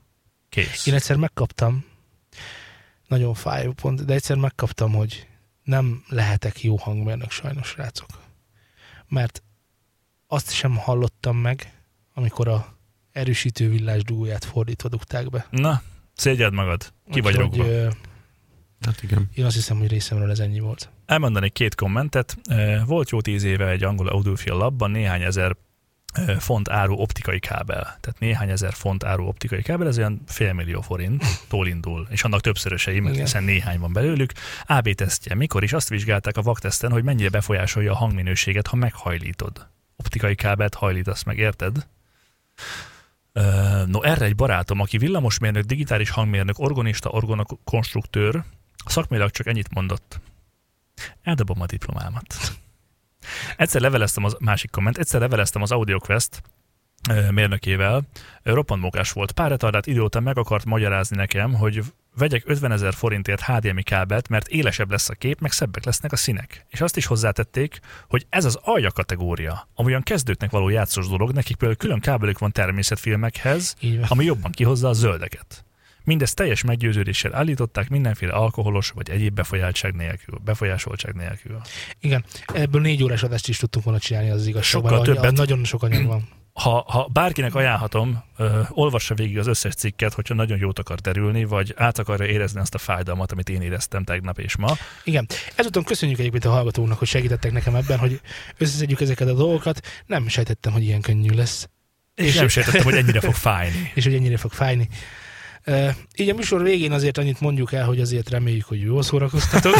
C: Kész.
A: Én egyszer megkaptam, nagyon fájó pont, de egyszer megkaptam, hogy nem lehetek jó hangmérnök sajnos, srácok. Mert azt sem hallottam meg, amikor a erősítő villás dugóját fordítva dugták be.
C: Na, szégyeld magad. Ki vagy
A: Úgyhogy,
C: rogva.
A: ö,
B: Hát igen.
A: Én azt hiszem, hogy részemről ez ennyi volt.
C: elmondanék két kommentet. Eh, Volt jó tíz éve egy angol audiofil labban néhány ezer eh, font áru optikai kábel. Tehát néhány ezer font áru optikai kábel, ez olyan félmillió forinttól indul, és annak többszörösei, mert
A: Igen.
C: hiszen néhány van belőlük. AB tesztje, mikor is azt vizsgálták a vakteszten, hogy mennyire befolyásolja a hangminőséget, ha meghajlítod. Optikai kábelt hajlítasz meg, érted? Ö, No, erre egy barátom, aki villamosmérnök, digitális hangmérnök, orgonista, orgonokonstruktőr, szakmailag csak ennyit mondott eldobom a diplomámat. Egyszer leveleztem az másik komment, egyszer leveleztem az AudioQuest ö, mérnökével, Ö, roppant mókás volt. Pár retardált idő után meg akart magyarázni nekem, hogy vegyek 50 ezer forintért HDMI kábelt, mert élesebb lesz a kép, meg szebbek lesznek a színek. És azt is hozzátették, hogy ez az alja kategória, ami olyan kezdőknek való játszós dolog, nekik például külön kábelük van természetfilmekhez,
A: Így van.
C: ami jobban kihozza a zöldeket. Mindezt teljes meggyőződéssel állították mindenféle alkoholos vagy egyéb befolyásoltság nélkül. Befolyásoltság nélkül.
A: Igen, ebből négy órás adást is tudtunk volna csinálni, az, az igazság.
C: Sokkal
A: Valahogy
C: többet.
A: Nagyon sok anyag van.
C: Ha, ha bárkinek ajánlhatom, ö, olvassa végig az összes cikket, hogyha nagyon jót akar derülni, vagy át akarja érezni azt a fájdalmat, amit én éreztem tegnap és ma.
A: Igen. Ezúton köszönjük egyébként a hallgatóknak, hogy segítettek nekem ebben, hogy összeszedjük ezeket a dolgokat. Nem sejtettem, hogy ilyen könnyű lesz.
C: És, és nem sejtettem, hogy ennyire fog fájni.
A: és hogy ennyire fog fájni. E, így a műsor végén azért annyit mondjuk el, hogy azért reméljük, hogy jól szórakoztatok.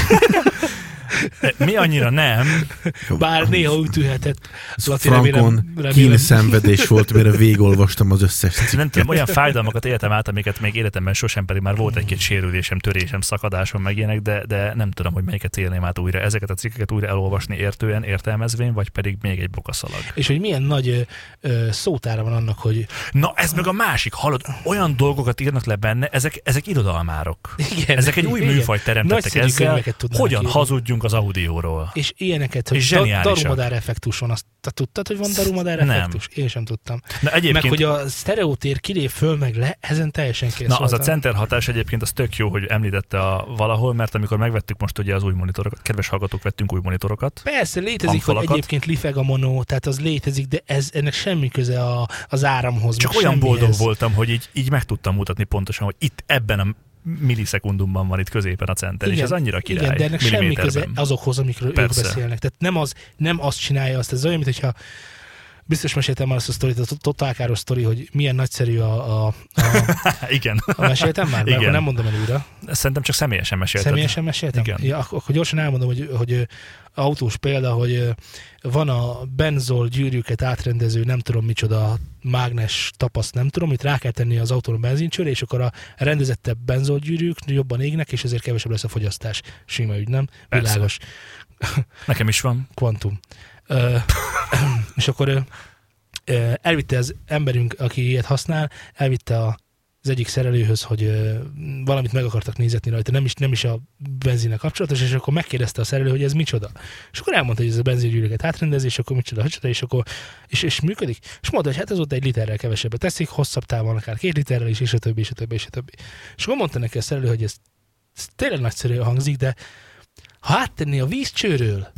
C: Mi annyira nem,
A: Bár néha úgy tűhetett. Laci,
B: Frankon kín szenvedés volt, mire végolvastam az összes cikket.
C: nem tudom, olyan fájdalmakat éltem át, amiket még életemben sosem, pedig már volt egy-két sérülésem, törésem, szakadásom, meg ilyenek, de, de nem tudom, hogy melyiket élném át újra. Ezeket a cikkeket újra elolvasni értően, értelmezvén, vagy pedig még egy bokaszalag.
A: És hogy milyen nagy ö, ö, szótára van annak, hogy
C: Na, ez meg a másik, hallod, olyan dolgokat írnak le benne, ezek, ezek irodalmárok.
A: igen,
C: Ezek egy új
A: igen.
C: műfajt teremtettek
A: Nagyszerű
C: ezzel,
A: könyveket tudnának
C: hogyan
A: írni.
C: hazudjunk az audióról.
A: És ilyeneket, hogy da-
C: Zseniálisak.
A: darumadár effektus van. Azt te tudtad, hogy van darumadár
C: Nem.
A: effektus? Én sem tudtam.
C: Na
A: Meg
C: egyébként
A: hogy a sztereotér kilép föl meg le, ezen teljesen
C: Na,
A: készültem.
C: az a center hatás egyébként az tök jó, hogy említette a valahol, mert amikor megvettük most ugye az új monitorokat, kedves hallgatók, vettünk új monitorokat.
A: Persze, létezik, hogy
C: hangfalakat.
A: egyébként lifeg a monó, tehát az létezik, de ez, ennek semmi köze a, az áramhoz.
C: Csak
A: meg
C: olyan
A: semmihez.
C: boldog voltam, hogy így, így meg tudtam mutatni pontosan, hogy itt ebben a millisekundumban van itt középen a center, és
A: Igen,
C: ez annyira király.
A: Igen, de ennek semmi köze
C: milliméterben.
A: azokhoz, amikről
C: Persze.
A: ők beszélnek. Tehát nem, az, nem azt csinálja azt. Ez olyan, mint hogyha biztos meséltem már azt a sztorit, a totálkáros sztori, hogy milyen nagyszerű a, a, a,
C: Hát Igen,
A: a meséltem már, mert
C: Igen.
A: akkor nem mondom el újra.
C: szerintem csak személyesen mesélted.
A: Személyesen meséltem?
C: Igen.
A: Ja, ak- akkor gyorsan elmondom, hogy, hogy ö, autós példa, hogy ö, van a benzol gyűrűket átrendező, nem tudom micsoda mágnes tapaszt, nem tudom, itt rá kell tenni az autón benzincsőre, és akkor a rendezettebb benzol gyűrűk jobban égnek, és ezért kevesebb lesz a fogyasztás. Sima ügy, nem?
C: Persze.
A: Világos.
C: Nekem is van.
A: Kvantum. Ö, és akkor ö, ö, elvitte az emberünk, aki ilyet használ, elvitte a, az egyik szerelőhöz, hogy ö, valamit meg akartak nézetni rajta, nem is, nem is a benzinnel kapcsolatos, és akkor megkérdezte a szerelő, hogy ez micsoda. És akkor elmondta, hogy ez a benzingyűlöket átrendezi, és akkor micsoda, micsoda, és akkor és, és működik. És mondta, hogy hát ez ott egy literrel kevesebbet teszik, hosszabb távon akár két literrel is, és a többi, és a többi, és a többi. És akkor mondta neki a szerelő, hogy ez, ez tényleg nagyszerűen hangzik, de ha áttenni a vízcsőről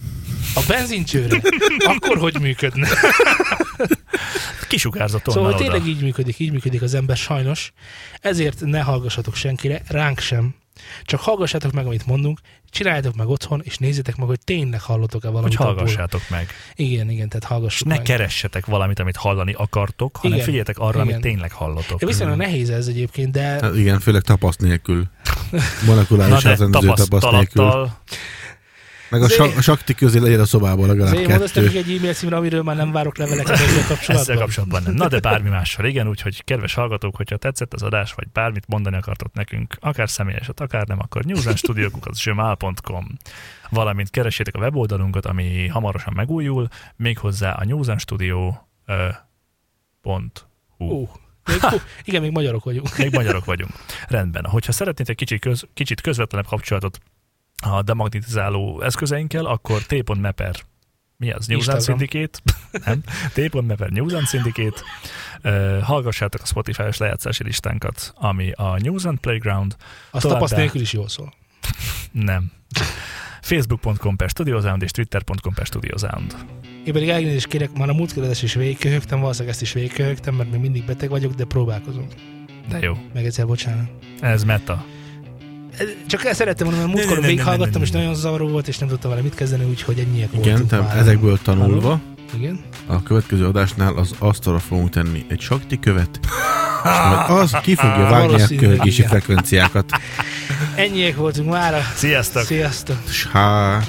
A: a benzincsőre, akkor hogy működne?
C: Kisugárzott onnan
A: Szóval
C: oda.
A: tényleg így működik, így működik az ember sajnos. Ezért ne hallgassatok senkire, ránk sem. Csak hallgassátok meg, amit mondunk, csináljátok meg otthon, és nézzétek meg, hogy tényleg hallotok-e
C: Hogy
A: valamit. abból.
C: hallgassátok meg.
A: Igen, igen, tehát hallgassuk
C: Ne
A: meg.
C: keressetek valamit, amit hallani akartok, hanem
A: Igen.
C: figyeljetek arra, amit
A: Igen.
C: tényleg hallotok.
A: Ja, viszonylag nehéz ez egyébként, de
B: Hát igen, főleg tapaszt nélkül.
C: Na
B: Monokuláris
C: de
B: átrendező tapaszt nélkül.
C: tapasztalattal,
B: Meg a,
A: Zé.
B: sak, a sakti közé legyen a szobában
A: az
B: legalább
A: én mondasz nekik
B: kettő.
A: egy e-mail címre, amiről már nem várok leveleket ezzel kapcsolatban.
C: Ezzel kapcsolatban nem. Na de bármi mással, igen, úgyhogy kedves hallgatók, hogyha tetszett az adás, vagy bármit mondani akartok nekünk, akár személyeset, akár nem, akkor newsandstudio.com valamint keressétek a weboldalunkat, ami hamarosan megújul, méghozzá a newsandstudio.hu.
A: Ú, még, ú, igen, még magyarok vagyunk.
C: Még magyarok vagyunk. Rendben. Hogyha szeretnétek kicsit, köz, kicsit közvetlenebb kapcsolatot a demagnetizáló eszközeinkkel, akkor t.meper mi az? New Zealand
A: Instagram.
C: Syndicate? Nem. T.meper New Zealand Syndicate. Ö, Hallgassátok a Spotify-os lejátszási listánkat, ami a New Zealand Playground.
A: Azt
C: Továbbá.
A: tapaszt nélkül is jól szól.
C: Nem. Facebook.com per Studiosound és Twitter.com per Studiosound.
A: Én pedig elnézést kérek, már a múlt kérdés is végigköhögtem, valószínűleg ezt is végigköhögtem, mert még mindig beteg vagyok, de próbálkozom.
C: De jó.
A: Meg egyszer bocsánat.
C: Ez meta.
A: Csak el szerettem mondani, mert
C: Ne, ne,
A: múltkor
C: ne, ne,
A: végighallgattam,
C: ne,
A: és
C: ne, ne.
A: nagyon zavaró volt, és nem tudtam vele mit kezdeni, úgyhogy ennyiek
B: Igen,
A: voltunk
B: tehát
A: már.
B: ezekből tanulva
A: Igen.
B: a következő adásnál az asztalra fogunk tenni egy sakti követ, és majd az ki fogja vágni a
A: Valószínűleg
B: köhögési
A: igen.
B: frekvenciákat.
A: Ennyiek voltunk már.
C: Sziasztok!
A: Sziasztok!
B: S há...